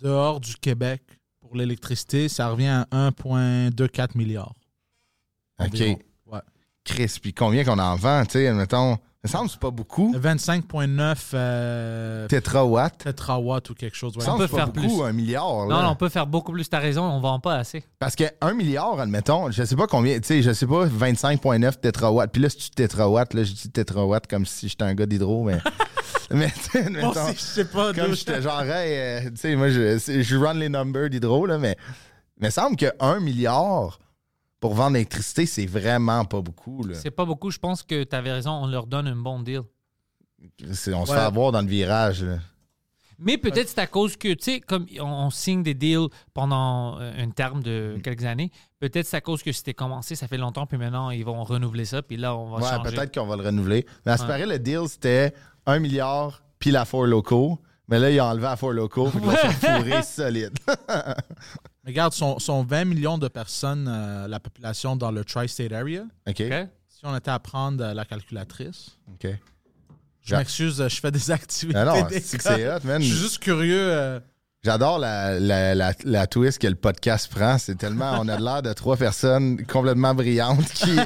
Speaker 4: dehors du Québec pour l'électricité, ça revient à 1,24 milliard.
Speaker 3: OK.
Speaker 4: Environ. Ouais.
Speaker 3: Chris, puis combien qu'on en vend, tu sais, mettons. Ça me semble que c'est pas beaucoup.
Speaker 4: 25,9 euh,
Speaker 3: Tétrawatts.
Speaker 4: tétrawatts ou quelque chose.
Speaker 3: Ça
Speaker 4: ouais.
Speaker 3: me semble
Speaker 2: peut
Speaker 3: que c'est pas
Speaker 2: faire
Speaker 3: beaucoup,
Speaker 2: plus.
Speaker 3: un milliard.
Speaker 2: Non,
Speaker 3: là.
Speaker 2: non, on peut faire beaucoup plus. T'as raison, on vend pas assez.
Speaker 3: Parce que 1 milliard, admettons, je sais pas combien, tu sais, je sais pas, 25,9 tétrawatts. Puis là, si tu tétrawatts, là, je dis tétrawatts comme si j'étais un gars d'hydro, mais. mais, tu
Speaker 2: Oh,
Speaker 3: sais,
Speaker 4: Bon,
Speaker 3: admettons,
Speaker 4: c'est- je sais pas.
Speaker 3: comme
Speaker 4: d'où-
Speaker 3: j'étais genre, hey, euh, tu sais, moi, je, c'est- je run les numbers d'hydro, là, mais. Mais semble que 1 milliard pour vendre l'électricité, c'est vraiment pas beaucoup, là.
Speaker 2: C'est pas beaucoup. Je pense que t'avais raison, on leur donne un bon deal.
Speaker 3: C'est- on se
Speaker 4: Ouais.
Speaker 3: fait avoir dans le virage, là.
Speaker 2: Mais peut-être c'est à cause que, tu sais, comme on, on signe des deals pendant euh, un terme
Speaker 3: Mhm.
Speaker 2: de quelques années, peut-être c'est à cause que c'était commencé, ça fait longtemps, puis maintenant ils vont renouveler ça, puis là on va
Speaker 3: Ouais,
Speaker 2: changer.
Speaker 3: peut-être qu'on va le renouveler. Mais à ce
Speaker 2: Ouais.
Speaker 3: paraît, le deal, c'était 1 milliard, puis la Four Locaux. Mais là, ils ont enlevé la Four Locaux, puis là, ils sont fourrés solide.
Speaker 4: Mais Regarde, sont, sont 20 millions de personnes, euh, la population dans le tri-state area.
Speaker 3: OK?
Speaker 2: OK?
Speaker 4: Si on était à prendre euh, la calculatrice,
Speaker 3: OK.
Speaker 4: je
Speaker 3: Ja-
Speaker 4: m'excuse, euh, je fais des activités.
Speaker 3: Ah non,
Speaker 4: d'école.
Speaker 3: c'est que c'est hot, man.
Speaker 4: Je suis juste curieux. euh,
Speaker 3: J'adore la, la, la, la twist que le podcast prend. C'est tellement... On a l'air de trois personnes complètement brillantes qui... tu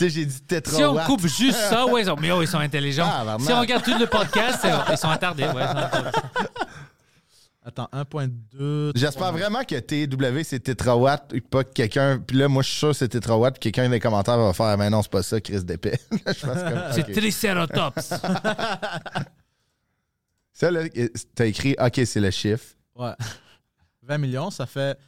Speaker 3: sais, j'ai dit tétra
Speaker 2: Si on coupe juste ça, ouais, ils sont, mais oh, ils sont intelligents.
Speaker 3: Ah, vraiment.
Speaker 2: si on regarde tout le podcast, c'est- ils sont attardés. ouais, ils sont attardés.
Speaker 4: attends, 1,2.
Speaker 3: J'espère vraiment que TW c'est tétrawatt et pas que quelqu'un. Puis là, moi, je suis sûr que c'est tétrawatt. Puis quelqu'un dans les commentaires va faire Mais non, c'est pas ça, Chris d'épais. je pense comme.
Speaker 2: C'est
Speaker 3: ok.
Speaker 2: Triceratops.
Speaker 3: Ça, là, t'as écrit OK, c'est le chiffre.
Speaker 4: Ouais. 20 millions, ça fait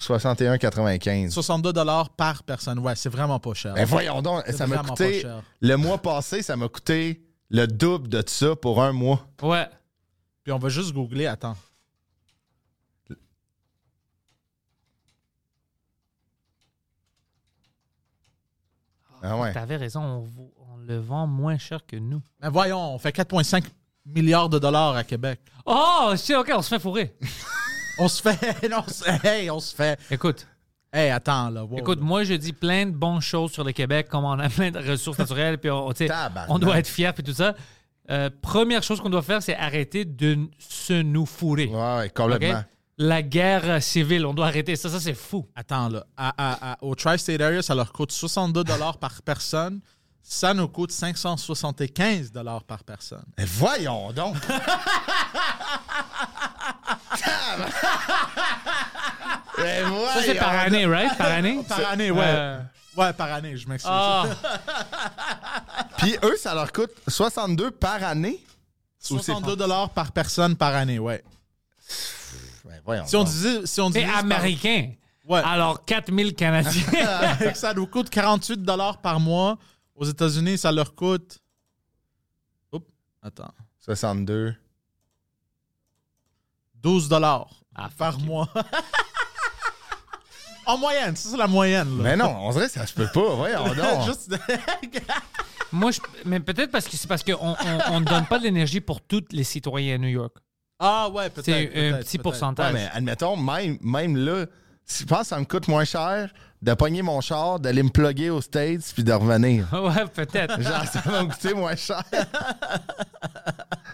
Speaker 3: 61,95.
Speaker 4: 62 dollars par personne. Ouais, c'est vraiment pas cher.
Speaker 3: Ben voyons donc,
Speaker 4: C'est
Speaker 3: ça m'a
Speaker 4: vraiment
Speaker 3: coûté.
Speaker 4: pas cher.
Speaker 3: Le mois passé, ça m'a coûté le double de ça pour un mois.
Speaker 2: Ouais.
Speaker 4: Puis on va juste googler, attends.
Speaker 3: Ah ouais.
Speaker 2: T'avais raison, on, vous- on le vend moins cher que nous.
Speaker 4: Mais Ben, voyons, on fait 4,5 milliards de dollars à Québec.
Speaker 2: Oh, c'est OK, on se fait fourrer.
Speaker 4: On se fait. non, on se- hey, on se fait.
Speaker 2: Écoute,
Speaker 4: Hey, attends, là. wow,
Speaker 2: écoute,
Speaker 4: là.
Speaker 2: moi, je dis plein de bonnes choses sur le Québec, comme on a plein de ressources naturelles, puis on, tu sais,
Speaker 3: Tabarnak.
Speaker 2: on doit être fiers, puis tout ça. Euh, première chose qu'on doit faire, c'est arrêter de n- se nous fourrer.
Speaker 3: Ouais, ouais,
Speaker 2: OK?
Speaker 3: complètement.
Speaker 2: La guerre civile, on doit arrêter ça. Ça, c'est fou.
Speaker 4: Attends, là. À- à- à- au Tri-State Area, ça leur coûte 62 dollars par personne. Ça nous coûte 575 dollars par personne.
Speaker 3: Mais voyons donc. Tabarnak. Mais
Speaker 2: Ça, c'est par
Speaker 3: voyons
Speaker 2: année, right? Par année?
Speaker 4: Par année, ouais.
Speaker 2: Euh,
Speaker 4: Ouais, par année, je m'excuse.
Speaker 2: ah,
Speaker 3: Puis eux, ça leur coûte 62 par année. ou c'est
Speaker 4: 62 dollars par personne par année, ouais.
Speaker 3: Ben voyons.
Speaker 4: Si on
Speaker 3: donc.
Speaker 4: disait. Si on
Speaker 2: c'est
Speaker 4: divise par-
Speaker 2: américain.
Speaker 4: Ouais.
Speaker 2: Alors, 4000 Canadiens.
Speaker 4: Fait que ça nous coûte 48 dollars par mois. Aux États-Unis, ça leur coûte. Oups, attends.
Speaker 3: 62.
Speaker 4: 12 dollars
Speaker 2: Ah, fuck
Speaker 4: par
Speaker 2: you.
Speaker 4: mois. en moyenne, ça c'est la moyenne. Là.
Speaker 3: Mais non, on dirait que ça se peut pas. Voyons donc.
Speaker 4: Juste-
Speaker 2: Moi, je- mais peut-être parce que c'est parce qu'on on, on ne donne pas de l'énergie pour tous les citoyens à New York.
Speaker 4: ah ouais, peut-être.
Speaker 2: C'est euh, un
Speaker 4: peut-être,
Speaker 2: petit
Speaker 4: peut-être.
Speaker 2: pourcentage.
Speaker 3: Ouais, mais admettons, même, même là, je pense que ça me coûte moins cher de pogner mon char, d'aller me plugger aux States puis de revenir.
Speaker 2: Ouais, peut-être.
Speaker 3: Genre, Ah, ça va me coûter moins cher.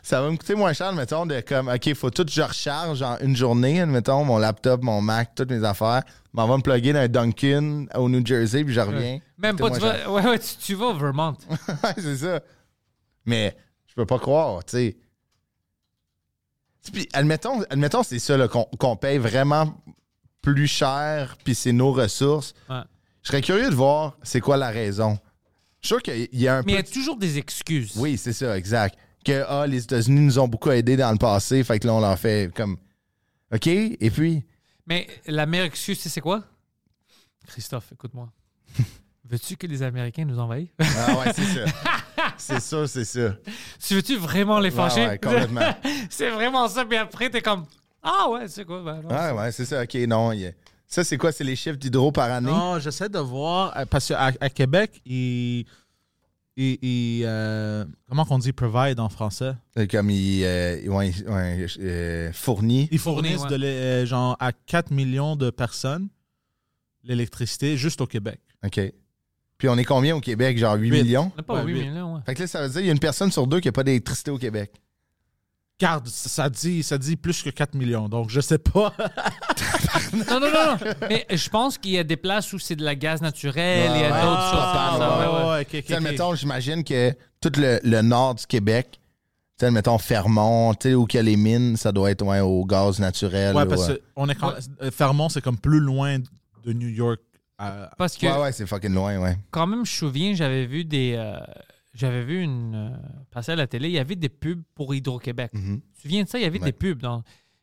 Speaker 3: ça va me coûter moins cher, admettons, de comme, OK, faut tout que je recharge en une journée, admettons, mon laptop, mon Mac, toutes mes affaires. Je m'en vais me plugger dans un Dunkin' au New Jersey puis je reviens.
Speaker 2: Même pas,
Speaker 3: Coûter
Speaker 2: tu
Speaker 3: moins cher.
Speaker 2: vas, ouais, ouais, tu, tu vas au Vermont.
Speaker 3: Ouais, c'est ça. Mais je peux pas croire, tu sais. Puis admettons, admettons c'est ça là, qu'on qu'on paye vraiment plus cher, puis c'est nos ressources.
Speaker 2: Ouais.
Speaker 3: Je serais curieux de voir c'est quoi la raison. Je suis sûr qu'il y a un
Speaker 2: Mais il y
Speaker 3: peu.
Speaker 2: a toujours des excuses.
Speaker 3: Oui, c'est ça, exact. Que ah, les États-Unis nous ont beaucoup aidés dans le passé, fait que là, on leur fait comme. OK? Et puis,
Speaker 2: Mais la meilleure excuse, tu sais, c'est quoi? Christophe, écoute-moi. Veux-tu que les Américains nous envahissent?
Speaker 3: ah ouais, c'est ça. c'est ça, c'est ça.
Speaker 2: tu veux-tu vraiment les
Speaker 3: Ouais,
Speaker 2: fâcher?
Speaker 3: ouais, complètement.
Speaker 2: c'est vraiment ça. Puis après, t'es comme, ah ouais, c'est quoi? Ben, non,
Speaker 3: Ouais, ouais, c'est ça. OK, non. il y a- Ça, c'est quoi? C'est les chiffres d'hydro par année?
Speaker 4: Non, j'essaie de voir euh, parce qu'à à Québec, ils, ils- ils, euh, comment qu'on dit provide en français
Speaker 3: Euh, Comme ils, euh, ils- ouais, ils- ouais, euh, fournit.
Speaker 4: Ils
Speaker 2: Fournir,
Speaker 4: fournissent
Speaker 2: ouais.
Speaker 4: de l'é- euh, genre à 4 millions de personnes l'électricité juste au Québec.
Speaker 3: OK. Puis on est combien au Québec? Genre 8
Speaker 4: Huit.
Speaker 3: millions?
Speaker 2: On n'a pas
Speaker 4: Ouais,
Speaker 2: oui,
Speaker 4: huit.
Speaker 2: mais là, ouais.
Speaker 3: Fait que là, ça veut dire qu'il y a une personne sur deux qui n'a pas d'électricité au Québec.
Speaker 4: Garde, ça ça dit, ça dit plus que 4 millions, donc je sais pas.
Speaker 2: Non, non, non, non. Mais je pense qu'il y a des places où c'est de la gaz naturelle, il y a
Speaker 3: Ouais,
Speaker 2: Ben, d'autres
Speaker 3: ouais,
Speaker 2: choses
Speaker 3: ouais,
Speaker 2: comme ça.
Speaker 3: ouais,
Speaker 2: ouais, ouais.
Speaker 4: Ah, ok, ok,
Speaker 3: Tu sais,
Speaker 4: ok.
Speaker 3: admettons, j'imagine que tout le, le nord du Québec, tu sais, admettons, Fermont, tu sais, où qu'il y a les mines, ça doit être ouais, au gaz naturel.
Speaker 4: Ouais,
Speaker 3: ou,
Speaker 4: parce
Speaker 3: euh,
Speaker 4: que on est quand- euh, Fermont, c'est comme plus loin de New York. à-
Speaker 2: Parce que
Speaker 3: Ouais, ouais, c'est fucking loin, ouais.
Speaker 2: quand même, je me souviens, j'avais vu des. euh, j'avais vu une. euh, passer à la télé, il y avait des pubs pour Hydro-Québec.
Speaker 3: Mhm.
Speaker 2: Tu te souviens de ça? Il y avait
Speaker 3: Ouais.
Speaker 2: des pubs. Dans...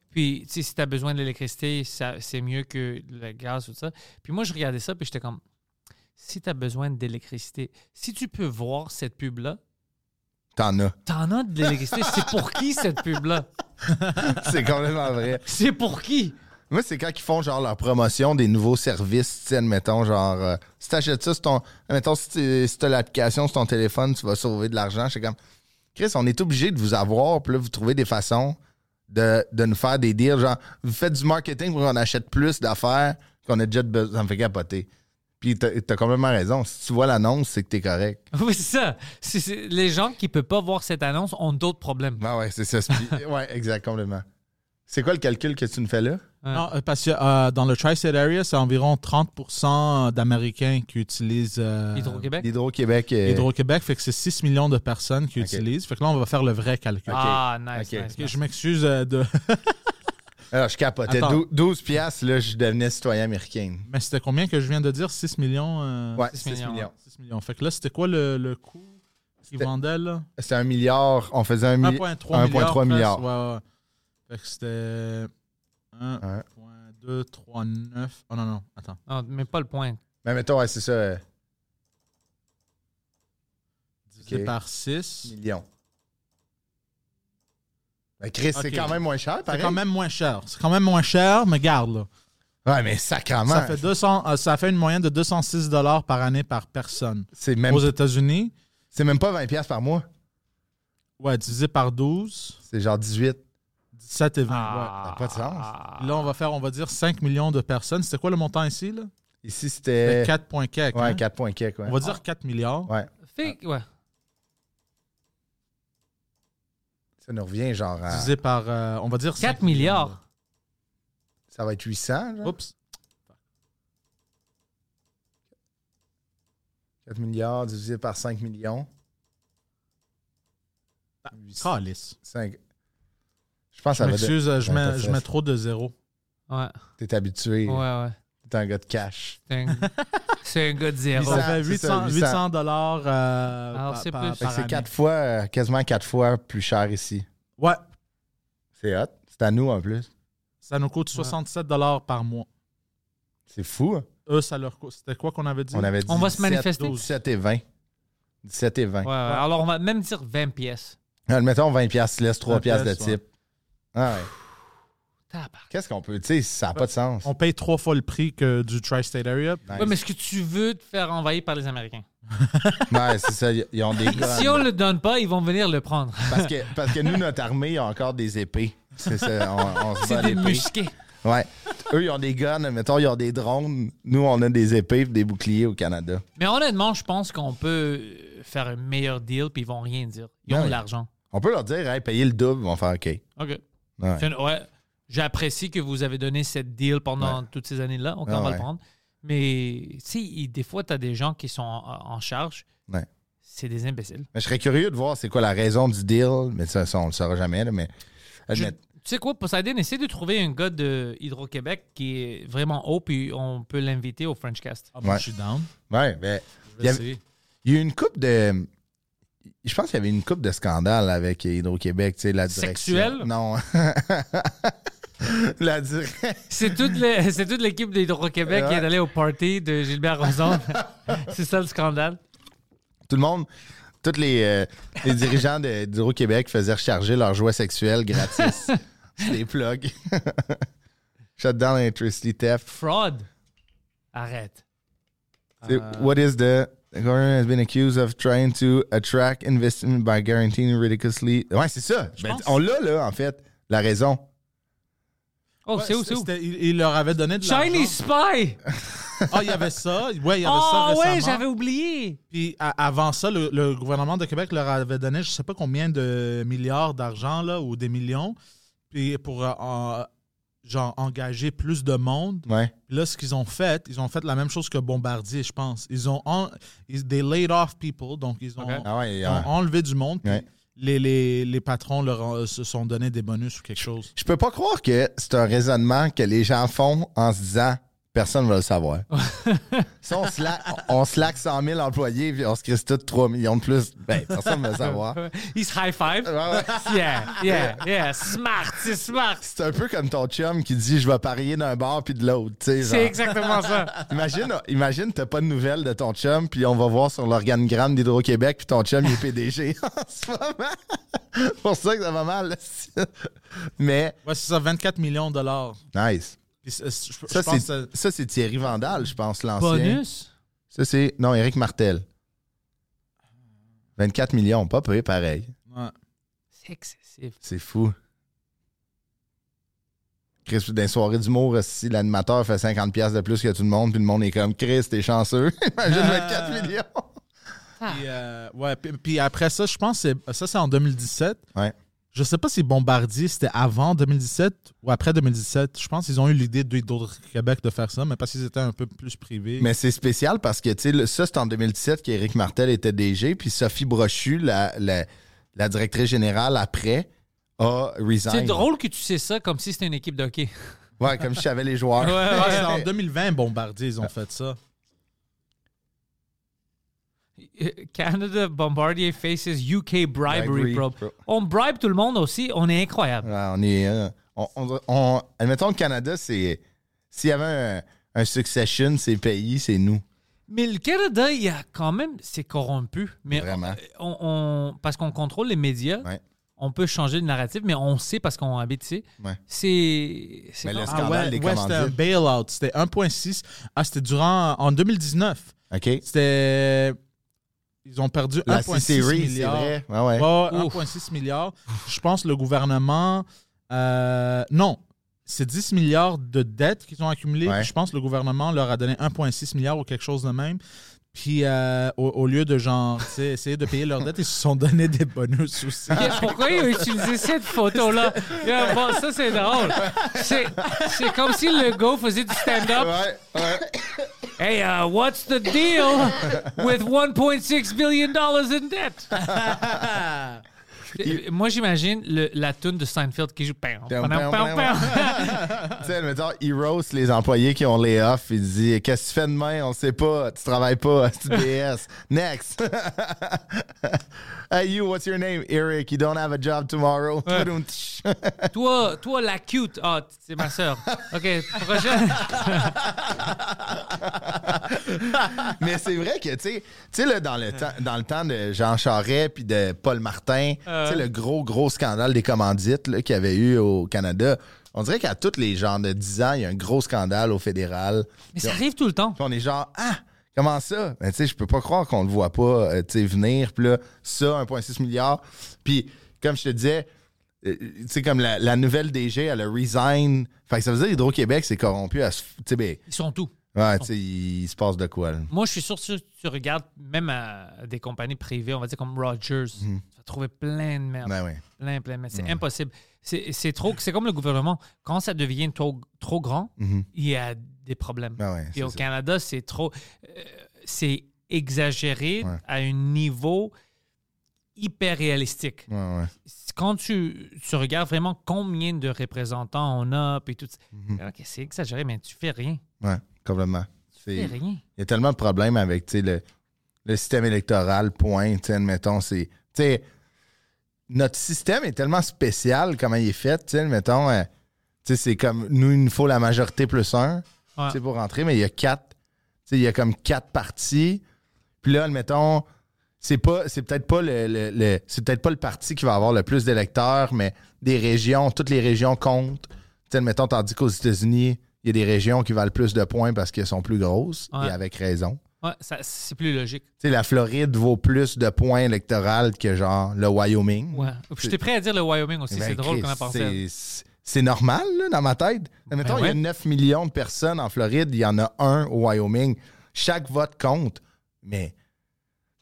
Speaker 2: Puis, tu sais, si tu as besoin d'électricité, ça- c'est mieux que le gaz ou tout ça. Puis moi, je regardais ça, puis j'étais comme, si tu as besoin d'électricité, si tu peux voir cette pub-là,
Speaker 3: T'en as.
Speaker 2: t'en as de l'électricité. c'est pour qui cette pub-là?
Speaker 3: C'est complètement vrai.
Speaker 2: C'est pour qui?
Speaker 3: Moi, c'est quand ils font genre leur promotion des nouveaux services, tu sais, admettons, genre, euh, si t'achètes ça, sur ton, admettons, si, t'es- si t'as l'application sur ton téléphone, tu vas sauver de l'argent. C'est comme, Chris, on est obligé de vous avoir, puis là, vous trouvez des façons de, de nous faire des deals. Genre, vous faites du marketing pour qu'on achète plus d'affaires qu'on a déjà de besoin. Ça me fait capoter. Puis t'as t'as complètement raison. Si tu vois l'annonce, c'est que t'es correct.
Speaker 2: Oui, c'est ça. C'est- c'est- Les gens qui ne peuvent pas voir cette annonce ont d'autres problèmes.
Speaker 3: Ben ouais, c'est ça. c'est- ouais, exact, complètement. C'est quoi le calcul que tu nous fais là?
Speaker 4: Non, euh, parce que euh, dans le Tri-State Area, c'est environ 30 d'Américains qui utilisent euh,
Speaker 2: Hydro-Québec?
Speaker 3: Hydro-Québec. euh,
Speaker 4: Hydro-Québec. Fait que c'est 6 millions de personnes qui
Speaker 3: Ok.
Speaker 4: utilisent. Fait que là, on va faire le vrai calcul.
Speaker 2: Ah, nice,
Speaker 3: Ok.
Speaker 2: nice,
Speaker 4: Ok,
Speaker 2: nice.
Speaker 4: je m'excuse euh, de.
Speaker 3: Alors, Ah, je capotais.
Speaker 4: Attends.
Speaker 3: Dou- 12 piastres, là, je devenais citoyen américain.
Speaker 4: Mais c'était combien que je viens de dire 6 millions euh,
Speaker 3: Ouais,
Speaker 2: 6
Speaker 3: 6 millions.
Speaker 2: millions.
Speaker 4: 6 millions. Fait que là, c'était quoi le, le coût qu'ils
Speaker 3: C'était-
Speaker 4: vendaient là
Speaker 3: C'est un milliard. On faisait un milliard.
Speaker 4: 1,3 milliard.
Speaker 3: 1,3 milliard.
Speaker 4: presque. Ouais, ouais. Fait que c'était 1,239. Oh non, non, attends.
Speaker 2: Non, Ah, mais pas le point.
Speaker 3: Mais mettons, ouais, c'est ça, euh,
Speaker 4: Divisé
Speaker 3: Ok.
Speaker 4: par 6.
Speaker 3: million. Ben, Chris, c'est
Speaker 4: Ok.
Speaker 3: quand même moins cher,
Speaker 4: C'est
Speaker 3: pareil.
Speaker 4: quand même moins cher. C'est quand même moins cher, mais garde là.
Speaker 3: Ouais, mais sacrement.
Speaker 4: Ça fait, 200, euh, ça fait une moyenne de 206 dollars par année par personne.
Speaker 3: C'est même,
Speaker 4: Aux États-Unis,
Speaker 3: c'est même pas 20 piastres par mois.
Speaker 4: ouais, divisé par 12,
Speaker 3: C'est genre 18.
Speaker 4: 17 et 20.
Speaker 2: Ah.
Speaker 3: pas de sens.
Speaker 2: Ah.
Speaker 4: ouais. Là, on va faire, on va dire 5 millions de personnes. C'était quoi le montant ici? Là?
Speaker 3: Ici,
Speaker 4: C'était
Speaker 3: c'était.
Speaker 4: 4 points quelques,
Speaker 3: Euh, Ouais,
Speaker 4: hein?
Speaker 3: 4 points quelques, ouais.
Speaker 4: On va dire 4 milliards.
Speaker 3: Ouais.
Speaker 2: Fait que- ouais.
Speaker 3: Ça nous revient genre à.
Speaker 4: Divisé par, euh, on va dire
Speaker 2: 4
Speaker 4: 5
Speaker 2: milliards.
Speaker 3: Ça va être 800, genre.
Speaker 4: Oups.
Speaker 3: 4 milliards divisé par 5 millions. Huit-
Speaker 4: Calice.
Speaker 3: cinq. Je pense que
Speaker 4: Je
Speaker 3: ça va être.
Speaker 4: m'excuse, euh, je
Speaker 3: Ouais,
Speaker 4: mets,
Speaker 3: t'as
Speaker 4: je
Speaker 3: fait.
Speaker 4: mets trop de zéro.
Speaker 2: Ouais,
Speaker 3: T'es habitué.
Speaker 2: ouais, ouais.
Speaker 3: T'es un gars de cash.
Speaker 2: C'est un, c'est un gars de
Speaker 4: Ça
Speaker 2: zéro.
Speaker 3: Bizarre.
Speaker 4: fait
Speaker 3: c'est ça,
Speaker 4: 800,
Speaker 3: 800.
Speaker 4: 800 dollars euh,
Speaker 2: Alors,
Speaker 4: par,
Speaker 2: c'est
Speaker 4: par-
Speaker 2: plus.
Speaker 3: Fait
Speaker 4: par
Speaker 3: que c'est
Speaker 4: année.
Speaker 3: quatre fois, euh, quasiment quatre fois plus cher ici.
Speaker 4: Ouais,
Speaker 3: C'est hot. C'est à nous en plus.
Speaker 4: ça nous coûte 67 dollars par mois.
Speaker 3: C'est fou. hein.
Speaker 4: Eux, ça leur coûte. C'était quoi qu'on avait dit?
Speaker 3: On avait dit
Speaker 2: On va se manifester.
Speaker 3: 17 et 20. 17 et 20.
Speaker 2: Ouais, ouais. Alors, on va même dire 20 pièces.
Speaker 3: Admettons 20 piastres, tu laisses 3
Speaker 4: 20
Speaker 3: piastres de
Speaker 4: piastres, ouais.
Speaker 3: type. Ah ouais.
Speaker 2: Tabarnak.
Speaker 3: Qu'est-ce qu'on peut, tu sais, ça n'a pas de sens.
Speaker 4: On paye trois fois le prix que du Tri-State Area.
Speaker 3: Nice.
Speaker 2: Ouais, mais est-ce que tu veux te faire envahir par les Américains?
Speaker 3: Ouais, c'est ça, ils- ils ont des guns.
Speaker 2: Si on le donne pas, ils vont venir le prendre.
Speaker 3: parce, que, parce que nous, notre armée, a encore des épées. C'est ça, on, on se bat à
Speaker 2: C'est des
Speaker 3: l'épée.
Speaker 2: musqués.
Speaker 3: Ouais. Eux, ils ont des guns, mettons, ils ont des drones. Nous, on a des épées et des boucliers au Canada.
Speaker 2: Mais honnêtement, je pense qu'on peut faire un meilleur deal puis ils vont rien dire. Ils
Speaker 3: Non,
Speaker 2: ont
Speaker 3: mais-
Speaker 2: de l'argent.
Speaker 3: On peut leur dire, hey, payez le double, ils vont faire OK.
Speaker 2: OK.
Speaker 3: Ouais.
Speaker 2: C'est une- ouais. J'apprécie que vous avez donné cette deal pendant toutes ces années-là. OK,
Speaker 3: Ah,
Speaker 2: on va
Speaker 3: ouais.
Speaker 2: le prendre. Mais, tu sais, il- des fois, tu as des gens qui sont en, en charge.
Speaker 3: Ouais.
Speaker 2: C'est des imbéciles.
Speaker 3: Mais je serais curieux de voir c'est quoi la raison du deal, mais ça, ça, on le saura jamais. là, mais
Speaker 2: Je-
Speaker 3: admet-
Speaker 2: tu sais quoi, Poseidon, essaie de trouver un gars de Hydro-Québec qui est vraiment haut, puis on peut l'inviter au Frenchcast.
Speaker 4: Ah, moi,
Speaker 3: Ouais.
Speaker 4: Je suis down.
Speaker 3: ouais, ben,
Speaker 4: Je
Speaker 3: Il y
Speaker 4: vais
Speaker 3: avait-
Speaker 4: essayer.
Speaker 3: il y a eu une coupe de. Je pense qu'il y avait une coupe de scandale avec Hydro-Québec, tu sais, la direction.
Speaker 2: Sexuel?
Speaker 3: Non. la direction.
Speaker 2: C'est toute le- c'est toute l'équipe d'Hydro-Québec qui est allée au party de Gilbert Rozon. c'est ça le scandale.
Speaker 3: Tout le monde, tous les, euh, les dirigeants de- d'Hydro-Québec faisaient recharger leurs jouets sexuels gratis. C'est des plugs. Shutdown electricity theft.
Speaker 2: Fraud. Arrête.
Speaker 3: So, what is the the government has been accused of trying to attract investment by guaranteeing ridiculously. Ouais, c'est ça. Ben,
Speaker 2: pense-
Speaker 3: on l'a là, en fait, la raison.
Speaker 2: Oh,
Speaker 4: Ouais,
Speaker 2: c'est où,
Speaker 4: c'était-
Speaker 2: Oh, c'est où?
Speaker 4: c'était- Il, il leur avait donné de l'argent.
Speaker 2: Chinese spy!
Speaker 4: Ah, il y avait ça. Ouais, il y avait ça
Speaker 2: Ah
Speaker 4: récemment.
Speaker 2: ouais, j'avais oublié.
Speaker 4: Puis a- avant ça, le, le gouvernement de Québec leur avait donné je sais pas combien de milliards d'argent là, ou des millions puis pour euh, en- genre, engager plus de monde.
Speaker 3: Ouais.
Speaker 4: Puis là, ce qu'ils ont fait, ils ont fait la même chose que Bombardier, je pense. Ils ont en, ils- they laid off people, donc ils ont,
Speaker 2: Ok.
Speaker 3: Ah ouais,
Speaker 4: ils
Speaker 3: ouais.
Speaker 4: ont enlevé du monde. puis
Speaker 3: Ouais.
Speaker 4: Les, les, les patrons leur ont- se sont donné des bonus ou quelque chose.
Speaker 3: Je peux pas croire que c'est un raisonnement que les gens font en se disant personne va le savoir. si on slack, on slack 100 000 employés puis on se crée tout 3 millions de plus, ben, personne va le savoir.
Speaker 2: Il se high five.
Speaker 3: Ouais, ouais.
Speaker 2: Yeah, yeah, yeah. Smart, c'est smart.
Speaker 3: C'est un peu comme ton chum qui dit je vais parier d'un bar puis de l'autre. tu sais, genre.
Speaker 2: C'est exactement ça.
Speaker 3: Imagine, imagine t'as pas de nouvelles de ton chum puis on va voir sur l'organigramme d'Hydro-Québec puis ton chum il est PDG en ce moment. Pour ça que ça va mal. là. Mais
Speaker 4: Ouais, c'est ça, 24 millions de dollars.
Speaker 3: nice.
Speaker 4: Puis c'est- je- je
Speaker 3: Ça,
Speaker 4: pense
Speaker 3: c'est,
Speaker 4: que-
Speaker 3: ça, c'est Thierry Vandal, je pense, l'ancien.
Speaker 2: Bonus.
Speaker 3: Ça, c'est. Non, Éric Martel. 24 millions, pas peu, pareil.
Speaker 4: ouais.
Speaker 2: C'est excessif.
Speaker 3: C'est fou. Chris, dans les soirées d'humour, si l'animateur fait 50$ piastres de plus que tout le monde, puis le monde est comme Chris, t'es chanceux. Imagine 24 millions.
Speaker 4: Puis, euh, ouais, puis, puis après ça, je pense que c'est- ça, c'est en 2017.
Speaker 3: Ouais.
Speaker 4: Je sais pas si Bombardier, c'était avant 2017 ou après 2017. Je pense qu'ils ont eu l'idée de- d'autres Québec de faire ça, mais parce qu'ils étaient un peu plus privés.
Speaker 3: Mais c'est spécial parce que, tu sais, le- ça, c'est en 2017 qu'Éric Martel était DG, puis Sophie Brochu, la, la, la directrice générale après, a resigné.
Speaker 2: C'est drôle que tu sais ça comme si c'était une équipe de hockey.
Speaker 3: Ouais, comme je savais les joueurs.
Speaker 4: Je pense que c'est en 2020, Bombardier, ils ont fait ça.
Speaker 2: Euh, Canada Bombardier faces UK bribery
Speaker 3: Bribery
Speaker 2: probe.
Speaker 3: probe.
Speaker 2: On bribe tout le monde aussi. On est incroyable.
Speaker 3: Ouais, on est. euh, on, on- on- admettons le Canada, c'est. S'il y avait un, un succession, c'est le pays, c'est nous.
Speaker 2: Mais le Canada, il y a quand même, c'est corrompu. Mais
Speaker 3: Vraiment.
Speaker 2: on, on- parce qu'on contrôle les médias,
Speaker 3: Ouais.
Speaker 2: on peut changer de narrative, mais on sait parce qu'on habite ici.
Speaker 3: Ouais.
Speaker 2: C'est, c'est
Speaker 3: Mais
Speaker 2: quand-
Speaker 3: le
Speaker 4: Ah
Speaker 3: scandale des
Speaker 4: ouais, ouais, c'était un
Speaker 3: commandites.
Speaker 4: bailout. C'était 1,6. Ah, c'était durant. En 2019.
Speaker 3: OK?
Speaker 4: C'était. Ils ont perdu
Speaker 3: La
Speaker 4: 1,6
Speaker 3: C-Series, c'est
Speaker 4: milliard.
Speaker 3: vrai. Ouais, ouais.
Speaker 4: Ouais, ouais,
Speaker 2: Ouf.
Speaker 4: 1,6 milliard. Je pense le gouvernement. euh, non, c'est 10 milliards de dettes qu'ils ont accumulées.
Speaker 3: Ouais.
Speaker 4: Puis Je pense le gouvernement leur a donné 1,6 milliard ou quelque chose de même. Puis euh, au, au lieu de genre, tu sais, essayer de payer leurs dettes, ils se sont donné des bonus aussi.
Speaker 2: Ok,
Speaker 3: Ah.
Speaker 2: Pourquoi ils ont utilisé cette photo-là? Yeah, bon, ça, c'est drôle. C'est, c'est comme si le gars faisait du stand-up.
Speaker 3: Ouais, ouais.
Speaker 2: Hey, uh, what's the deal with 1.6 billion dollars in debt? Euh, Moi, j'imagine le- la tune de Seinfeld qui joue. Pam, pam,
Speaker 3: Pam, pam,
Speaker 2: pam,
Speaker 3: pam. tu sais, admettons, il roast les employés qui ont les off. Il dit Qu'est-ce que tu fais demain? On le sait pas. Tu travailles pas. C'est du BS. Next. hey, you, what's your name? Eric. You don't have a job tomorrow.
Speaker 2: Toi, toi, la cute. Ah, t- c'est ma soeur. OK, prochaine.
Speaker 3: Mais c'est vrai que, tu sais, tu sais, là, dans le, temps, dans le temps de Jean Charest puis de Paul Martin,
Speaker 2: Euh.
Speaker 3: tu sais, le gros, gros scandale des commandites là, qu'il y avait eu au Canada, on dirait qu'à tous les gens de 10 ans, il y a un gros scandale au fédéral.
Speaker 2: Mais ça arrive tout le temps.
Speaker 3: Puis on est genre, ah, comment ça? Ben, tu sais, je peux pas croire qu'on le voit pas, euh, tu sais, venir. Puis là, ça, 1,6 milliard. Puis, comme je te disais, euh, tu sais, comme la, la nouvelle DG, elle a resign. Fait que ça veut dire Hydro-Québec, c'est corrompu. à se- Tu sais, ben,
Speaker 2: Ils sont tous.
Speaker 3: ouais, tu sais, il, il se passe de quoi, là?
Speaker 2: Moi, je suis sûr que si tu regardes même à des compagnies privées, on va dire comme Rogers,
Speaker 3: Mm-hmm.
Speaker 2: tu vas trouver plein de merde.
Speaker 3: Ben, ouais.
Speaker 2: Plein, plein de merde. C'est impossible. C'est c'est trop. C'est comme le gouvernement. Quand ça devient trop, trop grand,
Speaker 3: Mhm.
Speaker 2: il y a des problèmes.
Speaker 3: Ben ouais,
Speaker 2: Puis
Speaker 3: c'est
Speaker 2: au
Speaker 3: ça.
Speaker 2: Canada, c'est trop. euh, c'est exagéré
Speaker 3: Ouais.
Speaker 2: à un niveau hyper réalistique.
Speaker 3: Ouais, ouais.
Speaker 2: C'est- Quand tu, tu regardes vraiment combien de représentants on a, puis tout ça,
Speaker 3: Mhm.
Speaker 2: ok, c'est exagéré, mais tu fais rien.
Speaker 3: Ouais, complètement.
Speaker 2: Tu
Speaker 3: C'est-
Speaker 2: fais rien.
Speaker 3: Il y a tellement de problèmes avec tu sais, le, le système électoral, point. tu sais, Admettons, c'est. tu sais, Notre système est tellement spécial, comment il est fait. tu sais, Admettons, euh, tu sais, c'est comme nous, il nous faut la majorité plus un
Speaker 2: Ouais.
Speaker 3: tu sais, pour rentrer, mais il y a quatre. tu sais, Il y a comme quatre parties. Puis là, admettons, c'est pas c'est peut-être pas le, le- le- c'est peut-être pas le parti qui va avoir le plus d'électeurs, mais des régions, toutes les régions comptent. Tu sais, admettons, tandis qu'aux États-Unis, il y a des régions qui valent plus de points parce qu'elles sont plus grosses
Speaker 2: Ouais.
Speaker 3: et avec raison.
Speaker 2: Ouais, ça- c'est plus logique.
Speaker 3: Tu sais, la Floride vaut plus de points électoraux que genre le Wyoming.
Speaker 2: Ouais. J'étais prêt à dire le Wyoming aussi.
Speaker 3: Mhm. Ben,
Speaker 2: c'est drôle
Speaker 3: Chris,
Speaker 2: qu'on a pensé. à- Ben
Speaker 3: c'est- c'est normal là, dans ma tête. Mais mettons, il y a
Speaker 2: ouais.
Speaker 3: 9 millions de personnes en Floride, il y en a un au Wyoming. Chaque vote compte. Mais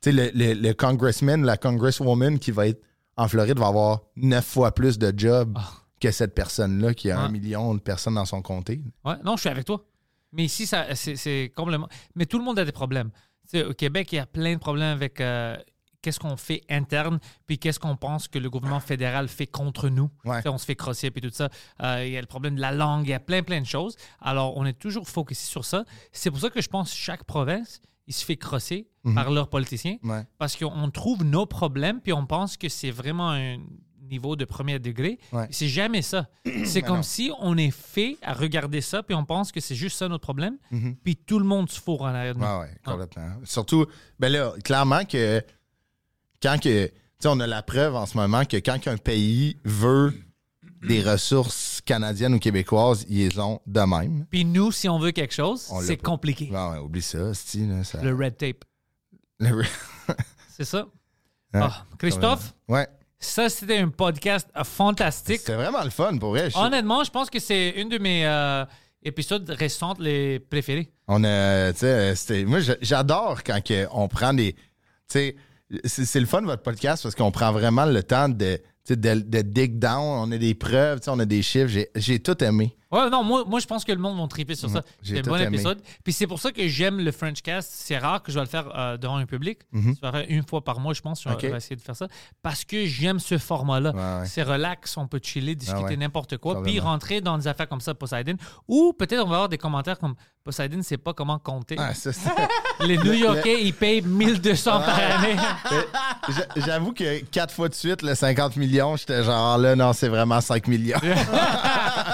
Speaker 3: tu sais, le, le- le congressman, la congresswoman qui va être en Floride va avoir 9 fois plus de jobs
Speaker 2: Ah.
Speaker 3: que cette personne-là qui a un
Speaker 2: Ouais.
Speaker 3: million de personnes dans son comté.
Speaker 2: Ouais, non, je suis avec toi. Mais ici, ça, c'est, c'est complètement. Mais tout le monde a des problèmes. Tu sais, au Québec, il y a plein de problèmes avec euh, qu'est-ce qu'on fait interne, puis qu'est-ce qu'on pense que le gouvernement fédéral fait contre nous.
Speaker 3: Ouais.
Speaker 2: Tu sais, on se fait crosser, puis tout ça. Euh, il y a le problème de la langue, il y a plein, plein de choses. Alors, on est toujours focusé sur ça. C'est pour ça que je pense que chaque province, il se fait crosser par leurs politiciens,
Speaker 3: Ouais.
Speaker 2: parce qu'on trouve nos problèmes, puis on pense que c'est vraiment un niveau de premier degré.
Speaker 3: Ouais.
Speaker 2: C'est jamais ça. C'est comme
Speaker 3: non.
Speaker 2: si on est fait à regarder ça, puis on pense que c'est juste ça notre problème,
Speaker 3: Mhm.
Speaker 2: puis tout le monde se fourre en arrière de nous.
Speaker 3: Ouais, ouais, complètement. Surtout, ben là, clairement que quand que. Tu sais, on a la preuve en ce moment que quand un pays veut des ressources canadiennes ou québécoises, ils les ont de même.
Speaker 2: Puis nous, si on veut quelque chose,
Speaker 3: On l'a
Speaker 2: c'est
Speaker 3: pas.
Speaker 2: compliqué.
Speaker 3: Bon, ouais, oublie ça, esti, là, ça-
Speaker 2: Le red tape.
Speaker 3: le-
Speaker 2: C'est ça?
Speaker 3: Ouais.
Speaker 2: Ah, Christophe,
Speaker 3: ouais.
Speaker 2: ça, c'était un podcast euh, fantastique.
Speaker 3: C'était vraiment le fun pour vrai. Je-
Speaker 2: Honnêtement, je pense que c'est une de mes euh, épisodes récents les préférés.
Speaker 3: On a, tu sais, euh, c'était- moi, je- j'adore quand que on prend des, tu sais, c'est c'est le fun votre podcast parce qu'on prend vraiment le temps de, tu sais, de, de dig down. On a des preuves, tu sais, on a des chiffres. J'ai j'ai tout aimé.
Speaker 2: Ouais, non, moi, moi, je pense que le monde va triper sur ça.
Speaker 3: j'ai
Speaker 2: C'était un
Speaker 3: tout
Speaker 2: bon
Speaker 3: aimé.
Speaker 2: épisode. Puis c'est pour ça que j'aime le Frenchcast. C'est rare que je vais le faire euh, devant un public. Je vais le faire une fois par mois, je pense. Je vais-
Speaker 3: Mhm. Ok.
Speaker 2: je vais essayer de faire ça. Parce que j'aime ce format-là.
Speaker 3: Ouais, ouais.
Speaker 2: C'est relax, on peut chiller, discuter
Speaker 3: Ah ouais.
Speaker 2: n'importe quoi. Puis
Speaker 3: Complètement.
Speaker 2: rentrer dans des affaires comme ça, Poseidon. Ou peut-être on va avoir des commentaires comme Poseidon, c'est pas comment compter.
Speaker 3: Ah, ça, c'est-
Speaker 2: Les New Yorkais, ils payent 1200 par année.
Speaker 3: J'a- J'avoue que quatre fois de suite, le 50 millions, j'étais genre là, non, c'est vraiment 5 millions.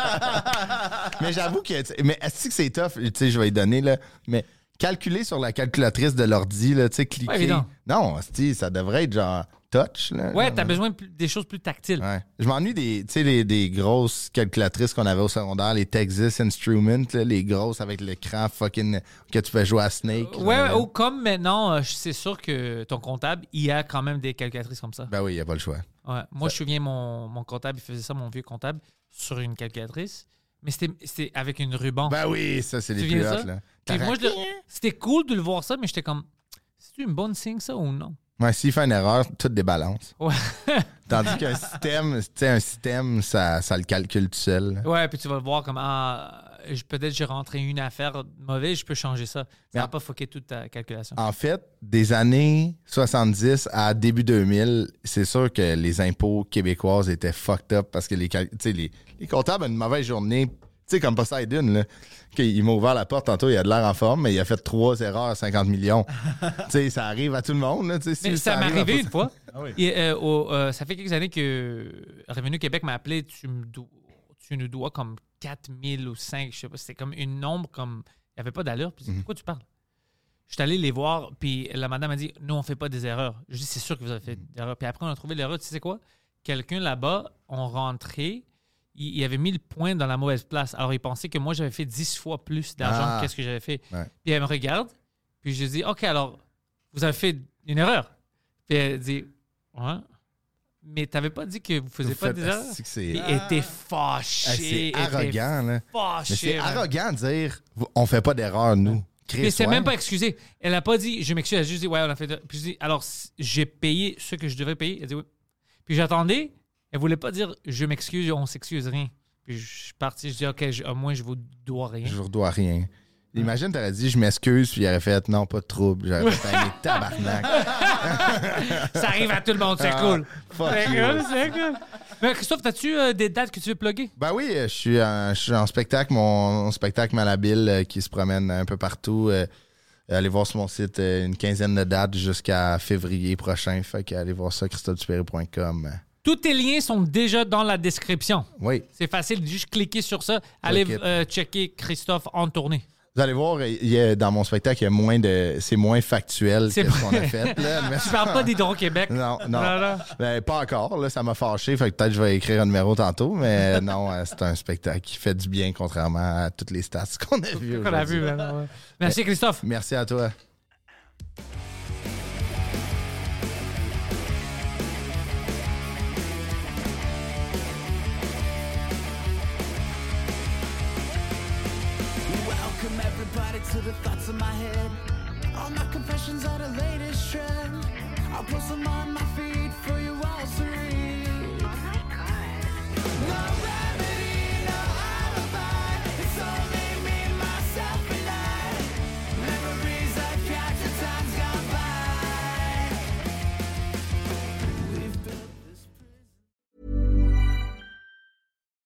Speaker 3: mais j'avoue que. tu sais, Mais est-ce que c'est tough? Tu sais, je vais y donner, là. Mais calculer sur la calculatrice de l'ordi, là, tu sais, cliquer.
Speaker 2: Ouais, évident.
Speaker 3: non, esti, ça devrait être genre touch, là.
Speaker 2: Ouais,
Speaker 3: Genre,
Speaker 2: t'as besoin de plus- des choses plus tactiles.
Speaker 3: Ouais. Je m'ennuie des, tu sais, des, des grosses calculatrices qu'on avait au secondaire, les Texas Instruments, là, les grosses avec l'écran fucking que tu fais jouer à Snake.
Speaker 2: Ouais, oh.
Speaker 3: Genre,
Speaker 2: ou comme maintenant, euh, c'est sûr que ton comptable, il a quand même des calculatrices comme ça.
Speaker 3: Ben oui, il a pas le choix.
Speaker 2: Ouais. Moi, je me souviens, mon, mon comptable, il faisait ça, mon vieux comptable, sur une calculatrice, mais c'était c'était avec une ruban.
Speaker 3: Ben oui, ça, c'est
Speaker 2: Tu
Speaker 3: les
Speaker 2: viens
Speaker 3: plus
Speaker 2: de ça?
Speaker 3: hautes, là.
Speaker 2: Puis moi, je le- c'était cool de le voir ça, mais j'étais comme, c'est une bonne signe, ça, ou non?
Speaker 3: Ouais, s'il fait une erreur, toutes des balances.
Speaker 2: Ouais.
Speaker 3: Tandis qu'un système, tu sais, un système, ça, ça le calcule tout seul.
Speaker 2: Ouais, puis tu vas le voir comme, ah, je- peut-être j'ai rentré une affaire mauvaise, je peux changer ça. Ça
Speaker 3: Mais
Speaker 2: va
Speaker 3: en-
Speaker 2: pas foquer toute ta calculation.
Speaker 3: En fait, des années 70 à début 2000, c'est sûr que les impôts québécoises étaient fucked up parce que les, cal- tu sais, les, les comptables ont une mauvaise journée. Tu sais, comme Poseidon, là, qu'il m'a ouvert la porte tantôt, il a de l'air en forme, mais il a fait trois erreurs à 50 millions. tu sais, ça arrive à tout le monde. Là, tu sais, si
Speaker 2: Mais ça m'est
Speaker 3: arrive Ah à
Speaker 2: arrivé
Speaker 3: Poseidon-
Speaker 2: une fois.
Speaker 4: oui.
Speaker 2: Et, euh, au- euh, ça fait quelques années que Revenu Québec m'a appelé. Tu, me do- tu nous dois comme 4 000 ou 5, je sais pas. C'était comme une nombre comme. Il n'y avait pas d'allure. Puis je
Speaker 3: Mhm.
Speaker 2: dis, pourquoi tu parles? Je suis allé les voir, puis la madame a dit Nous, on fait pas des erreurs. Je dis C'est sûr que vous avez fait
Speaker 3: Mhm.
Speaker 2: des erreurs. Puis après, on a trouvé l'erreur. Tu sais quoi Quelqu'un là-bas, on rentrait, il, il avait mis le point dans la mauvaise place. Alors, il pensait que moi, j'avais fait 10 fois plus d'argent
Speaker 3: Ah.
Speaker 2: que ce que j'avais fait.
Speaker 3: Ouais.
Speaker 2: Puis elle me regarde, puis je dis OK, alors, vous avez fait une erreur. Puis elle dit Ouais. Mais t'avais pas dit que vous faisiez
Speaker 3: Vous
Speaker 2: pas
Speaker 3: faites-
Speaker 2: des erreurs.
Speaker 3: c'est que
Speaker 2: Puis
Speaker 3: c'est
Speaker 2: elle était
Speaker 3: Ah, c'est
Speaker 2: fâchée.
Speaker 3: arrogant. Là. Mais c'est
Speaker 2: Fâché.
Speaker 3: arrogant de dire vous- on fait pas d'erreur, nous.
Speaker 2: Mais
Speaker 3: Chris,
Speaker 2: c'est
Speaker 3: ouais.
Speaker 2: même pas excusé. Elle a pas dit, je m'excuse. Elle a juste dit, ouais, on a fait. de- Puis je dis, alors, c- j'ai payé ce que je devrais payer. Elle dit, oui. Puis j'attendais. Elle voulait pas dire, je m'excuse, on s'excuse rien. Puis je suis parti. Je dis, OK, je- au moins, je vous dois rien.
Speaker 3: Je vous dois rien. Imagine, t'aurais dit je m'excuse, puis il aurait fait non, pas de trouble. J'aurais fait un tabarnak.
Speaker 2: Ça arrive à tout le monde, c'est cool.
Speaker 3: Ah, Fuck
Speaker 2: C'est
Speaker 3: you.
Speaker 2: cool, c'est cool. Mais Christophe, as-tu euh, des dates que tu veux plugger?
Speaker 3: Ben oui, euh, je suis en, je suis en spectacle, mon, mon spectacle Malhabile euh, qui se promène un peu partout. euh, allez voir sur mon site euh, une quinzaine de dates jusqu'à février prochain. Fait que allez voir ça, christophe.com.
Speaker 2: Tous tes liens sont déjà dans la description.
Speaker 3: Oui.
Speaker 2: C'est facile, juste cliquer sur ça. Allez
Speaker 3: Click it.
Speaker 2: euh, checker Christophe en tournée.
Speaker 3: Vous allez voir, il y a- dans mon spectacle, il y a moins de. C'est moins factuel que
Speaker 2: C'est
Speaker 3: ce qu'on a fait. là, mais-
Speaker 2: Tu parles pas d'Hydro-Québec.
Speaker 3: Non, non.
Speaker 2: Voilà.
Speaker 3: Ben, pas encore, là, ça m'a fâché, fait que peut-être je vais écrire un numéro tantôt, mais non, euh, c'est un spectacle qui fait du bien, contrairement à toutes les stats qu'on a vues.
Speaker 2: Qu'on a
Speaker 3: aujourd'hui.
Speaker 2: vu, maintenant, ouais. Merci, Christophe.
Speaker 3: Merci à toi.
Speaker 1: Welcome everybody to the thoughts in my head. All my confessions are the latest trend. I'll post them on my feed for you all to read. No remedy, no alibi. It's only me, myself, and I. Memories I capture, time's gone by. We've built this prison.